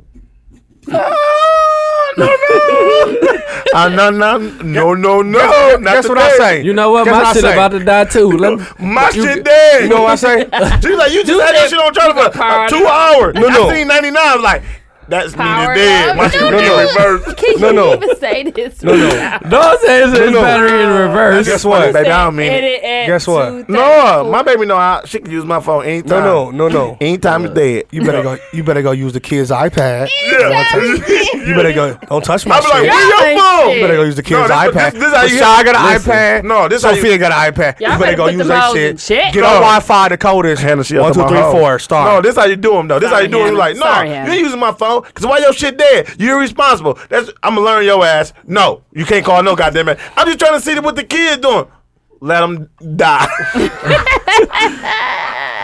<laughs> Ah, no, no, no, no, no, no. Not
Guess what I
today.
say?
You know what?
Guess
My
I
shit
say?
about to die too.
<laughs>
Let me,
My
You-
shit dead.
You know what
<laughs>
I say?
<laughs> She's like, you just had that shit on charger for uh, two hours.
No, no.
I seen 99. I'm like, that's me
Power
that's dead.
up.
My shit
No,
went in
no.
reverse.
Can
No,
you
no.
even say this?
No, no.
no, it's, it's
no.
battery in reverse.
Guess what?
Baby, I don't mean it.
Edit at
Guess what?
2:30.
No, my baby know how she can use my phone anytime.
No, Uh, no, no, no.
Anytime it's dead.
You better go. You better go use the kid's iPad.
Yeah.
You better go. Don't touch my
I'm like,
shit.
where your phone?
You better go use the kid's
No, this-
iPad.
this- this how you-
Rashad got an
Listen.
iPad.
No, this how you-
Sophia got an
Y'all
iPad. you better
better
go
put
use
them
that
hoes in
shit.
check.
Get on Wi-fi. The code is
Hannah, she
one,
up to
two,
my
three,
hoe.
four.
No,
Start.
this how you do them though. This how you do them. You like, no,
Sorry,
you
Hannah.
ain't using my phone because why your shit dead? You're irresponsible. That's I'm gonna learn your ass. No, you can't call no goddamn man. I'm just trying to see what the kid doing. Let him die.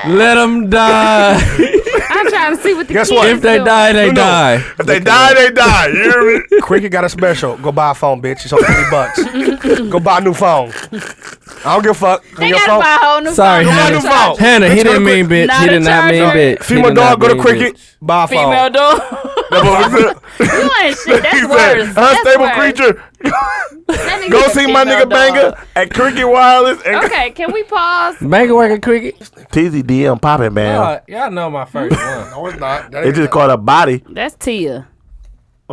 Let
<laughs>
them die.
I'm trying to see what the
Guess
kids
what?
if they
doing.
die,
<laughs>
they die.
if they die, they die. You hear me?
Cricket got a special. Go buy a phone, bitch. It's only twenty bucks. go buy a new phone. I don't give a fuck.
They
your
gotta
phone.
buy a whole new
Sorry,
phone.
Hannah. Not a
Hannah.
charge.
Hannah, he
Bitch,
didn't
go to
mean bitch.
Not
He
a
did not
charge.
mean bitch. He
Female
did not
dog. Go to
mean
cricket.
bitch.
Buy a
Female <laughs>
phone.
dog.
That's what I'm saying.
You ain't shit. That's
He
worse.
said,
That's
Unstable
worse.
creature.
That nigga
Go
said
see my
female
nigga
dog. Oh.
Banger at Cricket Wireless and
Okay, can we pause?
Bang working cricket.
Teasy DM popping, man.
Uh, y'all know my first <laughs> one.
No, it's not. That
They
ain't-
just called a body.
That's Tia.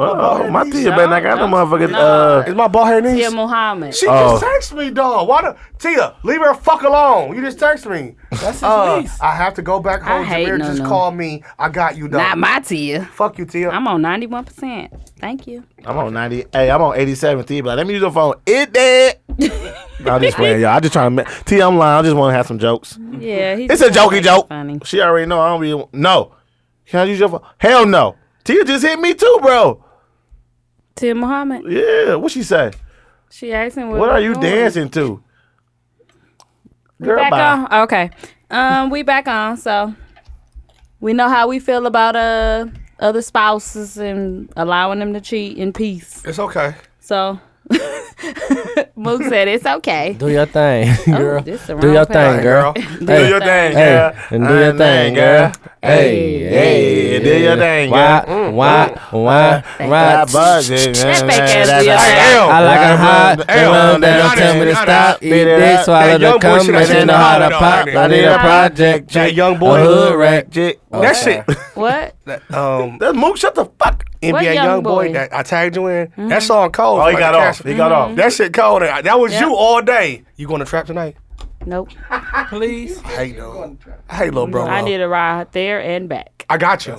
Oh, my teacher, man, I got the motherfucking. Uh,
Is my bald hair niece?
Tia Muhammad.
She
Oh.
just texted me, dog. Why the Tia? Leave her fuck alone. You just text
<laughs>
me.
That's his
Uh, I have to go back home.
hate
Jameer,
no,
just
no.
call me. I got you, dog.
Not my Tia.
fuck you, Tia.
I'm on 91%. Thank you.
I'm on 90. Hey, I'm on 87. T, but let me use your phone. It dead. I'm just playing, y'all. I just trying to. ma- T, I'm lying. I just want to have some jokes.
Yeah, he's
It's a jokey joke.
Funny.
She already know. I don't really. No. Can I use your phone? Hell no. Tia just hit me too, bro.
Tia Muhammad.
Yeah. What she say?
She asking
What are you
doing.
dancing to? Girl,
back
bye.
on. Okay. Um, we back on. So we know how we feel about uh other spouses and allowing them to cheat in peace.
it's okay.
So <laughs> Mook said it's okay.
Do your thing, <laughs> girl.
Oh, this the
do
wrong
your
page. <laughs>
thing, girl.
Do
Hey,
your
hey,
thing, girl.
and
Uh,
do your thing, girl. Hey,
Hey, do your thing, girl.
Why,
Mm,
why, why, why?
Uh, That budget. That
fake ass bitch.
I like a hot
L,
one that don't
L,
tell me to
L,
stop.
L,
Eat
L,
dick,
L,
swallow
that
the
young boy
cum,
shit
and
ain't
she know
no
how to
hot
pop.
dog.
I need a project.
That
chick,
young
a
boy.
hood rat. Oh,
That shit.
<laughs>
What? <laughs>
Um,
That Mook, shut the fuck.
NBA young,
young
boy?
boy? Mm-hmm.
that I tagged you in. That song cold.
Oh, he
Like,
got
that's-
off. He got off.
That shit cold. That that was you all day. You going to trap tonight?
Nope.
Please.
I hate dog. I hate little bro.
I
I,
need a ride there and back.
I got you.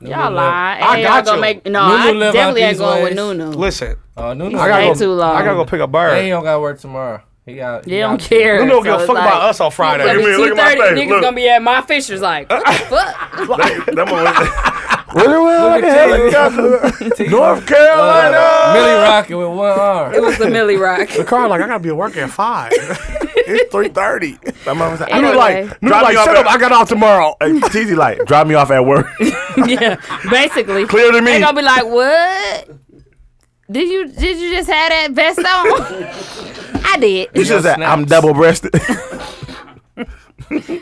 Y'all lie.
I
Ain't
got
y'all gonna
you.
make no.
Nunu live
I
out
definitely ain't
these
going with
ways.
Nunu.
Listen,
Oh, no,
I gotta
Way
go.
too long.
I gotta go pick a bird.
don't gotta work tomorrow. He got.
They don't care.
You
Nunu
don't give a fuck about us on Friday.
You mean, look
Two
at my
thirty,
face,
niggas
look.
gonna be at my fishers like, what
<laughs>
the fuck?
<laughs>
Mm-hmm. <laughs>
North Carolina.
Uh, Millie rocking with one arm.
It was the Millie
<laughs>
Rock.
The car like I gotta be at work at five. it's three thirty.
My mom was like,
Nunu
Anyway.
like, Nunu
Drop
like,
you off
shut up.
at-
I got
<laughs>
off tomorrow.
Hey, TZ like, drop me off at work.
<laughs>
<laughs>
yeah, basically.
Clear to
They
me.
gonna be like, what? Did you did you just have that vest on?
<laughs>
I
You
did.
should say,
snaps.
I'm double breasted.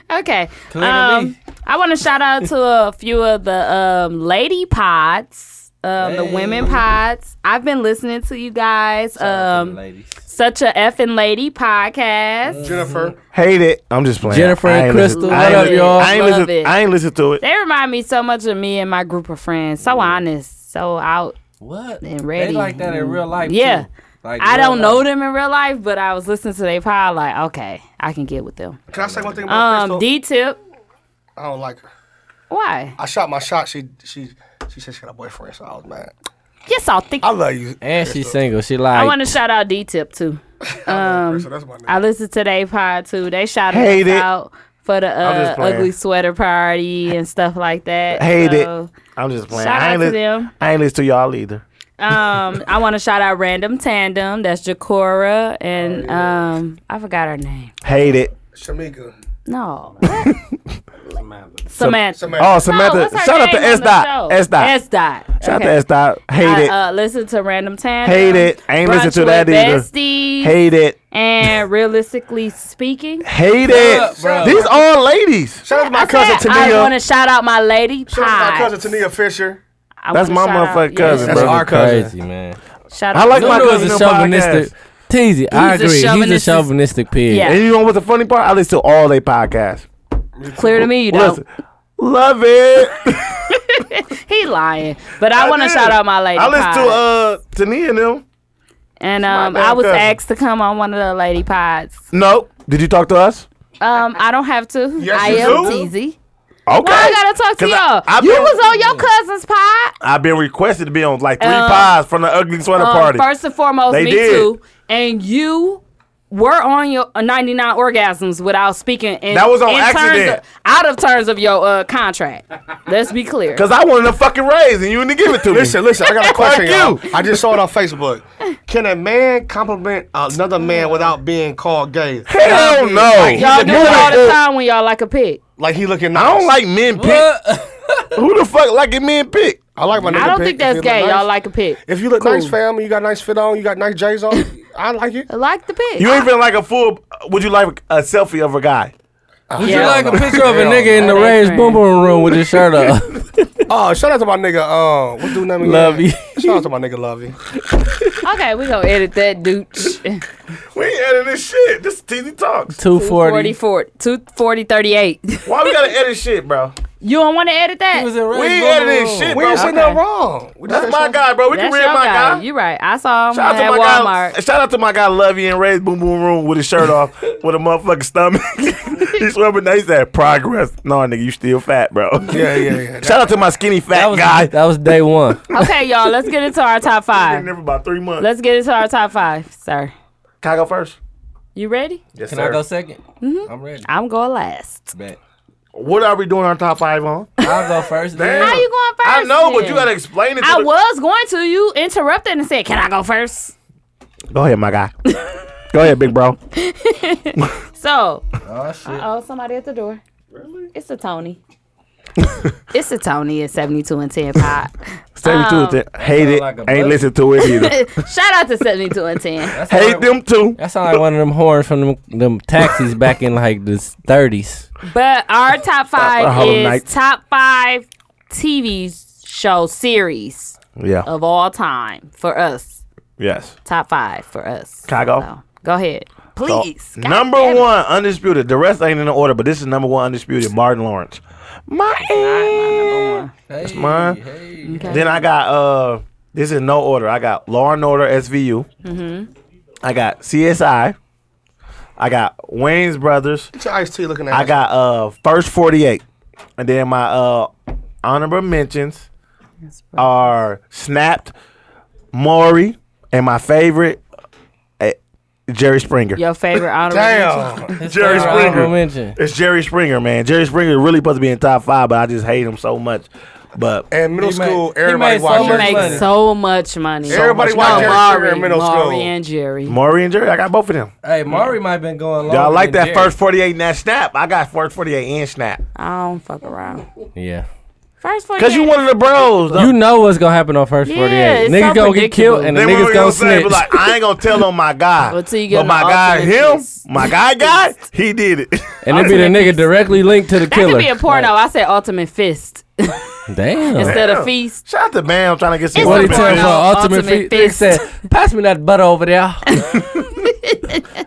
Okay.
to
Um,
me.
I want to shout out to a few of the um, lady pods, um, the women pods. I've been listening to you guys. Um,
Ladies.
such a effing lady podcast.
Mm.
Jennifer.
<laughs> Hate it. I'm just playing.
Jennifer
I
and
ain't
Crystal,
listen- I ain't
what up,
listen-
y'all?
I ain't
Love
listen-
it.
I ain't listen to it.
They remind me so much of me and my group of friends. So honest, so out
What?
and ready.
They like that in real life.
Yeah.
too. Like
I don't
real
know
life.
them in real life, but I was listening to their pod. Like, okay, I can get with them.
Can I say one thing about
Um,
Crystal?
D tip.
I don't like her.
Why?
I shot my shot. She she she said she got a boyfriend, so I was mad.
Yes, I'll think.
I love you.
And she's single. She like
I want to shout out D tip too.
Crystal, that's my name.
um, I listened to their pod too. They shouted us
Hate it.
out for the
I'm
uh,
just playing.
ugly sweater party and stuff like that.
Hate it.
So,
I'm just playing.
Shout
I
out
ain't
to
lis-
them.
I ain't listen to y'all either.
Um, I want to shout out Random Tandem. That's Jacora
Oh,
and um, I forgot her name.
Hate it.
Shamika.
<laughs>
No, Samantha. Samantha.
Samantha.
Oh,
No,
Samantha.
what's her
shout out
name
to
on
S
the
dot.
show?
S dot.
S dot.
Shout out to
Okay.
S dot. Hate it.
I, uh, listen to Random Tandem.
Hate it. I ain't
Brunch
listen to
with
that either.
Besties,
Hate it.
And realistically speaking,
Hate
up, bro.
it. These all ladies.
Shout out to my
I,
cousin
said I want
Tania.
to shout out my lady.
Shout out to my
Pods.
cousin Tania Fisher.
I
That's
wanna
my
shout out-
motherfucking
yeah.
cousin,
That's
bro.
our cousin.
crazy, man.
Shout
I
out
like
to
my
Lulu is
cousin
a
on podcast.
chauvinistic. Teasy,
He's
I
a
agree. He's a
chauvinistic-
chauvinistic pig.
Yeah.
And you know what's the funny part? I listen to all their podcasts.
clear to me. You
Listen.
don't.
Love it.
He lying, but <laughs> I, want to
did.
shout out my lady.
I listen
pods.
to uh Tania and them.
and um,
damn
I was
cousin.
asked to come on one of the lady pods.
No. Did you talk to us?
Um, I don't have to.
Yes,
I
you
am
do.
Teasy. Why
Okay.
I gotta talk to
'Cause
y'all?
I, have
you
been, Mm.
was on your cousin's pod.
I've been requested to be on like three
Um,
pies from the ugly sweater
Um,
party.
First and foremost,
They
me
did.
too. And you were on your uh, 99 orgasms without speaking. In,
That was on
in terms
accident.
of- out of terms of your uh, contract. Let's be clear.
Cause I wanted a fucking raise and you didn't give it to me.
Listen, listen, I got a question, y'all.
<laughs> Fuck
I just saw it on Facebook. Can a man compliment another man without being called gay?
Hell no.
y'all do it all the
Moving
time when y'all like a pig.
Like he looking nice.
I don't like men pick.
What?
Who the fuck like it men pick?
I like my nigga.
I don't
pic
think
if he
that's
look
gay.
nice.
Y'all like a pig.
If you look
Cool.
nice, fam, you got nice fit on, you got nice J's
<laughs>
on, I like it.
Like the pig.
You ain't feeling like a fool. Would you like a selfie of a guy?
Would you
Yeah.
like a picture of a
Hell
nigga in
no.
the
That ain't
raised boom boom room with his
<laughs>
shirt up?
<laughs> Oh, shout out to my nigga. Um, what dude name? again?
Lovey.
Shout out to my nigga Lovey.
<laughs> okay, we gonna edit that
<laughs>
dude.
We ain't editing this shit. This is TZ Talks.
Two
40,
forty.
240, 38.
Why we gotta edit shit, bro?
<laughs> you don't want to edit that?
We ain't editing shit,
We
bro.
ain't say nothing wrong. We just
That's
said
my
shit-
guy, bro. We
That's
can read
your
my
guy.
guy.
You right. I saw him
Shout out
at
to my
Walmart.
<laughs> guy. Shout out to my guy Lovey and Ray's Boom Boom Room with his shirt off, with a motherfucking stomach. <laughs> He's rubbing. He said, "Progress." No, nigga, you still fat, bro.
Yeah, yeah, yeah.
<laughs> Shout out to my skinny
That
fat
was
guy.
that was day
<laughs>
one.
Okay, y'all, let's get into our top
Been
five.
there for about three months.
Let's get into our top five, sir.
Can I go first?
You ready?
Yes,
Can I go 2nd Mm-hmm. I'm ready.
I'm going last.
Bet.
What are we doing our top five on?
I'll go first.
Damn.
How you going first?
I know, but you
then?
gotta explain it. To
I
the-
was going to. You interrupted and said, "Can I go first?
Go ahead, my guy. go ahead, big bro.
So,
Oh shit.
oh, somebody at the door. Really? It's a
<laughs>
Tony. it's a Tony at seventy-two and ten pod. <laughs>
Seventy two.
Um,
hate it.
like a
ain't
bug.
listen to it
<laughs>
either.
Shout out to seventy-two and ten.
That sound
hate
like-
them too.
That sound like one of them horns from them, them taxis back in like the thirties.
But our top five
Hollow
is
Knight.
top five TV show series
Yeah.
of all time for us.
yes.
Top five for us.
Can I go?
So, go ahead,
So,
please. God
number
damn it.
one, undisputed. The rest ain't in the order, but this is number one, undisputed. Martin Lawrence. My.
That's
mine. Then I got uh. This is no order. I got Law and Order SVU.
Mm-hmm.
I got CSI. I got Wayne's Brothers.
Get your iced tea looking at.
I got uh first 48. And then my uh honorable mentions are Snapped, Maury, and my favorite uh, Jerry Springer.
Your favorite honorable mention?
Damn.
Jerry Springer.
Mention.
It's Jerry Springer, man. Jerry Springer really supposed to be in top five, but I just hate him so much. But
And middle
He made-
school,
he
everybody
made so
watched.
He
much
Jerry
makes
Springer.
money.
so much money.
Everybody
so much
watched
money.
Jerry Springer in middle
Maury
school.
and Jerry.
Maury and Jerry, I got both of them.
Hey, Maury might have been going long.
Y'all like that first 48 and that snap? I got first 48 and snap.
I don't fuck around.
Yeah.
First
Because you one of the bros. though.
You know what's gonna happen on first
Yeah,
48.
it's
Niggas
so
gonna get killed and the
Then what
niggas
we
gonna
gonna say?
snitch.
But like, I ain't gonna tell on my guy.
<laughs> Until you get
but
on
my
the
guy,
ultimate
him,
twist.
my guy, guy,
<laughs>
he did it. <laughs>
and it be the nigga directly linked to the
That
killer.
could be a porno. I said ultimate fist
Damn.
instead
Damn.
of feast.
Shout out to Bam, I'm trying to get some.
It's
What he
a
women.
tell
porno.
for ultimate,
Ultimate
ultimate
fist.
said, pass me that butter over there. <laughs>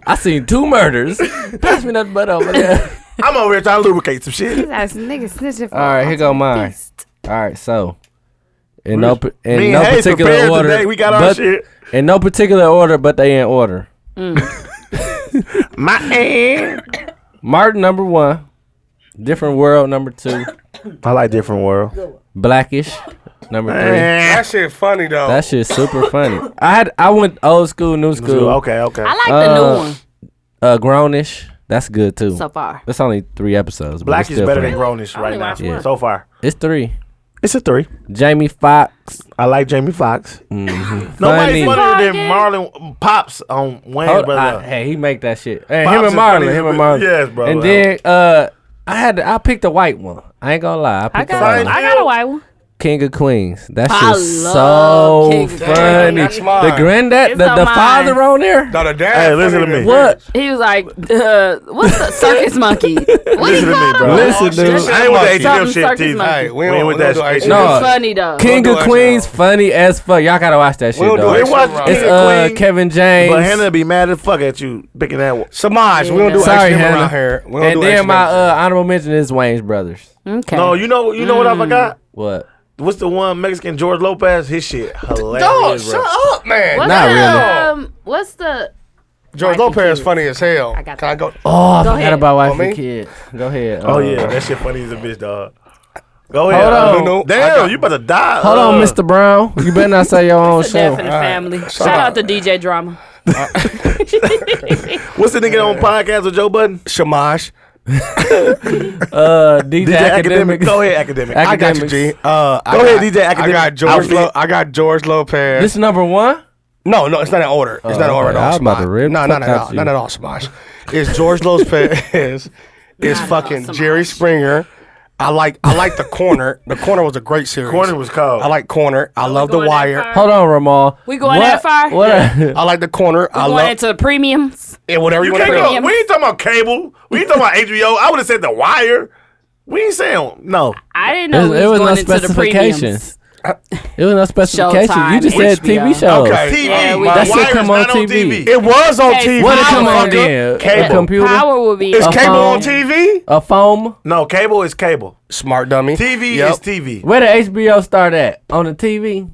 I seen two murders. Pass me that butter over there.
I'm over here trying to lubricate some shit.
That's nigga snitching. For
<laughs> All right, here go
ultimate
mine.
fist.
All right, so In no, pa- in
Me and
no
Hayes
particular
prepared
order.
today. We got our
but-
shit.
In no particular order, but they in order.
My aunt.
Martin number one, different world number two,
I like different world.
blackish number three.
Eh.
That shit funny though.
That shit's super funny. I had I went old school, new school,
Okay, okay.
I like the
Uh,
new one
uh, grownish. That's good too.
so far.
That's only three episodes. but
Black
it's
is
still
better
funny.
than grownish right now.
watch
one.
So far,
It's three.
it's a three.
Jamie Foxx.
I like Jamie Foxx.
Mm-hmm. Funny.
Nobody's funnier than Marlon Pops on Wayne
Hold- Oh, I-
Brother.
hey, he make that shit. Hey,
Pops
him and
is
Marlon.
funny as
Him
a
and
bitch.
Marlon.
Yes, bro.
And then uh, I had to, I picked a white one. I ain't gonna lie. I
I
picked a
got,
white one.
I got a white one.
King of Queens. That
I
shit's
love
so
King of Queens.
funny.
That's mine.
The granddad,
It's
the,
on
the
mine.
father on there.
No, the dad.
Hey, listen
funny
to me.
than-
What?
He was like, uh, "What's the circus monkey?"
What you
Listen to me,
call
bro.
him?
Listen,
shit,
dude.
shit,
I ain't with the
monkey.
H&M
Something
shit,
circus
T.
monkey.
Hey, we
We
don't,
ain't
we
with
don't
that
do
shit.
H&M.
No.
Funny though.
King
We'll
of
do
Queens,
extra.
funny as fuck. Y'all gotta watch that shit,
We'll do
dog.
We
extra.
watch
It's,
It's
King
uh
of Queen,
Kevin James.
but Hannah be mad as fuck at you picking that one.
Samaj, we don't do
Sorry,
H&M
Hannah.
around here. We don't
and
do
then
H&M.
my uh, honorable mention is Wayne's brothers.
Okay.
No, Oh, you know, you know what I
Mm.
forgot.
What?
What's the one Mexican George Lopez? His shit hilarious.
Dog,
bro.
Oh, shut up, man.
What's
Not
the,
really.
Um, what's the?
George Lopez funny as hell.
got
Can I go?
Oh, I forgot
ahead.
about wife
Want me?
and kids. Go ahead.
Oh
uh,
yeah, that shit funny as a bitch, dog. Go ahead.
Hold
uh,
on.
No, no, I
Damn,
got-
you about to die.
Hold on,
uh,
Mr. Brown. You better not say
<laughs>
your own
It's a death in
show.
the family. Shout out to DJ Drama.
What's the nigga on podcast with Joe Budden?
Shamash.
Uh, DJ,
DJ
Academic.
academic.
<laughs>
Go ahead, academic.
Ac-
I got you,
Academics.
G. Uh, I
Go
got,
ahead, DJ
I
Academic.
got George.
Outfit.
Lo- I got George Lopez.
This number one.
no, no, it's not an order. It's not an
Oh,
order at
okay. I
all.
was about to
Smosh.
rip
No,
the
not
fuck
at
out
all.
you.
Not at all, Smosh. It's
<laughs>
George Lopez. It's fucking Jerry Springer. I like I like the corner. The corner was a great series.
Corner was cold.
I like corner. I love the
going that
wire.
far?
Hold on, Ramal.
We going that
what,
far?
What?
I like the corner. I
Going
love
into premiums.
and whatever you,
You
want
can't
to
go.
go.
premium.
We ain't talking about cable. We ain't talking about HBO. I would have said The Wire. We ain't saying no.
I didn't know
There
we
there was
was
no
going into the premiums.
specifications. <laughs> It was no specifications. You just said
Showtime,
TV
HBO.
shows.
Okay.
TV.
Yeah, we-
The
That
shit
Wire
come
is
on
not on
TV.
TV.
It was on
Hey,
TV.
What it come on
motherfucker.
then? A
Cable.
computer,
Power will be.
Is
A
cable on
Uh-huh.
phone.
TV?
a foam.
No, cable is cable.
Smart dummy.
TV
Yep.
is TV.
Where did HBO start at? On the TV.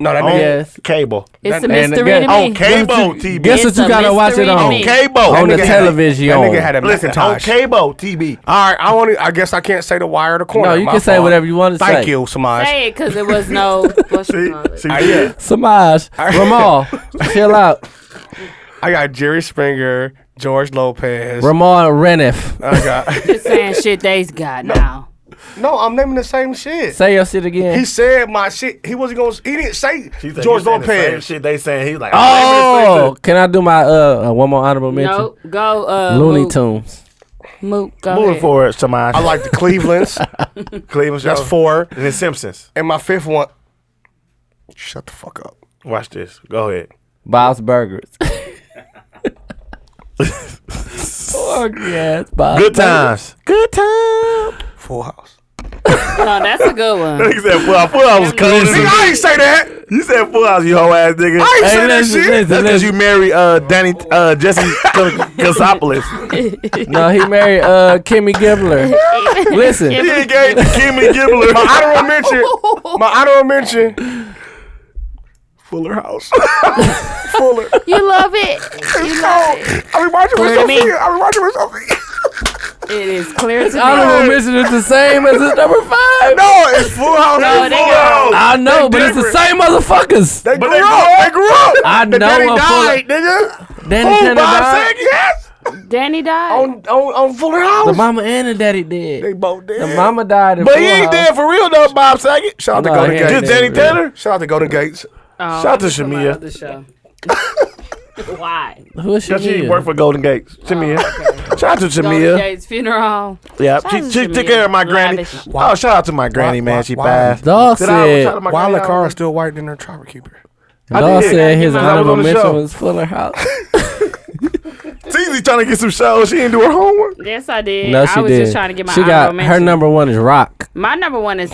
No, that
On
nigga.
Yes.
cable.
It's a
and
mystery
again-
to
oh,
me.
Cable TV.
Guess
It's
what
a
you gotta watch
mystery
it
to
on?
me.
cable.
On the
That nigga had-
television.
That nigga had a
Listen, on
Macintosh.
cable TV.
All right, I want. I guess I can't say the wire or the corner.
No, you
My
can say
fault.
whatever you want to
Thank
say.
you, Samaj.
Say it because it
<laughs>
was no. What's your
See,
call
Oh,
it?
see,
I, yeah,
Samaj, Ramal, chill out.
I got Jerry Springer, George Lopez.
Ramal Reniff.
I <laughs> got.
Just saying shit they's got now.
no, I'm naming the same shit.
Say your shit again.
He said my shit. He wasn't gonna. He didn't say
She said,
George
you saying the same
Lopez.
Shit, they saying he's like.
oh, can I do my uh uh, one more honorable mention?
Nope. Go. Uh,
Looney
Mook.
Tunes.
Mook. Go
Moving
ahead.
forward, Samaj.
I like the Clevelands. <laughs>
Cleveland.
That's
show.
four.
And then Simpsons.
And my fifth one. Shut the fuck up.
Watch this. Go ahead.
Bob's Burgers. Fuck yes, Bob.
Good <laughs> times.
Good time.
Full House.
No, that's a good one.
You said four hours. Four hours was
Nigga,
cold.
I ain't say that.
You said four hours, you hoe ass nigga.
I ain't
Hey,
say that
listen,
shit.
listen,
That's because
listen.
you marry uh, Danny uh, Jesse Kasopoulos.
No, he married uh Kimmy Gibbler. Listen,
He gave to Kimmy
<laughs>
Gibbler.
My honorable mention. My honorable mention. Fuller <laughs> House. Fuller.
You love it.
It's cold. I be watching
Fuller to
myself
me.
here. I be watching myself here.
It is clear to me.
honorable mention is the same as his number five.
No, it's Full House.
No,
it's
they
Full
got-
House.
I know, but it's the
different.
same motherfuckers.
They grew
But they
up. They grew up.
I
The
know
daddy
a Fuller-
died, nigga.
Danny
Oh,
Tanner
Bob
died.
Saget. Yes.
Danny died.
On,
Oh,
on, on Fuller House.
The mama and the daddy
They
did.
both dead.
The mama died. in
But he
Full
ain't
House.
dead for real though, Bob Saget. Shout out
No,
to Golden
he ain't
Gates.
dead Just Danny for real. Tanner?
Shout out to Golden Gates.
Oh,
Shout out to
somebody
Shamia.
other show. <laughs> Why?
Who is she?
She
with?
worked for Golden Gates. Shamia. Shout out to
Golden
Shamia.
Gates Funeral.
Yeah,
Shout
she,
out to
she
Shamia.
took care of my granny.
Lavish.
Oh, shout out to my granny,
Why-
man.
why-
She
why-
passed.
Dog
Did I ever
said.
shout out to my
Why
granny?
LaCara is still white in her trapper keeper?
Dog
did.
said his
I was
honorable
on the
mention
show.
was Fuller House.
Teezy trying to get some shows. She didn't do her homework.
Yes, I did.
no, she
I was
did.
just trying to get my
she got
honorable
her
mention.
number one is Rock.
My number one is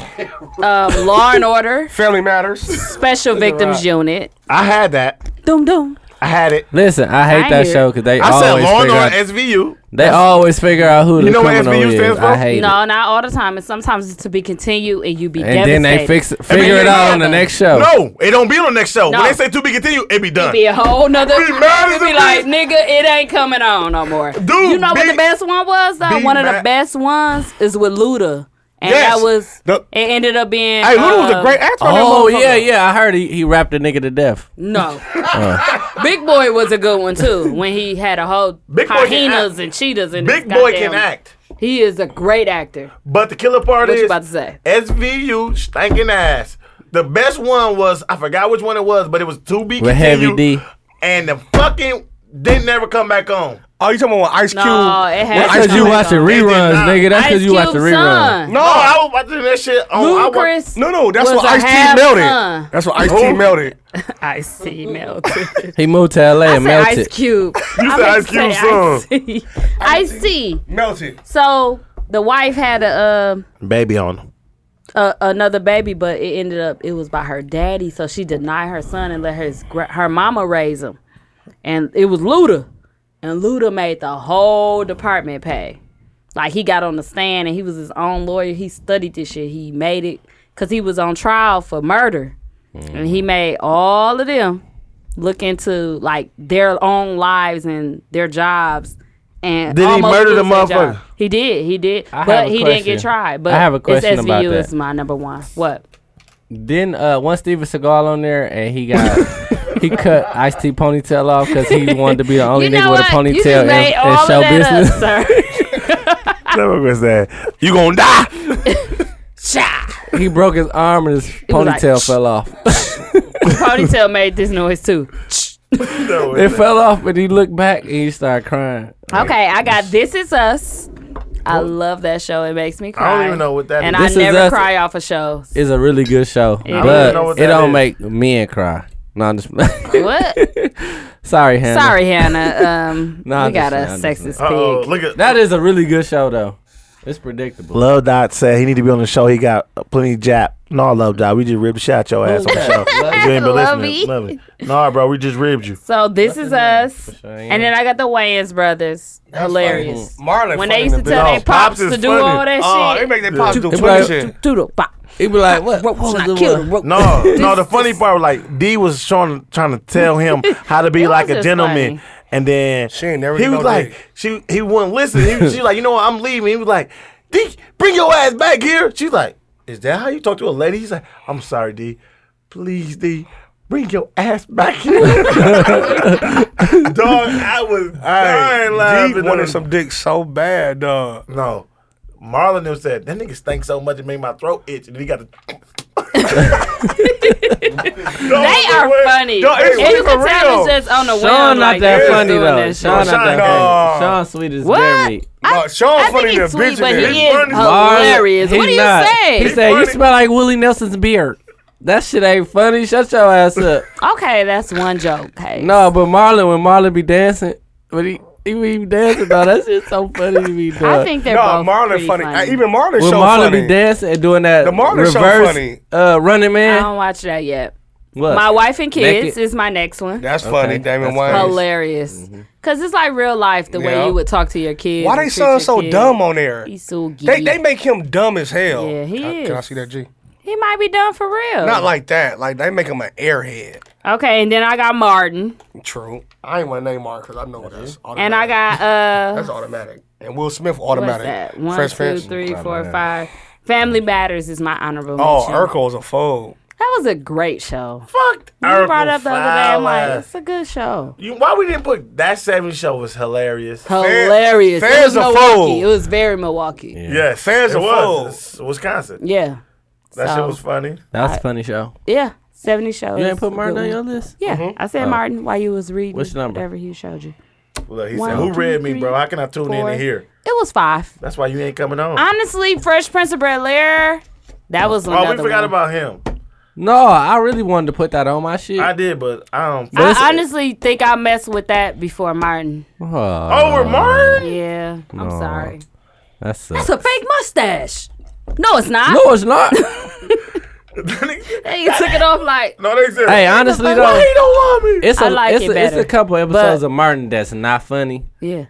um, Law and Order <laughs>
Family Matters.
Special Victims Unit.
I had that.
Doom doom.
I had it.
Listen, I hate
I
that
hear
show because they
I said
always
Law and
figure
Order
out,
SVU.
they always figure out who the
know what
criminal
SVU
is.
stands
I
for?
hate it.
No, not all the time. And sometimes it's to be continued, and you be
And
devastated.
then they fix it, figure
yeah,
it out on the
yeah.
next show.
No, it don't be on the next show.
No.
When they say to be continued, it be
It'd
done.
be a whole nother.
Be mad as
It'd be
a
like,
bitch.
nigga, it ain't coming on no more.
Dude,
you know what
be-
the best one was though?
be
One of the
mad.
best ones is with Luda, and
Yes.
that was.
The-
it ended up being.
Hey, Luda was
uh,
a great actor. on that
Oh
motherfucker.
yeah, yeah. I heard he, he rapped a nigga to death.
<laughs>
No, Big Boy was a good one too. When he had a whole
Uh. Big Boy can
hyenas
act.
and cheetahs and
Big boy can act.
He is a great actor.
But the killer part
What
is
you about to say?
SVU stinking ass. The best one was I forgot which one it was, but it was two B
With Heavy D.
and the fucking didn't never come back on.
Oh, you talking about Ice Cube?
No, it
That's
has
because you
come back
watching
on.
reruns,
not.
nigga. That's
Ice
because you watching
Cube's
reruns.
son.
No, I was watching that shit on. I wa- <laughs>
Ludacris
no, no, that's
was
what
a
Ice T
half
melted.
son.
That's what Ice T melted.
I see melted.
He moved to LA
I said
and melted.
Ice Cube. You
said Ice Cube's son.
I see.
Melted.
So the wife had a,
Baby on. him.
uh, a another baby, but it ended up it was by her daddy. So she denied her son and let her gra- her mama raise him, and it was Luda, and Luda made the whole department pay. Like he got on the stand and he was his own lawyer. He studied this shit. He made it because he was on trial for murder, and he
Mm-hmm.
made all of them look into like their own lives and their jobs. And
Did he
almost
murder the
lose their job.
motherfucker?
He did. He did.
I have
but
a
he didn't
question.
get tried. But
I have a question
it's SVU
about that.
is my number one. What?
Then uh, once Steven Seagal on there and
<laughs>
he got he cut Ice T ponytail off because he wanted to be the only
You
nigga
know
with a
what? You
ponytail
just
in,
made all
in
of
show
that
business.
<laughs> up,
<laughs>
sir.
Never was that. You gonna die.
Cha.
he broke his arm and his
was like,
ponytail fell off. <laughs>
Ponytail made this noise too.
it fell off and he looked back and he started crying.
Okay, I got This Is Us. I love that show. It makes me cry.
I don't even know what that
And
is.
I
Oh. This Is
never
Us-
cry off of shows.
It's a really good show,
don't
but
even know
what
it
that
don't
is.
make men cry. No, I'm just
<laughs>
<laughs>
What?
sorry, Hannah.
Sorry,
<laughs>
Hannah. Um,
Nah,
we
I'm
got
just
a
saying, I'm just
sexist
Oh,
pig.
look at
That is a really good show though. It's predictable.
Love Dot said he need to be on the show. He got plenty of jap. No, Love Dot, we just ribbed the shit out your ass on the show. you ain't been
E?
listening. Love it. No, bro, we just ribbed you.
So this is us.
sure, yeah.
And then I got the Wayans brothers. Hilarious.
Marlon
When they used to
funny
tell
No,
their pops
Pops is
to do
funny.
all that
Oh, they
shit.
make their pops do
It's
funny
like-
shit.
Do the pop.
He be like, "What?
Rope
what was
should
the
I kill the
one?
rope?
No, no. The funny part was like D was trying trying to tell him how to
<laughs>
be
It
like
was
a
just
gentleman,
funny.
and then
She ain't never
he
get
was
no
like
dick.
she he wouldn't listen. He, was- she like you know what I'm leaving. He was like D, bring your ass back here. She's like, is that how you talk to a lady? He's like, I'm sorry, D. Please, D. Bring your ass back here, <laughs> dog. I was dying
Hey,
laughing.
Deep wanted some dick so bad, dog.
no, Marlon them said that nigga stank so much it made my throat itch, and he got the.
They are funny.
Yo, it's
and you
for
can tell
real.
it's just on the way.
Sean not
like,
that
they're
funny
doing
though.
that
Sean not
shit.
that
No.
funny. Sean Sweet is
What?
very.
No, Sean
I
funny
think he's
than
sweet,
bitch.
but he
than-
is
funny.
hilarious.
Marlon,
What
he
do you
not. He
say?
said you
funny.
smell like Willie Nelson's beard. That shit ain't funny. Shut your ass up.
Okay, that's one joke. Hey.
no, but Marlon, when Marlon be dancing, but he he be dancing though. That shit so funny to me. Dog.
I think they're
No,
both
Marlon
pretty
funny.
funny.
Uh, Even Marlon
when
show
Marlon
funny.
be dancing and doing that
The Marlon
reverse
show funny.
Uh, running
I
man.
don't watch that yet.
What?
Um, My wife and kids
Naked?
is my next one.
That's funny,
Okay,
Damon
that's
Wayans.
Hilarious.
Mm-hmm.
Cause it's like real life the
Yeah.
way you would talk to your kids.
Why
and
they
treat
sound
your
so
kids.
dumb on there?
He's so
They
geeky.
they make him dumb as hell.
Yeah, he
can, I- Can I
is.
see that G?
he might be dumb for real.
Not like that. Like they make him an airhead.
okay, and then I got Martin,
True. I ain't want to name Mark because I know that's automatic.
and I got uh,
that's automatic. And Will Smith
what's
automatic.
that? One,
Fresh
two,
Prince.
three, four, five. Family Matters is my honorable mention.
Oh, Urkel was a fool.
That was a great show.
fucked.
You brought up the other day. I'm like, it's a good show.
You, why we didn't put that seven show was hilarious.
Hilarious.
Fair-
it was
fair's a
Milwaukee.
fool.
It was very Milwaukee. Yeah.
Yeah,
Fair's
it
a fool.
was. It's Wisconsin. That shit
So-
was funny.
That's a funny show.
Yeah. 70 shows.
You ain't put
Good
Martin on
one.
your list.
Yeah. I said Martin while you was reading
Which number?
whatever he showed you.
Look, he
One,
said, "Who
two,
read me,
three,
bro? How can I tune in
four.
and hear?"
It was five.
That's why you ain't coming on.
Honestly, Fresh Prince of Bel Air. That was another
oh, we forgot
one.
about him.
No, I really wanted to put that on my shit.
I did, but I don't.
Listen.
I honestly think I messed with that before Martin.
oh,
Over Martin.
Yeah, I'm sorry. <laughs>
that's <laughs>
It's a fake mustache. No, it's not.
no, it's not.
Hey, you took it off like
no, they said.
Hey, honestly though,
don't love me.
it's a
I like
it's,
it
a, it's a
better,
couple episodes
but-
of Martin that's not funny,
yeah,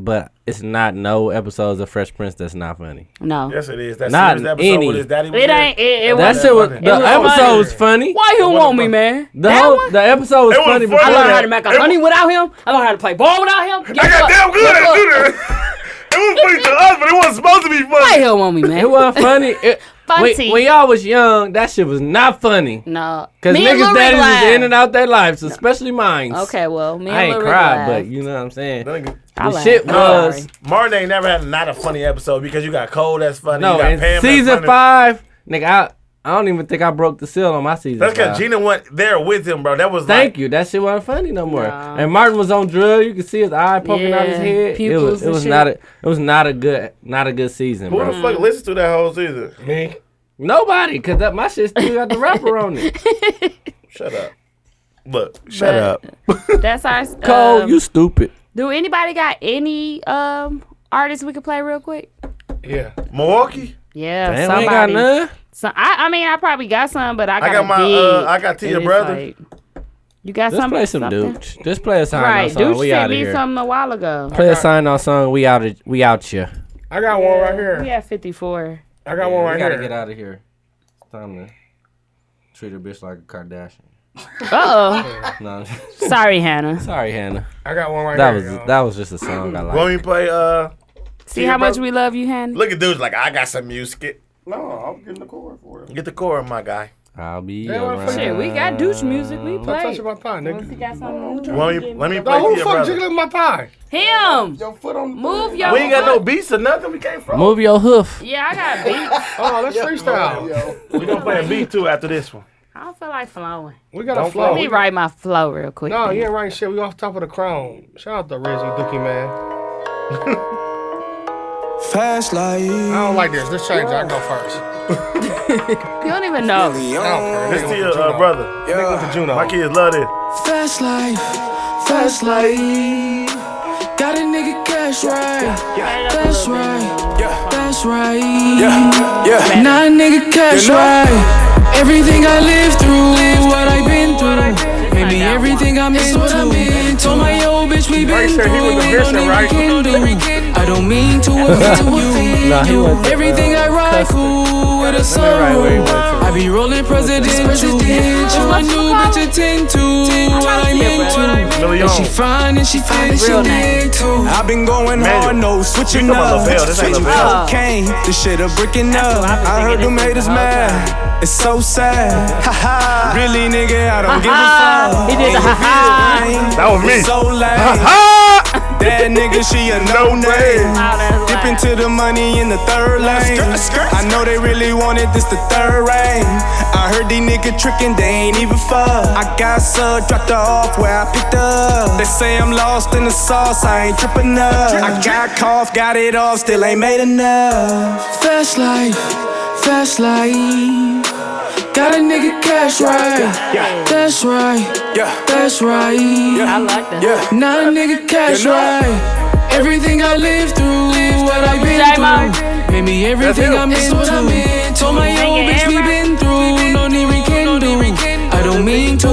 but it's not no episodes of Fresh Prince that's not funny.
no.
Yes, it is. That
Not
series episode
any.
with his daddy. was
It
there.
ain't. It, it
That
was.
shit was
funny.
the
It was
episode
funny.
was funny.
Why you don't
wasn't
want me,
funny.
man?
The whole the episode was
It was
funny.
funny.
before
I
I learned
that.
how to make a honey without him. I learned how to play ball without him.
I
Guess
got
what?
damn good
Guess
at
what?
doing that. <laughs> It was funny to us, but it wasn't supposed to be
Why the
funny.
hell want me, man? <laughs>
It <laughs> wasn't funny. It, when,
Funny.
when y'all was young, that shit was not funny.
No,
Cause
Me and
niggas
Lil Rick
daddies
laugh.
is in and out their lives, especially mine.
Okay, well, me and
I ain't
Lil Rick
cried,
laugh.
but you know what I'm saying. The
That nigga-
I laugh.
shit
I'm
was
sorry.
Martin ain't never had not a funny episode because you got cold that's funny. you
no
got
in
Pam that's
season
funny.
five, nigga. I I don't even think I broke the seal on my season.
That's because
five.
Gina went there with him, bro. That was
Thank
like,
you. That shit wasn't funny no more.
Nah.
And Martin was on drill. You could see his eye poking out his
Yeah,
head. It
pupils
was, it
and
was
shit.
not a it was not a good not a good season,
Who
bro.
the fuck listened to that whole season? Me.
Nobody, cause that my shit still got the rapper on it.
Shut up. Look,
Shut up.
That's our.
Cole,
um,
you stupid.
do anybody got any um artists we could play real quick?
yeah, Milwaukee.
Yeah,
Damn, I
somebody.
ain't got none.
So I, I mean, I probably got some, but I,
I
gotta
got my,
dig.
uh, I got Tia
And it's
Brother.
like, you got
Just
some.
play some
something?
dudes. Just play a sign
Right,
song.
dude
we
sent
out
me
here.
something a while ago.
Play a sign on song. We out. We out you.
I got one right here.
We at 54.
I got one right
we gotta
here.
get out of here. It's time to treat a bitch like a Kardashian.
<laughs>
Uh
No,
oh. Sorry, Hannah.
<laughs> sorry, Hannah.
I got one right
That was
here. y'all.
that was just a song I
Want
like.
me to play? Uh,
See how much we love you, Hannah?
look at dudes like I got some music.
No, I'm getting the cord for it.
Get the core, my guy.
I'll be
what the
around.
fuck?
Shit, we got douche music. We play.
Touch my thigh, nigga.
Let me, let me play
Dog, who
to
the
your
fuck
brother.
jiggling my thigh?
Him.
Your foot on the
Move your.
We ain't got no
foot.
beats or nothing. We came from.
Move your hoof.
Yeah, I got <laughs> beats.
<laughs> Oh, that's freestyle.
We gonna play a beat too after this one.
I don't feel like flowing.
We got a flow.
Let me write my flow real quick.
No,
then.
you ain't writing shit. We off top of the crown. Shout out to Rizzy Dookie, man.
<laughs> Fast life.
I don't like this. Let's change. it. I go first. I
You don't even know.
Young.
This to your uh, brother.
Nigga with the Juno.
My kids love this.
Fast life. Fast life. Got a nigga cash right. That's right. That's right. Yeah. Yeah. Not a nigga cash right. Everything I lived through is what I've been through. Maybe everything I'm into. What I'm into. Told my old bitch we been
said
through.
he was the mission,
ain't no nigga
right?
can do. I don't mean
<laughs>
to offend you.
Nah, he wasn't, uh,
Everything I ride cool with a
right where he went
sunroof.
to.
I be rolling presidential. I knew bitch attend to what I'm into.
Million.
And she fine and she fine and she
Real name.
dig too. I've been going
Manual. hard,
no switching
We talking about up, LaBelle, this ain't switching LaBelle. up,
cocaine. The shit of bricking up. I heard them haters mad. It's so sad. really, nigga, I don't give a fuck.
He did the ha ha.
That was me.
So lame. That nigga, she a no name. Dip into the money in the third lane. I know they really wanted this the third rain. I heard these niggas tricking, they ain't even fuck. I got sub, dropped her off where I picked up. They say I'm lost in the sauce, I ain't tripping up. I got cough, got it off, still ain't made enough. Fast life, fast life. Got a nigga cash right. That's right. Yeah. That's right.
I like that.
Not a nigga cash right. Everything I lived through is what I've been
J-Mo.
through. Made me everything I'm into. Told my old
Nigga,
bitch we
every-
been through. No need rekindle. I don't mean to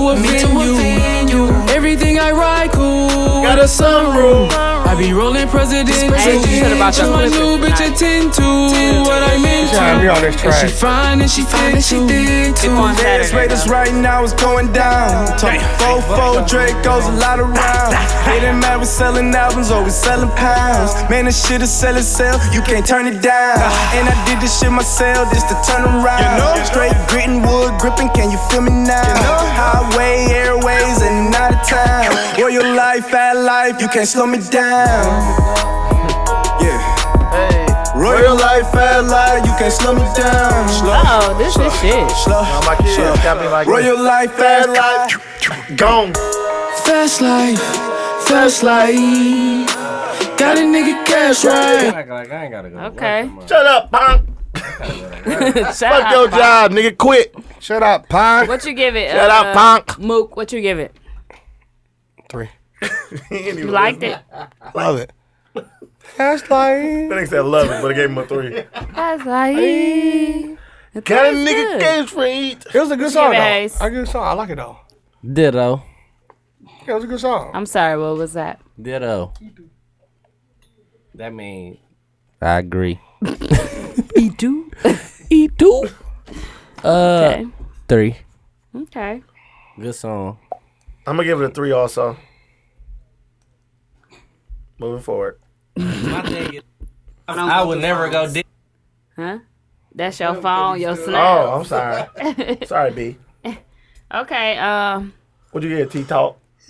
offend you. Everything I ride cool with a sunroof. I be rolling presidential.
Hey, you said about your
Told my
clippers
new bitch
tonight.
attend to what I meant
Damn,
to.
you're on this
And she
track.
fine and she fine and she thick too.
on Saturday,
Raiders right now is going down. Talking fofo, Draco's a lot around. It ain't matter, we selling albums or we selling pounds. Man, this shit is selling sell, you can't turn it down. And I did this shit myself, this the turnaround. Straight gritting wood, gripping, can you feel me now? Highway, airways, and out of town. Royal life, fat life, you can't slow me down. Yeah. Royal life, fat life, you can't slow me down. Slow,
Oh, this is shit.
slow,
My kids
slow.
got me like
Royal life, fast life.
life. Gone.
Fast life, fast life. Got a nigga cash right.
Like, like, I ain't gotta go.
Okay.
Shut up, punk. Fuck your
Ah.
job, nigga. Quit.
Shut up, punk.
What you give it? uh,
Shut up, punk.
Mook, what you give it?
Three.
You liked it?
Love it. That's like.
<laughs>
That nigga said love it, but it gave him a three.
That's like
Got a nigga cash for eat.
It was a good
Give
song.
it,
Though. I
Hayes.
a good song. I like it though.
Ditto.
Yeah, it was a good song.
I'm sorry, what was that?
Ditto. That means I
<laughs>
agree.
E
<laughs>
do.
E do. Uh,
Okay.
three.
Okay.
Good song.
I'm gonna give it a three also. Moving forward.
I would never go. Di-
Huh? That's your phone, your snap.
Oh, I'm sorry.
<laughs>
sorry, B. Oh.
Okay, um,
What'd you get, T Talk? <sighs>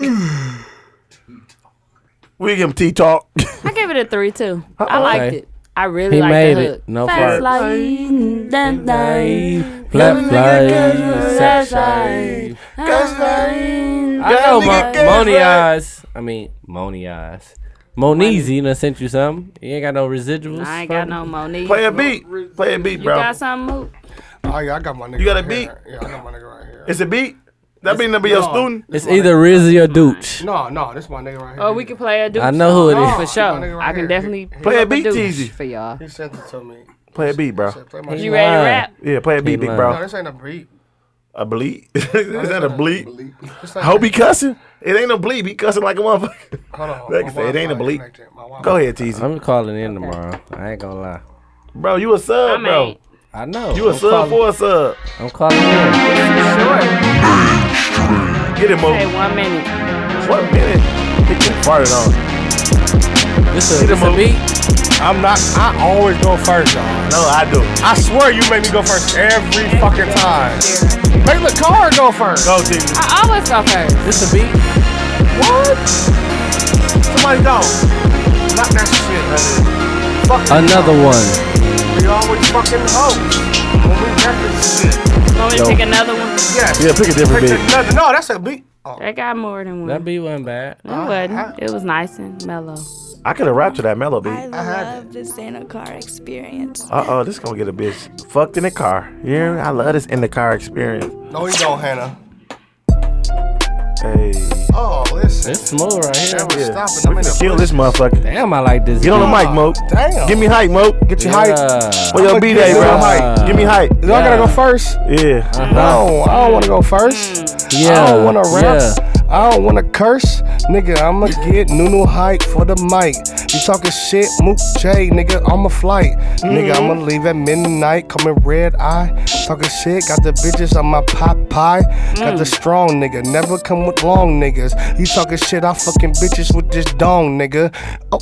we give him T <laughs> Talk.
I gave it a three too. I liked
Okay.
it. I really
He
liked
made
the
it.
hook.
No
Fast
flirt.
lightning, dun, dun.
Fly, flap, fly, sex, I know Mo- Moni eyes. I mean, Moni eyes. Monizy done sent you something. You ain't got no residuals.
I ain't got no money.
Play a beat. Play a beat,
You
bro.
got something move?
Oh yeah, I got my nigga.
You got a
right
beat?
here. Yeah, I got my nigga right here.
It's a beat. That beat number your
no.
student.
It's either Rizzy or Dooch.
No, no, this my nigga right here.
Oh, we can play a dude.
I know who it
for
is.
My
sure.
nigga right
I
here.
can definitely
Play a
up
beat,
douche
Teezy.
for y'all.
He sent it to me.
Play a beat, bro.
Play my
You
shit.
ready to
lying.
rap?
Yeah, play a beat, big
lying.
bro.
No, this ain't a beat.
A bleep? <laughs> Is that a bleep?
This ain't-
Hope he cussing. It ain't no bleep. He cussing like a motherfucker.
Hold on.
Like I
my
said, it ain't a
Wi-Fi
bleep.
connected, my Wi-Fi.
Go ahead, TZ.
I'm calling in tomorrow. I ain't gonna lie.
Bro, you a
I
sub, bro.
mean,
I know.
You a
I'm
sub
calling-
for a sub.
I'm calling in.
Get him
hey,
over.
one minute.
One minute. He get farted on.
This a,
Hit
this
'em
a
up.
beat.
I'm not. I always go first, y'all.
No, I do.
I swear you make me go first every fucking time. Make the car go first.
Go, TZ.
I always go first.
This a beat.
Somebody go. Not that shit. man. Fuck that
Another
song.
one.
We always fucking hoes when we reference shit.
Want me to pick another one?
Yes.
Yeah, pick a different
Pick
beat.
another. No, that's a beat. Oh,
That got more than one.
That beat wasn't bad.
it wasn't. It was nice and mellow.
I could have rapped to that melody. Uh
I have it.
this in a car experience.
oh, this gonna get a bitch fucked in the car. You hear me? I love this in the car experience.
No, you don't, Hannah.
Hey,
Oh, listen.
It's smooth right here.
Never
yeah.
stopping. Oh, I'm
we
in
finna
the
kill this motherfucker.
Damn, I like this.
Get on the
beat.
mic, Moke.
Damn.
Give me hype, Moke. Get your hype.
Yeah.
Where your
I'ma
B
give
day,
you
bro?
some hype.
Give me hype.
Do I gotta go first? Mm.
Yeah.
No, I don't wanna go first. I don't wanna rap. I don't wanna curse. Nigga, I'ma get Nunu hype for the mic. You talking shit, Mook J, nigga, I'm a flight. Nigga, I'ma leave at midnight, coming red eye. Talking shit, got the bitches on my pop pie. Got the strong nigga, never come with long niggas. You talking shit, I fucking bitches with this dong, nigga. Oh.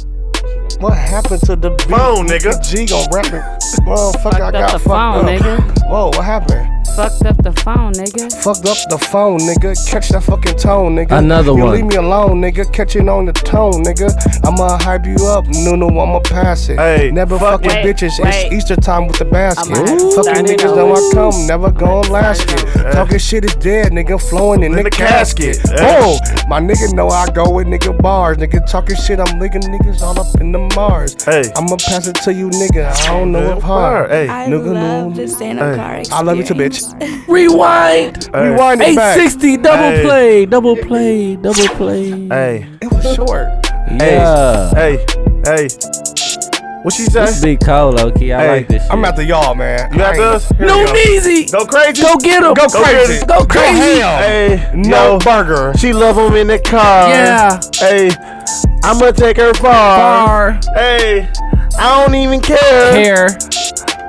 What happened to the beat?
Phone, nigga.
G gon' rap it. Motherfucker, I
Fucked up
got
the
fucked
phone,
up.
nigga.
Whoa, what happened?
Fucked up the phone, nigga.
Fucked up the phone, nigga. Catch that fucking tone, nigga.
Another
you
one.
Leave me alone, nigga. Catching on the tone, nigga. I'ma hype you up, Nunu. I'ma pass it.
Hey,
never
fuck
fucking
it.
bitches. It's
Wait.
Easter time with the basket.
I'ma have to start
Fucking
it
niggas know I
over.
come. Never gon' last it. Talking shit is dead, nigga. Flowing in,
In
the,
the
casket.
casket.
Boom. My nigga know I go with nigga bars. Nigga talking shit. I'm licking niggas all up in the Mars.
Hey.
I'ma pass it to you, nigga. I don't know if hard.
Hey,
I
Nigga,
love
no.
this in a car experience.
I love you too, bitch.
Rewind.
hey,
Rewind it back.
860 double
Hey.
play, double play, double play.
Hey,
It was short.
Yeah.
hey, hey. What she say?
This big cold, low key. I
Hey,
like this. Shit.
I'm after y'all, man.
You
I
after
ain't-
us? Here
no
we go.
easy.
Go crazy.
Go get him.
Go crazy.
Go crazy.
Hey,
No
yo,
burger.
she love him in the car.
Yeah.
Hey, I'ma take her far.
Bar.
Hey, I don't even care.
Hair.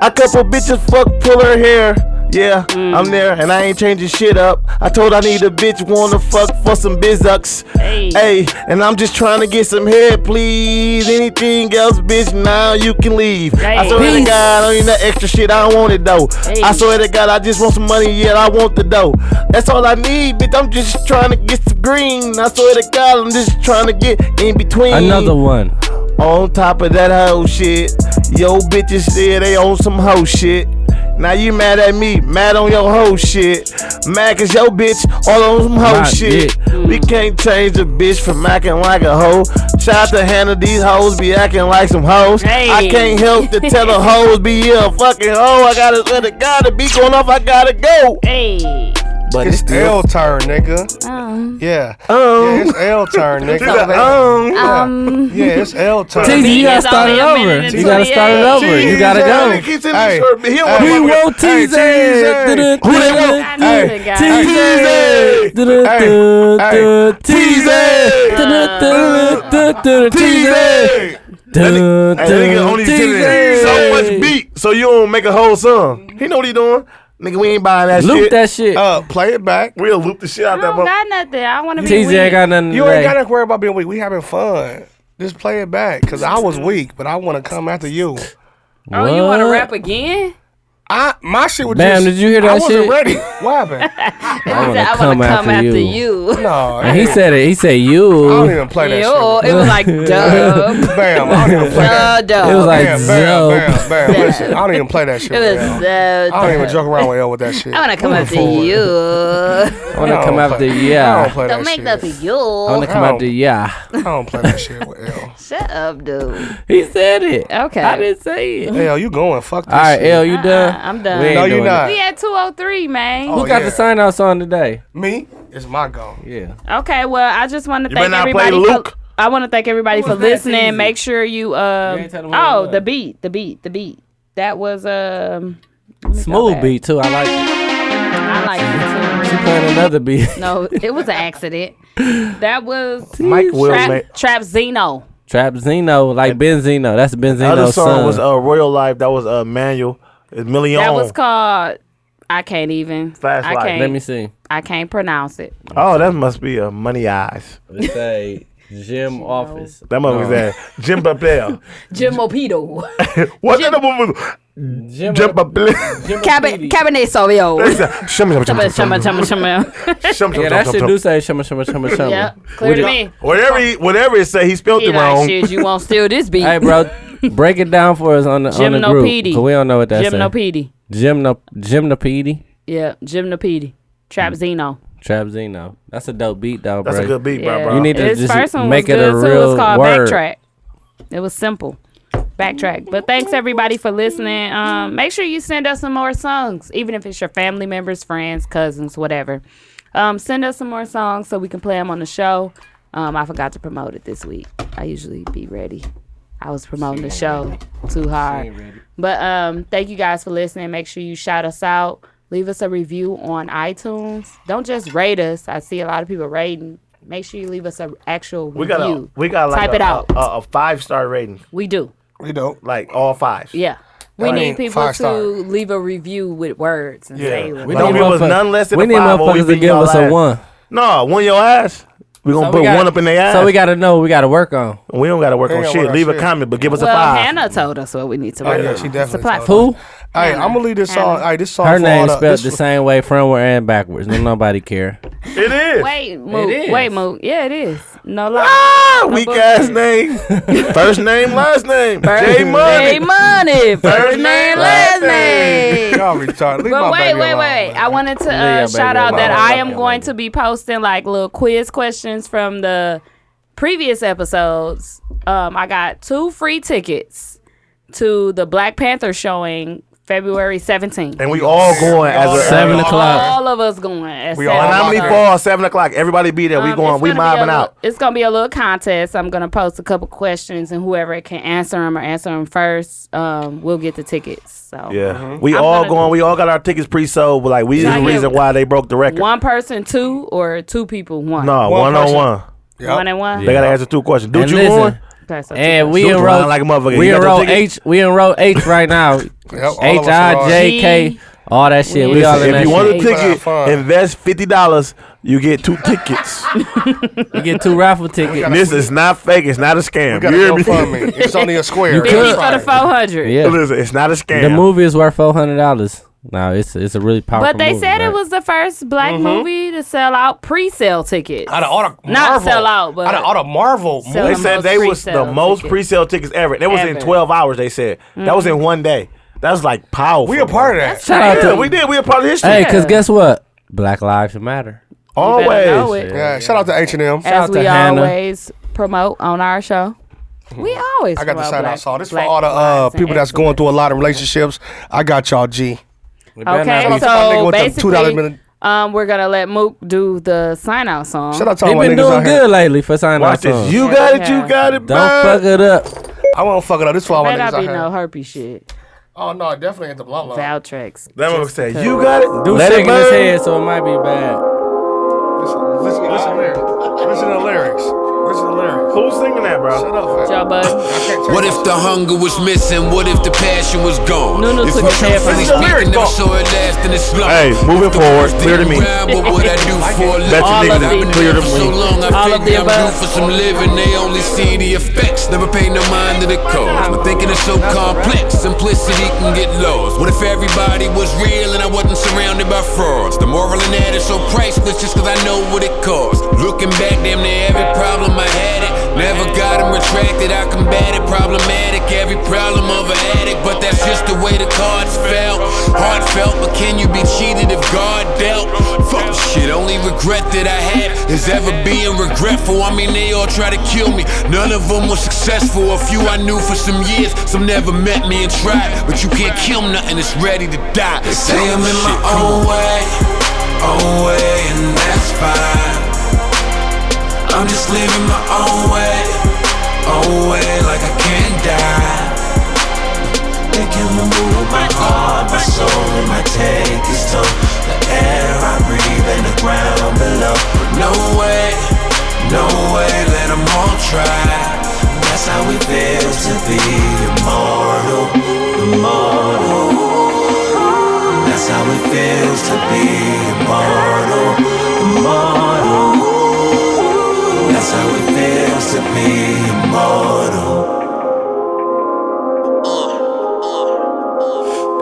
A couple bitches fuck pull her hair. Yeah,
Mm.
I'm there and I ain't changing shit up. I told I need a bitch wanna fuck for some bizucks.
Hey.
Hey, and I'm just trying to get some head, please. Anything else, bitch, now you can leave. I
Hey.
swear
Peace.
to God, I don't need that extra shit. I don't want it though. I
Hey.
swear to God, I just want some money. Yeah, I want the dough. That's all I need, bitch. I'm just trying to get some green. I swear to God, I'm just trying to get in between.
Another one.
On top of that hoe shit, yo bitches there, they on some hoe shit. Now you mad at me, mad on your hoe shit. Mad cause yo bitch all on some hoe
Not
shit. We can't change a bitch from acting like a hoe. Shout out to Hannah, these hoes be acting like some hoes. I
Hey.
can't help to tell the hoes be yeah, a fucking hoe. I gotta let it gotta be going off, I gotta go.
Hey.
But
it's
it's still-
L turn, nigga.
Um.
Yeah. yeah, it's L turn,
<laughs>
nigga. yeah.
Um.
yeah, it's L turn.
TZ, you gotta start it over. You gotta start it over. You gotta go.
Hey,
We want TZ. Dun-dun,
Who they
dun-dun.
want? Hey,
TZ. Dun-dun, dun, dun, TZ. Dun-dun, dun, dun, dun, TZ. Dun,
Hey, that nigga
dun,
only
TZ.
did so much beat, so you don't make a whole song. He know what he doing. Nigga, we ain't buying that
Loop
shit.
that shit.
Oh,
uh, play it back.
We'll loop the shit out
I
that
don't
motherfucker.
got nothing. I want to be
TZ ain't
weak.
got nothing to
You ain't
say.
gotta worry about being weak. We having fun. Just play it back, cause I was weak, but I want to come after you.
Oh, you want to
What?
rap again?
I my shit was
Bam,
just.
did you hear that
I wasn't
shit? <laughs>
ready. What happened?
<laughs>
I
I
wanna
want to
come after you.
you.
No,
And <laughs> he said it. He said you.
I don't even play that
Yo,
shit.
it was
<laughs>
like dub,
Bam, I don't even play that.
duh, duh.
It was <laughs> like
Bam,
Zoe.
bam,
<laughs>
bam, bam. Listen, I don't even play that shit.
It was
Bam.
so
oh,
I don't
<laughs>
even
dope.
joke around with L with that shit.
I wanna come
Moving
up to
forward.
you.
<laughs>
I wanna
I don't
come after
play- I don't
yeah.
play
Don't
that
make
shit.
that for you.
oh,
I wanna come
I
after
don't-
yeah.
I don't play that shit with L. <laughs>
Shut up, dude.
He said it.
Okay.
I didn't say it.
L, you going? Fuck this
All right,
shit.
L, you
Uh-uh,
done?
I'm done.
Uh, We ain't
No, you
doing it.
not.
We at 203, man.
Oh,
Who got
yeah.
the sign out song today?
Me? It's my go.
Yeah.
Okay, well, I just want to
better
thank
not play
everybody.
Luke.
For, I want to thank everybody for
was that,
listening.
TZ?
Make sure you um
You ain't tell them what it
oh
was.
the beat, the beat, the beat. That was um
Smooth
back.
beat too. I like it.
I like
<laughs>
it
She playing another beat.
Who- No, it was an accident.
too. That was
Mike will make.
Trap, Trap Zeno.
<laughs> Trap Zeno, like Ben Zeno. That's Ben
The other
Zeno's
song
son.
was uh, Royal Life. That was uh, Manual. It's Million.
That was called I can't even.
Fast
I
Life.
can't.
Let me see.
I can't pronounce it.
Oh, that must be a Money Eyes.
It say Jim Office.
That
No.
motherfucker said Jim
<laughs>
Papel.
Jim
<laughs>
Mopedo.
What that motherfucker?
Jim,
Jim Papel.
Jim
Cabin,
<laughs>
Petty.
Cabernet Sauvignon.
Shum shum shum
Chumma,
shum
chumma, chumma,
<laughs>
chumma.
shum
Yeah, that shit do
shum.
say shama shama shama
<laughs>
shama.
yeah, clear to me.
Whatever he, whatever it say, he spelled
He
it
like,
wrong.
shit, you won't steal this
<laughs>
beat.
Hey, bro, break it down for us on the on the group.
Gymnopedi.
'cause We don't know what that's.
Gymnopedi.
Gymnop Gymnopedi.
Yeah, Gymnopedi. Trap Zeno.
Trap Zeno. That's a dope beat though, bro.
That's a good beat, bro.
Yeah.
bro.
You need to
His
just
first one
make
was
it
good
a
too.
real
It's called
word.
Backtrack. It was simple. Backtrack. But thanks everybody for listening. Um, make sure you send us some more songs, even if it's your family members, friends, cousins, whatever. Um, send us some more songs so we can play them on the show. Um, I forgot to promote it this week. I usually be ready. I was promoting the show too hard. But um, thank you guys for listening. Make sure you shout us out. Leave us a review on iTunes. Don't just rate us. I see a lot of people rating. Make sure you leave us an actual
we
review.
got a, we got like
Type
a,
it out.
a, a five star rating,
we do.
We don't.
like all fives.
Yeah. We
I
need
mean,
people
five
to
star.
leave a review with words and say
Yeah.
what
We
it
don't
is.
give us
motherfuckers-
none less than
we
a
need
five. or we
motherfuckers to
beat
give
y'all
us a
ass.
one.
No, one your ass. We gonna
So
put
we got-
one up in their ass.
So we got to know what we got to work on.
We don't gotta work
We
on
don't
shit.
work on
Leave a
shit.
comment, but give us a
Well,
five.
Hannah told us what we need to
Oh
work
yeah,
on.
she
It's a
definitely.
platform.
Who?
Hey, I'm gonna leave this song. Hey, this song.
Her
for
name
all the-
spelled
this
the
for-
same way frontward and backwards. Don't nobody care.
It is.
Wait, Mook.
is.
Wait, Mook. Yeah, it is. No lie.
Ah,
No
weak
bullshit. <laughs>
ass name. First name, last name. J
Hey,
Money.
money.
First
First name, last name.
Y'all retarded. Leave my
But wait,
baby
wait,
alone,
wait.
man.
I wanted to uh,
Yeah, baby,
shout out
my
that
bad,
I
my
am
bad,
going
baby.
to be posting like little quiz questions from the previous episodes. Um, I got two free tickets to the Black Panther showing February 17th.
And we all going as a
Seven
And
o'clock.
All of us going. At
We
seven
all
I'm
o'clock.
me
Okay.
fall seven o'clock. Everybody be there. we
Um,
going.
it's
We
gonna be a
mobbing
little-
out.
It's gonna be a little contest. I'm gonna post a couple questions, and whoever can answer them or answer them first, um, will get the tickets. So
Yeah, we
Mm-hmm.
I'm
all
gonna-
going. We all got our tickets pre-sold. But like, we
Yeah,
is the
yeah.
reason why they broke the record.
one person two or two people one.
no,
One
one on
person.
one.
Yep.
one and one.
They gotta answer two questions. Dude,
And
you
listen,
on?
Okay, so two
And we
Dude,
enroll
lying like a motherfucker.
We
You got
enroll
your ticket?
H. We enroll H right
<laughs>
now.
Yep, all
H
of us
I
are
J K.
G.
All that shit. We
Listen,
all in
If
that
you want a
shit.
Hey,
but I
ticket,
fine.
invest fifty dollars. You get two tickets.
You get two raffle tickets.
<laughs> this is not fake. It's not a
We
scam. You
gotta
hear
go
me?
fund me. It's only a square.
You
Fifty
It's
could.
for the
fine.
four hundred.
Yeah.
Listen, it's not a scam.
The movie is worth four hundred dollars. No, it's it's a really powerful.
But they
movie,
said
right?
it was the first black movie to sell out pre-sale tickets.
Mm-hmm. Out of all the
Not
Marvel-
sell out, but
out of all the Marvel
Sell
They
the
movies,
said
most
they was the
pre-sale
most
tickets.
pre-sale tickets ever. That was in
Ever.
12 hours. They said that was in one day. That was like powerful.
we a part of that.
Shout out
Yeah,
to
we did. We a part of history.
Hey, cause guess what? Black lives matter.
You better know
Always.
it,
yeah, shout out to H and M.
Shout out
As
to
we
Hannah.
always promote on our show. We always.
Mm-hmm. I got the
promote
side
black-
I saw. This for
black
all the uh,
lives and
people that's going through a lot of relationships. I got y'all G.
We better
Okay,
not be-
Shout out to my nigga
so
with the $2
basically,
million-
Um, we're gonna let Mook do the sign out song.
Shout out to
They
all my
been
niggas
doing
out here.
good lately for signing
Watch
our
this.
songs.
You got it, you got it,
Don't fuck it up.
I won't fuck it up. This is for all my
Better
niggas
not
out
be
here.
no herpes shit.
Oh no, it definitely ain't the blah blah.
Valtrex.
That motherfucker
Just
said,
because.
"You got it."
Let
Say
it get his
bird.
head, so it might be bad.
Listen, listen, listen, to lyrics. Listen to the lyrics. Listen to the lyrics.
Who's singing that, bro?
Shut up, fam.
Y'all bud.
What if the hunger was missing? What if the passion was gone?
No, no,
if
took
we
his hand from
truthfully
his- Lyric
speaking, never
gone.
saw it last in the slump.
Hey, moving forward, clear to me.
What would I do for a living?
Bet you
niggas
I've been
is
clear
here
to
for so
me.
long, I
All of the
figure I'm due
above.
for some living. They only see the effects, never pay no mind to the cause. My thinking is so complex, simplicity can get lost. What if everybody was real and I wasn't surrounded by frauds? The moral in that is so priceless just cause I know what it costs. Looking back, damn near every problem I had it. Never got 'em retracted, I combat it. Problematic, every problem of an addict, but that's just the way the cards fell. Heartfelt, but can you be cheated if God dealt? Fuck shit, only regret that I had is ever being regretful. I mean, they all try to kill me. None of them was successful. A few I knew for some years, some never met me and tried. But you can't kill nothing that's ready to die. They say I'm in my own way, own way, and that's fine. I'm just living my own way, own way, like I can't die. They can remove my heart, my soul, and my take is tough. The air I breathe and the ground below. No way, no way, let 'em all try. That's how it feels to be immortal, immortal. That's how it feels to be immortal, immortal. That's how it feels to be immortal.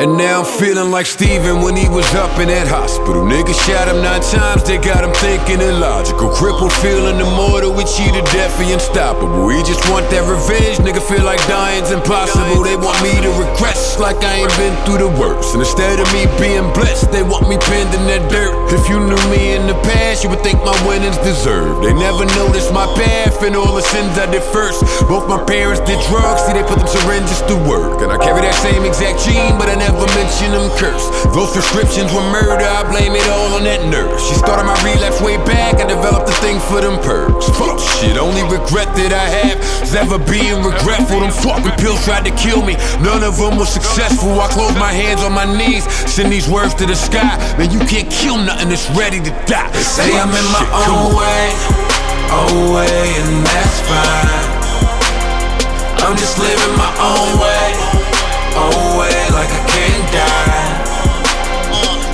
And now I'm feeling like Steven when he was up in that hospital. Niggas shot him nine times, they got him thinking illogical. Crippled, feeling immortal, we cheated death, he unstoppable. He just want that revenge, nigga feel like dying's impossible. They want me to regress like I ain't been through the worst. And instead of me being blessed, they want me pinned in that dirt. If you knew me in the past, you would think my winnings deserved. They never noticed my path and all the sins I did first. Both my parents did drugs, see they put them syringes to work. And I carry that same exact gene, but I never mention them curse. Those prescriptions were murder, I blame it all on that nurse. She started my relapse way back, I developed a thing for them perks. Fuck shit, only regret that I have is ever being regretful. Them fucking pills tried to kill me, none of them was successful. I closed my hands on my knees, send these words to the sky. Man, you can't kill nothing that's ready to die. They say I'm in my own way, own way, and that's fine. I'm just living my own way, own way, like I can't die.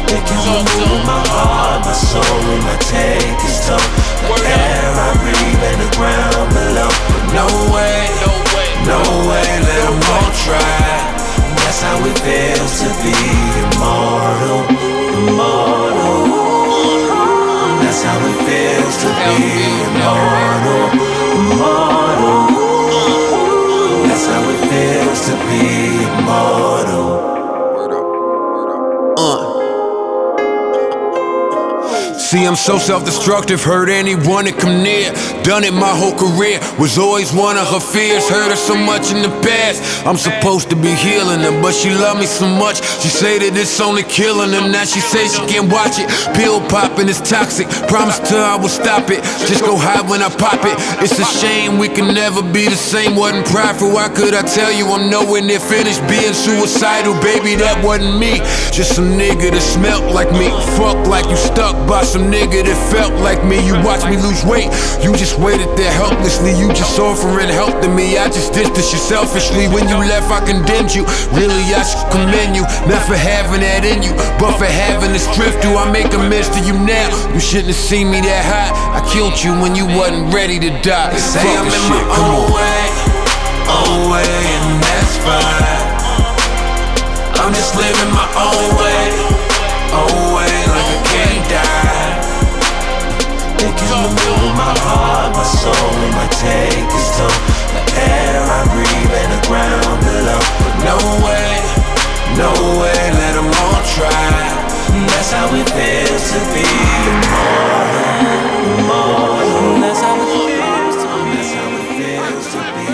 They can remove my heart, my soul, and my take is tough. The air I breathe and the ground below. But no way, no way, let 'em all try. That's how it feels to be immortal, immortal. That's how it feels to be immortal, immortal. That's how it feels to be immortal. Word up, word up. See, I'm so self-destructive, hurt anyone that come near. Done it my whole career, was always one of her fears. Hurt her so much in the past. I'm supposed to be healing her, but she loved me so much. She say that it's only killing her. Now she say she can't watch it. Pill popping is toxic. Promised her I will stop it. Just go high when I pop it. It's a shame we can never be the same. Wasn't prideful. Why could I tell you I'm nowhere near finished being suicidal? Baby, that wasn't me. Just some nigga that smelt like me. Fuck like you stuck by some nigga that felt like me. You watched me lose weight. You just waited there helplessly. You just offering help to me. I just distanced you selfishly. When you left, I condemned you. Really, I should commend you. Not for having that in you, but for having this drift to. I make amends to you now. You shouldn't have seen me that high. I killed you when you wasn't ready to die. Say I'm in my own way, own way, and that's fine. I'm just living my own way, own way, like I can't die. They can remove my heart, my soul, and my take is tough. The air I breathe and the ground below. But no way, no way, let 'em all try. That's how it feels to be immortal, immortal. That's how it feels to be. That's how it feels to be